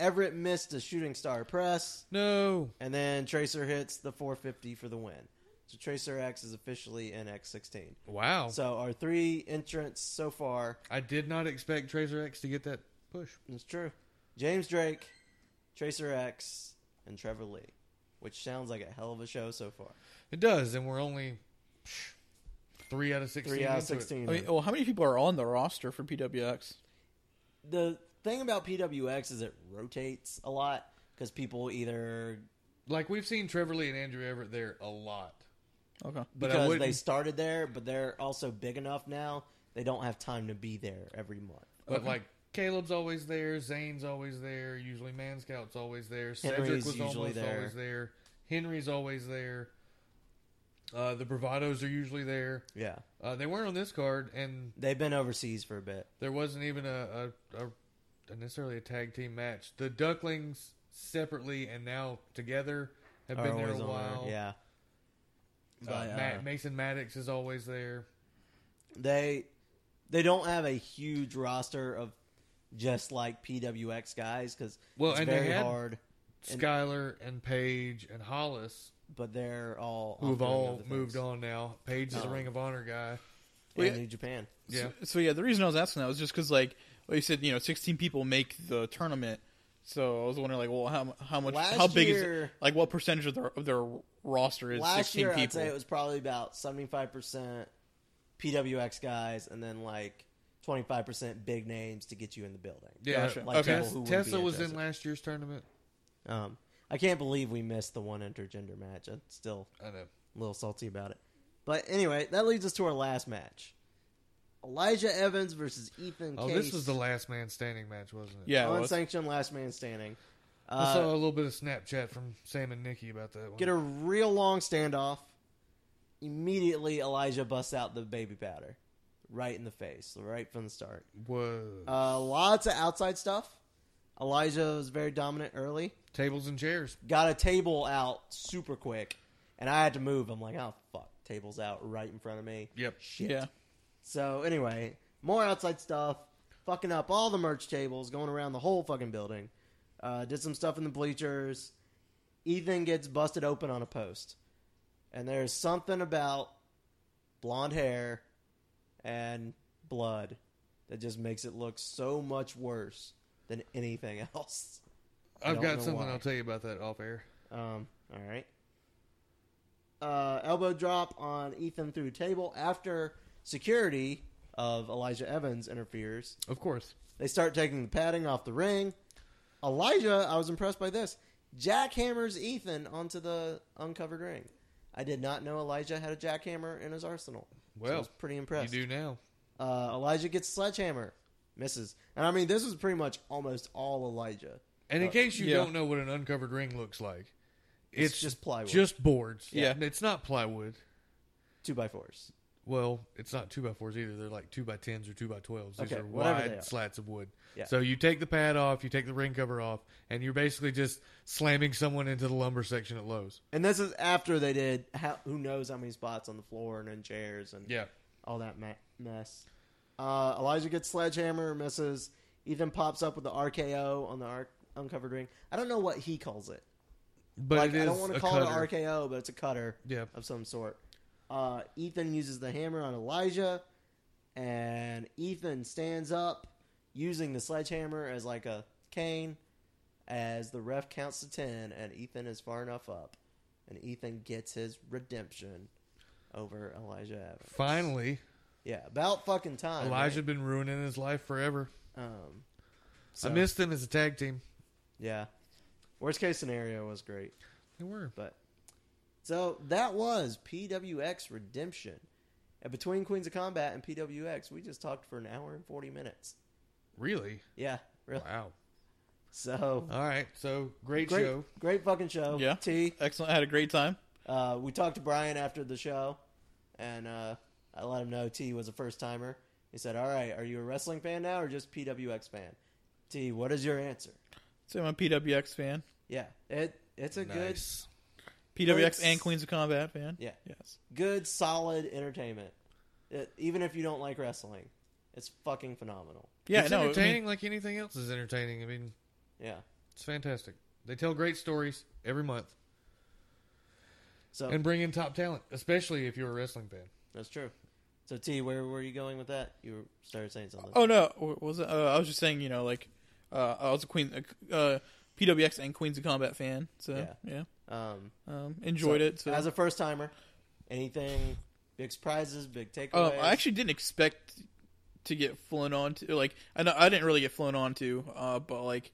Everett missed a shooting star press, No, and then Tracer hits the 450 for the win. So Tracer X is officially in X16. wow, So our three entrants so far. I did not expect Tracer X to get that push. It's true. James Drake, Tracer X, and Trevor Lee, which sounds like a hell of a show so far. It does, and we're only psh, three out of sixteen. Three out of into it. 16. I mean, well, how many people are on the roster for PWX? the thing about PWX is it rotates a lot because people either Like we've seen Trevor Lee and Andrew Everett there a lot, Okay. but I because wouldn't. they started there, but they're also big enough now they don't have time to be there every month. but like Caleb's always there, Zane's always there. Usually Man Scout's always there. Cedric Henry's was usually almost there. always there. Henry's always there. Uh, the Bravados are usually there. Yeah, Uh, they weren't on this card, and they've been overseas for a bit. there wasn't even a, a, a necessarily a tag team match. The Ducklings separately and now together have Are been there always a on there, while. Yeah, Uh, But, uh, Ma- Mason Maddox is always there. they they don't have a huge roster of just like PWX guys because Well, it's and they very had- hard. And- Skyler and Paige and Hollis, But they're all who have doing all other things. moved on now. Paige is a Um, Ring of Honor guy. in Well, yeah. New Japan. Yeah. So, so, yeah, the reason I was asking that was just because like well, you said, you know, sixteen people make the tournament. So I was wondering, like, well, how mu- how much, Last how big is year- like what percentage of their of their roster is Last sixteen year, people? I'd say it was probably about seventy five percent PWX guys, and then like twenty five percent big names to get you in the building. Yeah, Gotcha. Like Okay. people who would be Tesla was in interested. last year's tournament. Um, I can't believe we missed the one intergender match. I'm still I know. a little salty about it. But anyway, that leads us to our last match: Elijah Evans versus Ethan. Oh, Case this was the last man standing match, wasn't it? yeah, it was. unsanctioned last man standing. I Uh, saw a little bit of Snapchat from Sam and Nikki about that one. get a real long standoff. Immediately, Elijah busts out the baby powder, right in the face, right from the start. Whoa. Uh, lots of outside stuff. Elijah was very dominant early. Tables and chairs. Got a table out super quick, and I had to move. I'm like, oh fuck, table's out right in front of me. Yep. Shit. Yeah. So anyway, more outside stuff. Fucking up all the merch tables, going around the whole fucking building. Uh, did some stuff in the bleachers. Ethan gets busted open on a post, and there's something about blonde hair, and blood that just makes it look so much worse than anything else. I've don't got know something why. I'll tell you about that off air. Um, all right. Uh, elbow drop on Ethan through table after security of Elijah Evans interferes. Of course. They start taking the padding off the ring. Elijah, I was impressed by this. Jackhammers Ethan onto the uncovered ring. I did not know Elijah had a jackhammer in his arsenal. so I Well, was pretty impressed. You do now. Uh, Elijah gets sledgehammer, misses, and I mean this was pretty much almost all Elijah. And in case you yeah. don't know what an uncovered ring looks like, Uh, It's it's, just plywood. Just boards. Yeah. It's not plywood. Two by fours. Well, it's not two by fours either. They're like two by tens or two by twelves. These Okay, are whatever they wide are. slats of wood. Yeah. So you take the pad off, you take the ring cover off, and you're basically just slamming someone into the lumber section at Lowe's. And this is after they did how, who knows how many spots on the floor and in chairs and Yeah. all that ma- mess. Uh, Elijah gets sledgehammer, misses. Ethan pops up with the RKO on the arc- uncovered ring. I don't know what he calls it. But like, it is I don't want a to call cutter. it an RKO, but it's a cutter Yeah. of some sort. Uh, Ethan uses the hammer on Elijah, and Ethan stands up using the sledgehammer as like a cane as the ref counts to 10, and Ethan is far enough up. And Ethan gets his redemption over Elijah Evans. Finally, Yeah, about fucking time. Elijah been ruining his life forever. right? Um, so, I missed him as a tag team. Yeah. Worst case scenario was great. They were. But so that was PWX Redemption. And between Queens of Combat and PWX, we just talked for an hour and forty minutes. Really? Yeah, really. Wow. So All right. So great, great, show. great fucking show. Yeah. T. Excellent. I had a great time. Uh, we talked to Brian after the show, and uh, I let him know T was a first timer. He said, "All right, are you a wrestling fan now or just PWX fan?" T, what is your answer? So I'm a PWX fan. Yeah, it it's a good Nice. PWX Let's- and Queens of Combat fan. Yeah. Yes. good, solid entertainment. It, even if you don't like wrestling, it's fucking phenomenal. Yeah. it's no. I mean, entertaining like anything else is entertaining. I mean, Yeah. it's fantastic. They tell great stories every month So and bring in top talent, especially if you're a wrestling fan. that's true. So T, where were you going with that? You were- started saying something. oh no. What Was it, uh, I was just saying. You know, like uh, I was a Queen, uh, PWX and Queens of Combat fan. So yeah, Yeah. Um, Um, enjoyed so, it. So As a first timer, anything big surprises, big Um, takeaways. I actually didn't expect to get flown on to. Like, I know I didn't really get flown on to, uh, but like,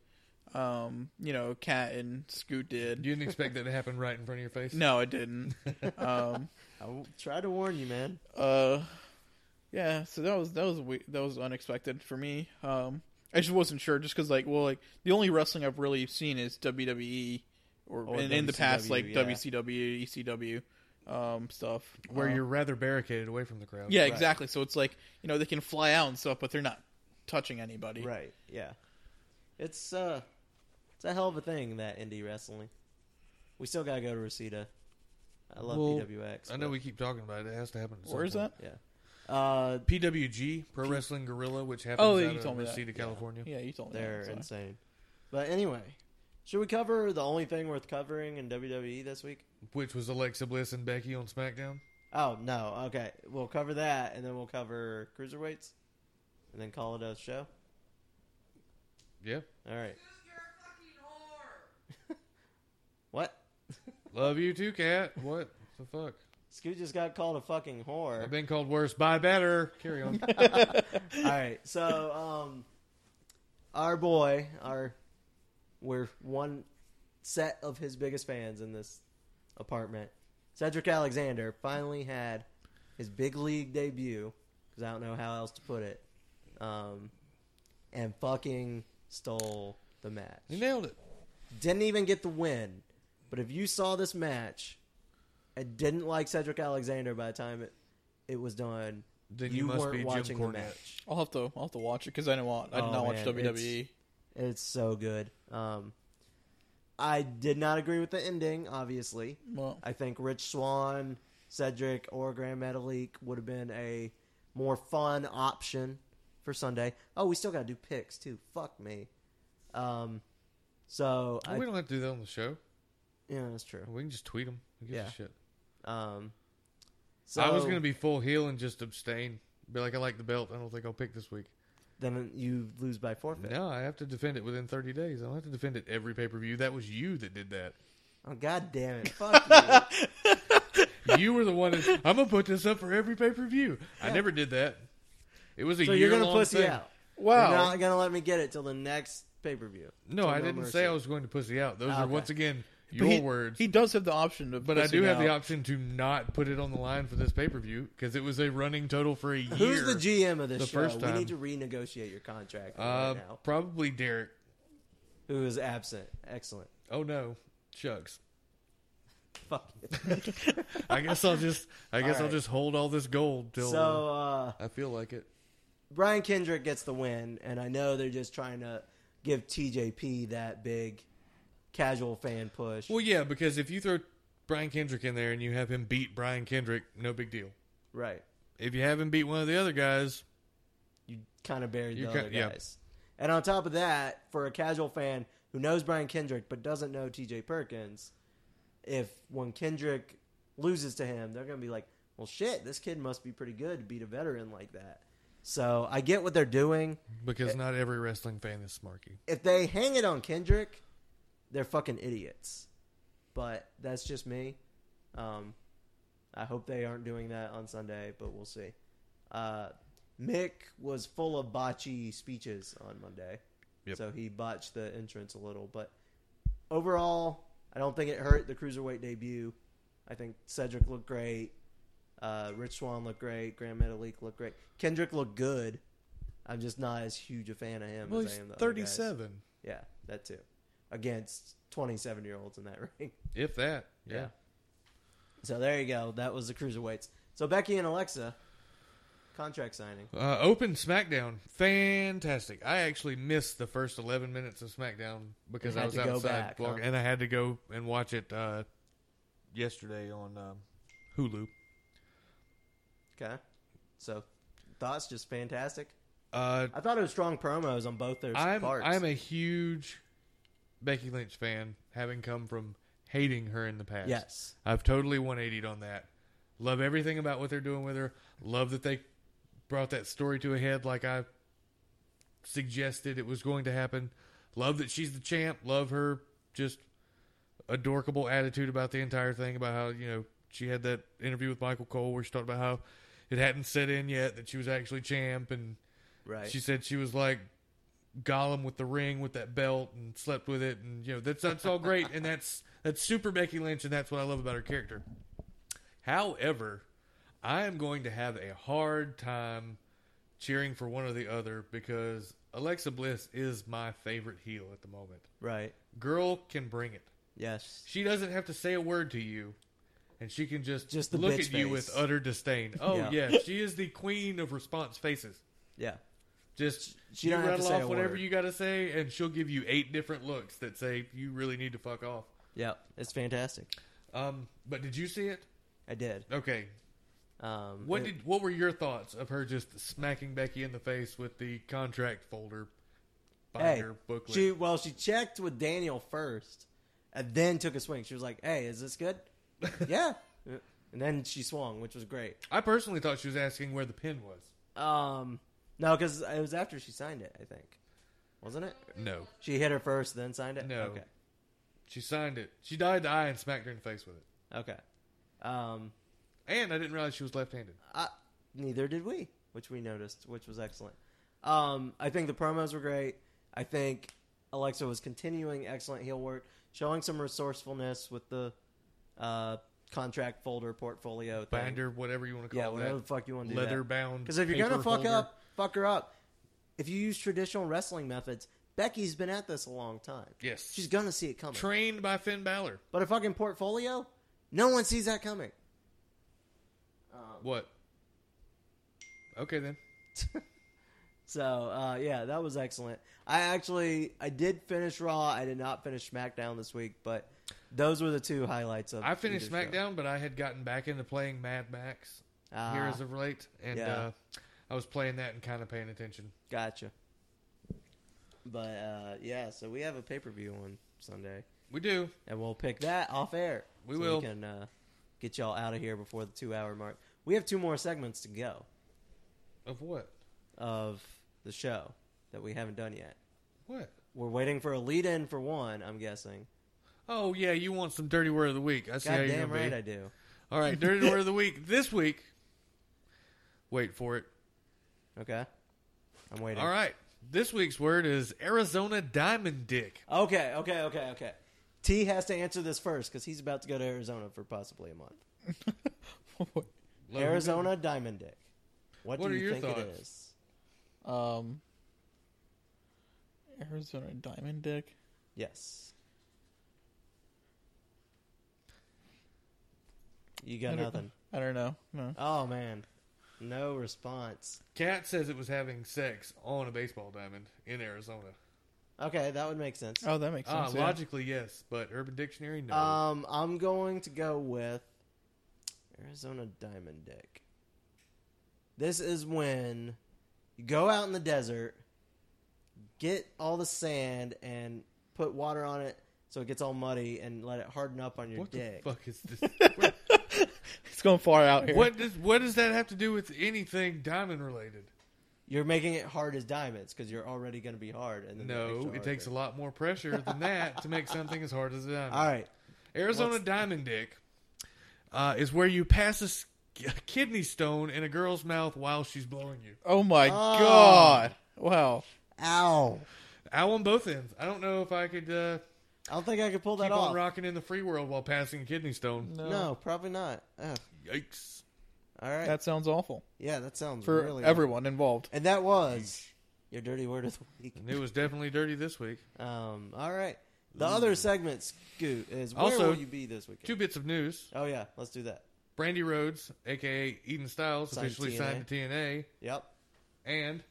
um, you know, Kat and Scoot did. You didn't expect that to happen right in front of your face. No, I didn't. um, I w- tried to warn you, man. uh, yeah. So that was that was we- that was unexpected for me. Um, I just wasn't sure, just because like, well, like the only wrestling I've really seen is WWE or, Or in, in the past, like WCW, yeah. Uh-huh. WCW, ECW, E um, stuff Where Um, you're rather barricaded away from the crowd. Yeah, exactly. So it's like you know they can fly out and stuff, but they're not touching anybody. Right? Yeah. It's uh, it's a hell of a thing that indie wrestling. We still gotta go to Reseda. I love Well, PWX. I know but- we keep talking about it. It has to happen. at some Where is point. that? Yeah. Uh, PWG, Pro Wrestling Gorilla, which happens Oh, out you of told me that. Reseda, California. Yeah, you told me. They're that, so. insane. But anyway, should we cover the only thing worth covering in WWE this week? Which was Alexa Bliss and Becky on SmackDown. Oh no, okay. We'll cover that, and then we'll cover cruiserweights, and then call it a show. Yeah. All right. What? Love you too, Cat. What the fuck? Scoot just got called a fucking whore. I've been called worse by better. Carry on. All right. So, um, our boy, our we're one set of his biggest fans in this apartment. Cedric Alexander finally had his big league debut because I don't know how else to put it, um, and fucking stole the match. you nailed it. Didn't even get the win. But if you saw this match and didn't like Cedric Alexander by the time it, it was done, Then you, you must weren't be Jim watching the Cornette. match. I'll have to I'll have to watch it because I don't want I did Oh, not man, watch E. WWE. It's so good. Um, I did not agree with the ending, obviously. Well, I think Rich Swan, Cedric, or Grand Metalik would have been a more fun option for Sunday. Oh, we still got to do picks, too. Fuck me. Um, so, I, we don't have to do that on the show. yeah, that's true. We can just tweet them. Who gives Yeah. a shit? Um, So I was gonna be full heel and just abstain. Be like, I like the belt. I don't think I'll pick this week. Then you lose by forfeit. No, I have to defend it within 30 days. I don't have to defend it every pay per view. That was you that did that. Oh god damn it! Fuck you. You were the one. That, I'm gonna put this up for every pay per view. I never did that. It was a So year you're gonna long pussy thing. out. Wow. You're not gonna let me get it till the next pay per view. No, I didn't say mercy. I was going to pussy out. Those Ah, are okay. once again But your he, words. He does have the option of. but I do have the option. option to not put it on the line for this pay per view because it was a running total for a year. Who's the GM of this the show? first We time. need to renegotiate your contract Uh, right now. probably Derek. Who is absent? Excellent. Oh no, Chugs. Fuck. you. I guess I'll just. I guess I'll right. just hold all this gold till so uh, I feel like it. Brian Kendrick gets the win, and I know they're just trying to give TJP that big casual fan push. Well, yeah, because if you throw Brian Kendrick in there and you have him beat Brian Kendrick, no big deal. right. If you haven't beat one of the other guys, You kind of buried the You other kin- yeah. guys. And on top of that, for a casual fan who knows Brian Kendrick but doesn't know TJ Perkins, if when Kendrick loses to him, they're going to be like, well, shit, this kid must be pretty good to beat a veteran like that. So I get what they're doing. Eh. because not every wrestling fan is smarky. if they hang it on Kendrick, they're fucking idiots. But that's just me. Um, I hope they aren't doing that on Sunday, but we'll see. Uh, Mick was full of botchy speeches on Monday, Yep. so he botched the entrance a little. But overall, I don't think it hurt the cruiserweight debut. I think Cedric looked great. Uh, Rich Swan looked great. Grand Metalik looked great. Kendrick looked good. I'm just not as huge a fan of him Well, as he's I am the other guys. 37, Yeah, that too. Against 27 year olds in that ring. if that. Yeah. Yeah. So there you go. That was the cruiserweights. So Becky and Alexa, contract signing. Uh, open SmackDown, fantastic. I actually missed the first 11 minutes of SmackDown because You had I was to go outside back, vlog- huh? and I had to go and watch it uh, yesterday on um, Hulu. Okay. So thoughts just fantastic. Uh, I thought it was strong promos on both those I'm parts. I'm a huge Becky Lynch fan, having come from hating her in the past. yes. I've totally 180'd on that. Love everything about what they're doing with her. Love that they brought that story to a head like I suggested it was going to happen. Love that she's the champ. Love her just adorable attitude about the entire thing, about how, you know, she had that interview with Michael Cole where she talked about how it hadn't set in yet that she was actually champ and Right. she said she was like Gollum with the ring with that belt and slept with it and you know that's that's all great and that's that's super Becky Lynch and that's what I love about her character. However, I am going to have a hard time cheering for one or the other because Alexa Bliss is my favorite heel at the moment. right. Girl can bring it. Yes. She doesn't have to say a word to you, and she can just Just the look at bitch you face. with utter disdain. Oh Yeah. yeah, she is the queen of response faces. Yeah. Just She you don't have to rattle say off a whatever word. you got to say, and she'll give you eight different looks that say you really need to fuck off. Yeah. It's fantastic. Um, but did you see it? I did. Okay. Um, What it- did what were your thoughts of her just smacking Becky in the face with the contract folder hey, binder booklet? she well she checked with Daniel first, and then took a swing. She was like, "Hey, is this good?" yeah. And then she swung, which was great. I personally thought she was asking where the pin was. Um, no, because it was after she signed it, I think, wasn't it? No, She hit her first, then signed it. No. Okay. she signed it. She died to eye and smacked her in the face with it. Okay. Um, And I didn't realize she was left-handed. I, Uh, neither did we, which we noticed, which was excellent. Um, I think the promos were great. I think Alexa was continuing excellent heel work, showing some resourcefulness with the uh, contract folder portfolio thing. Binder, whatever you want to call Yeah, that. whatever the fuck you want to do. leather bound. Because if you're gonna paper fuck folder. up, fuck her up. If you use traditional wrestling methods, Becky's been at this a long time. Yes. she's gonna see it coming. trained by Finn Balor. but a fucking portfolio, no one sees that coming. What? Okay then. So uh, yeah, that was excellent. I actually I did finish Raw. I did not finish SmackDown this week, but those were the two highlights of. I finished either show. SmackDown, but I had gotten back into playing Mad Max Ah, here as of late, and yeah. uh, I was playing that and kind of paying attention. gotcha. But uh, yeah, so we have a pay per view on Sunday, We do. and we'll pick that off air. We so will. We can uh, get y'all out of here before the two hour mark. We have two more segments to go Of what? of the show that we haven't done yet. What? We're waiting for a lead in for one, I'm guessing. Oh yeah, you want some dirty word of the week? I see how God you're damn gonna right be. I do. All right, dirty word of the week this week. Wait for it. Okay. I'm waiting. All right, this week's word is Arizona Diamond Dick. Okay, okay, okay, okay. T has to answer this first because he's about to go to Arizona for possibly a month. Love Arizona Diamond Dick. What, What do are you your think it thoughts? is? Um, Arizona Diamond Dick. Yes. You got I don't- nothing. I don't know. No. Oh man, no response. Cat says it was having sex on a baseball diamond in Arizona. Okay, that would make sense. Oh, that makes Ah, sense. yeah. logically yes, but Urban Dictionary no. Um, I'm going to go with Arizona Diamond Dick. This is when you go out in the desert, get all the sand, and put water on it so it gets all muddy and let it harden up on your what dick. the fuck is this? It's going far out here. what does what does that have to do with anything diamond related? You're making it hard as diamonds because you're already going to be hard. And then they're No, extra it takes a harder. lot more pressure than that to make something as hard as a diamond. All right, Arizona What's- Diamond Dick uh, is where you pass a s- kidney stone in a girl's mouth while she's blowing you. Oh my Ah. god! Wow. ow. Ow on both ends. I don't know if I could uh, I don't think I could pull that keep on off. rocking in the free world while passing a kidney stone. No, probably not. Ugh. Yikes. All right. That sounds awful yeah, that sounds for really everyone involved. And that was your dirty word of the week. And it was definitely dirty this week. Um, all right. The other segment, Scoot, is where Also, will you be this weekend? Two bits of news. Oh yeah, let's do that. Brandy Rhodes, a.k.a. Eden Styles, Signed officially TNA. signed to TNA. Yep. And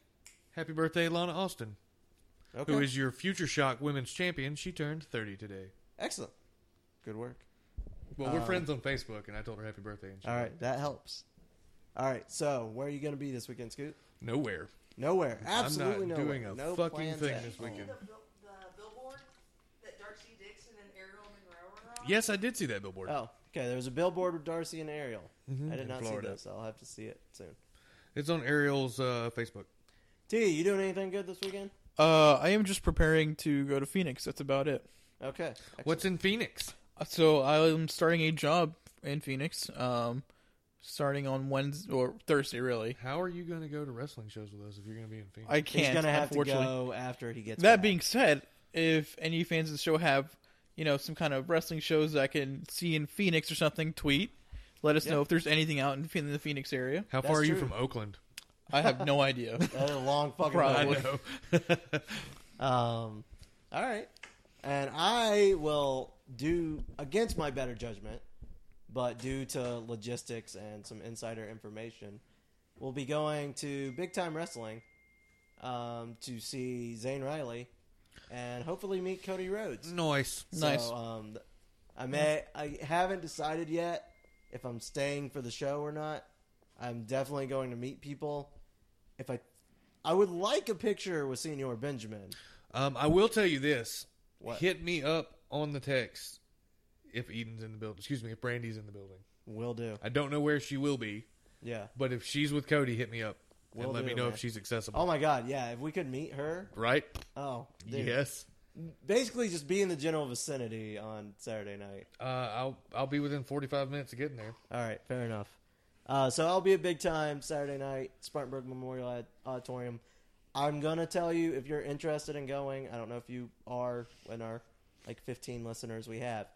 happy birthday, Lana Austin, Okay. who is your Future Shock Women's Champion. She turned 30 today. Um, excellent? Good work. Well, we're friends on Facebook, and I told her happy birthday. And she All right, that helps. All right. So, where are you going to be this weekend, Scoot? Nowhere. Nowhere. Absolutely I'm not nowhere. doing a no fucking plans thing at this all. weekend. The, bill- the billboard that Darcy Dixon and Ariel Monroe were on? Yes, I did see that billboard. Oh, okay. There was a billboard with Darcy and Ariel. I did Mm-hmm. in not Florida. see this. I'll have to see it soon. It's on Ariel's uh, Facebook. T, you doing anything good this weekend? Uh, I am just preparing to go to Phoenix. That's about it. Uh, Okay. What's in Phoenix? So I'm starting a job in Phoenix. Um, starting on Wednesday or Thursday, really. How are you going to go to wrestling shows with us if you're going to be in Phoenix? I He's can't. going to have to unfortunately. go after he gets That back. being said, if any fans of the show have, you know, some kind of wrestling shows that I can see in Phoenix or something, tweet. Let us know if there's anything out in Phoen- in the Phoenix area. How That's far are you true. from Oakland? I have no idea. That is a long fucking Probably. road. Well, know. Um, all right. And I will do against my better judgment, but due to logistics and some insider information, we'll be going to Big Time Wrestling um, to see Zane Riley and hopefully meet Cody Rhodes. nice. Nice. So, um, th- I may I haven't decided yet if I'm staying for the show or not. I'm definitely going to meet people. If I, I would like a picture with Senior Benjamin. Um, I will tell you this. What? Hit me up on the text if Eden's in the building. Excuse me, if Brandy's in the building. Will do. I don't know where she will be, Yeah. but if she's with Cody, hit me up Will and let do, me know man. if she's accessible. Oh my God. Yeah. If we could meet her. right? Oh. Dude. Yes. Basically, just be in the general vicinity on Saturday night. Uh, I'll I'll be within 45 minutes of getting there. All right. Fair enough. Uh, so I'll be at Big Time Saturday night, Spartanburg Memorial Ad- Auditorium. I'm gonna tell you if you're interested in going. I don't know if you are and our like 15 listeners we have.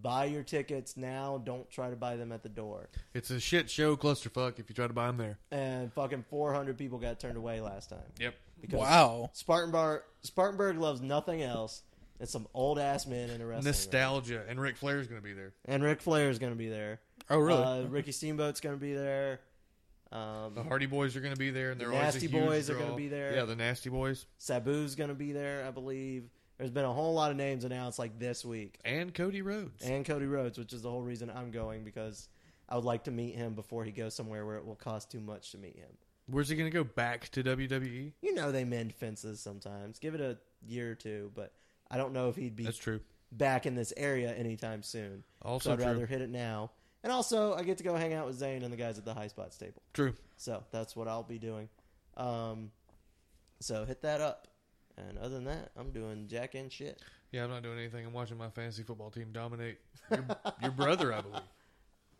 Buy your tickets now. Don't try to buy them at the door. It's a shit show clusterfuck if you try to buy them there. And fucking 400 people got turned away last time. Yep. Because wow. Spartanburg Spartanburg loves nothing else than some old ass men in a wrestling ring. Nostalgia and Ric Flair's going to be there. And Ric Flair is going to be there. Oh, really? Uh, Ricky Steamboat's going to be there. The Um, Hardy Boys are going to be there, and The they're always a Nasty huge Boys are draw. gonna be there. Yeah, the Nasty Boys Sabu's going to be there, I believe. There's been a whole lot of names announced like this week, and Cody Rhodes. and Cody Rhodes, which is the whole reason I'm going because I would like to meet him before he goes somewhere where it will cost too much to meet him. Where's he going to go back to E? WWE? You know they mend fences sometimes. Give it a year or two, but I don't know if he'd be That's true. back in this area anytime soon. Also so I'd true. rather hit it now. And also, I get to go hang out with Zane and the guys at the High Spots table. True. So that's what I'll be doing. Um, so hit that up. And other than that, I'm doing jack and shit. Yeah, I'm not doing anything. I'm watching my fantasy football team dominate. Your, your brother, I believe.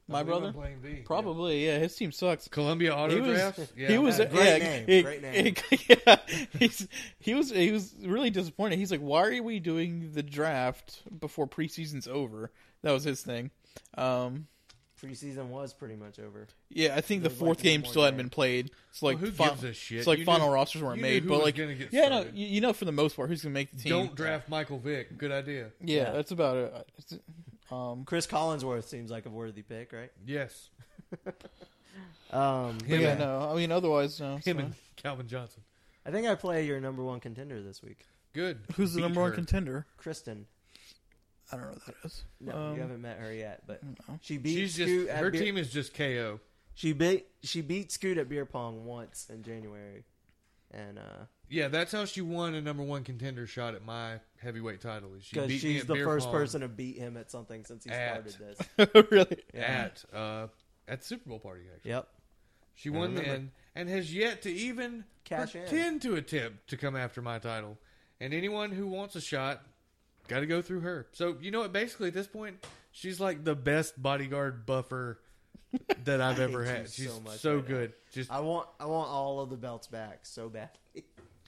My I believe brother? I'm playing B. Yeah. Probably, yeah. His team sucks. Columbia Auto He was, Drafts. Yeah, he was, Great yeah, name, he- great name. he- yeah, he's, he was, he was really disappointed. He's like, "Why are we doing the draft before preseason's over?" That was his thing. Um, Preseason was pretty much over. yeah, I think the There's, like, fourth one game more still hadn't game. been played. So like, Well, who fin- gives a shit? It's like You final knew- rosters weren't you knew made, who but was like, gonna get yeah, no, started. you, you know for the most part who's gonna make the team. Don't draft Michael Vick. Good idea. Yeah, Yeah. that's about it. It's- Um, Chris Collinsworth seems like a worthy pick, right? Yes. Um, but Him yeah, and- no, I mean otherwise, no. it's Him fine. and Calvin Johnson. I think I play your number one contender this week, Good. who's the Beat number one her. contender? Kristen. I don't know who that is. No, Um, you haven't met her yet, but no. she beat She's Scoot just at her beer- team is just KO. She beat she beat Scoot at beer pong once in January, and uh, Yeah, that's how she won a number one contender shot at my heavyweight title. is She because beat me she's at the beer first pong person to beat him at something since he At. started this. really? at uh, at the Super Bowl party. Actually, Yep. she won remember. then and has yet to even Cash in. pretend to attempt to come after my title. And anyone who wants a shot, got to go through her. So you know what? Basically, at this point, she's like the best bodyguard buffer that I've I ever hate you had. She's so much so right now. good. Just I want I want all of the belts back so bad.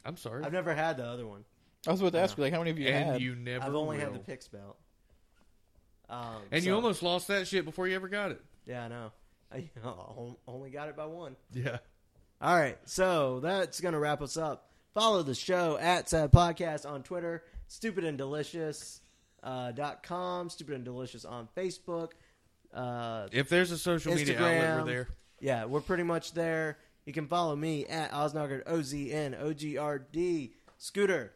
I'm sorry, I've never had the other one. I was about to ask you, like, how many of you and had? you never. I've only had will. the picks belt. Um, And you so- almost lost that shit before you ever got it. yeah I know. I on- only got it by one. Yeah. All right, so that's gonna wrap us up. Follow the show at Sad Podcast on Twitter, Stupid and Delicious uh, dot com, Stupid and Delicious on Facebook. Uh, If there's a social media outlet, Instagram. we're there. Yeah, we're pretty much there. You can follow me at Osnogard, O Z N O G R D. Scooter,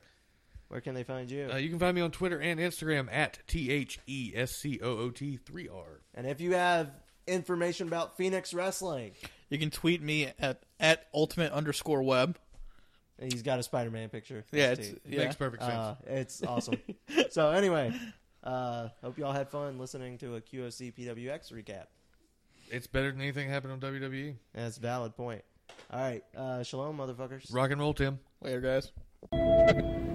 where can they find you? Uh, you can find me on Twitter and Instagram at T H E S C O O T 3 R. and if you have information about Phoenix Wrestling, You can tweet me at at ultimate underscore web. he's got a Spider Man picture. Yeah, That's it's, deep. yeah. Makes perfect sense. Uh, it's awesome. so, anyway, uh, hope you all had fun listening to a QOC PWX recap. it's better than anything happened on E. WWE. That's a valid point. All right, uh, shalom, motherfuckers. Rock and roll, Tim. Later, guys.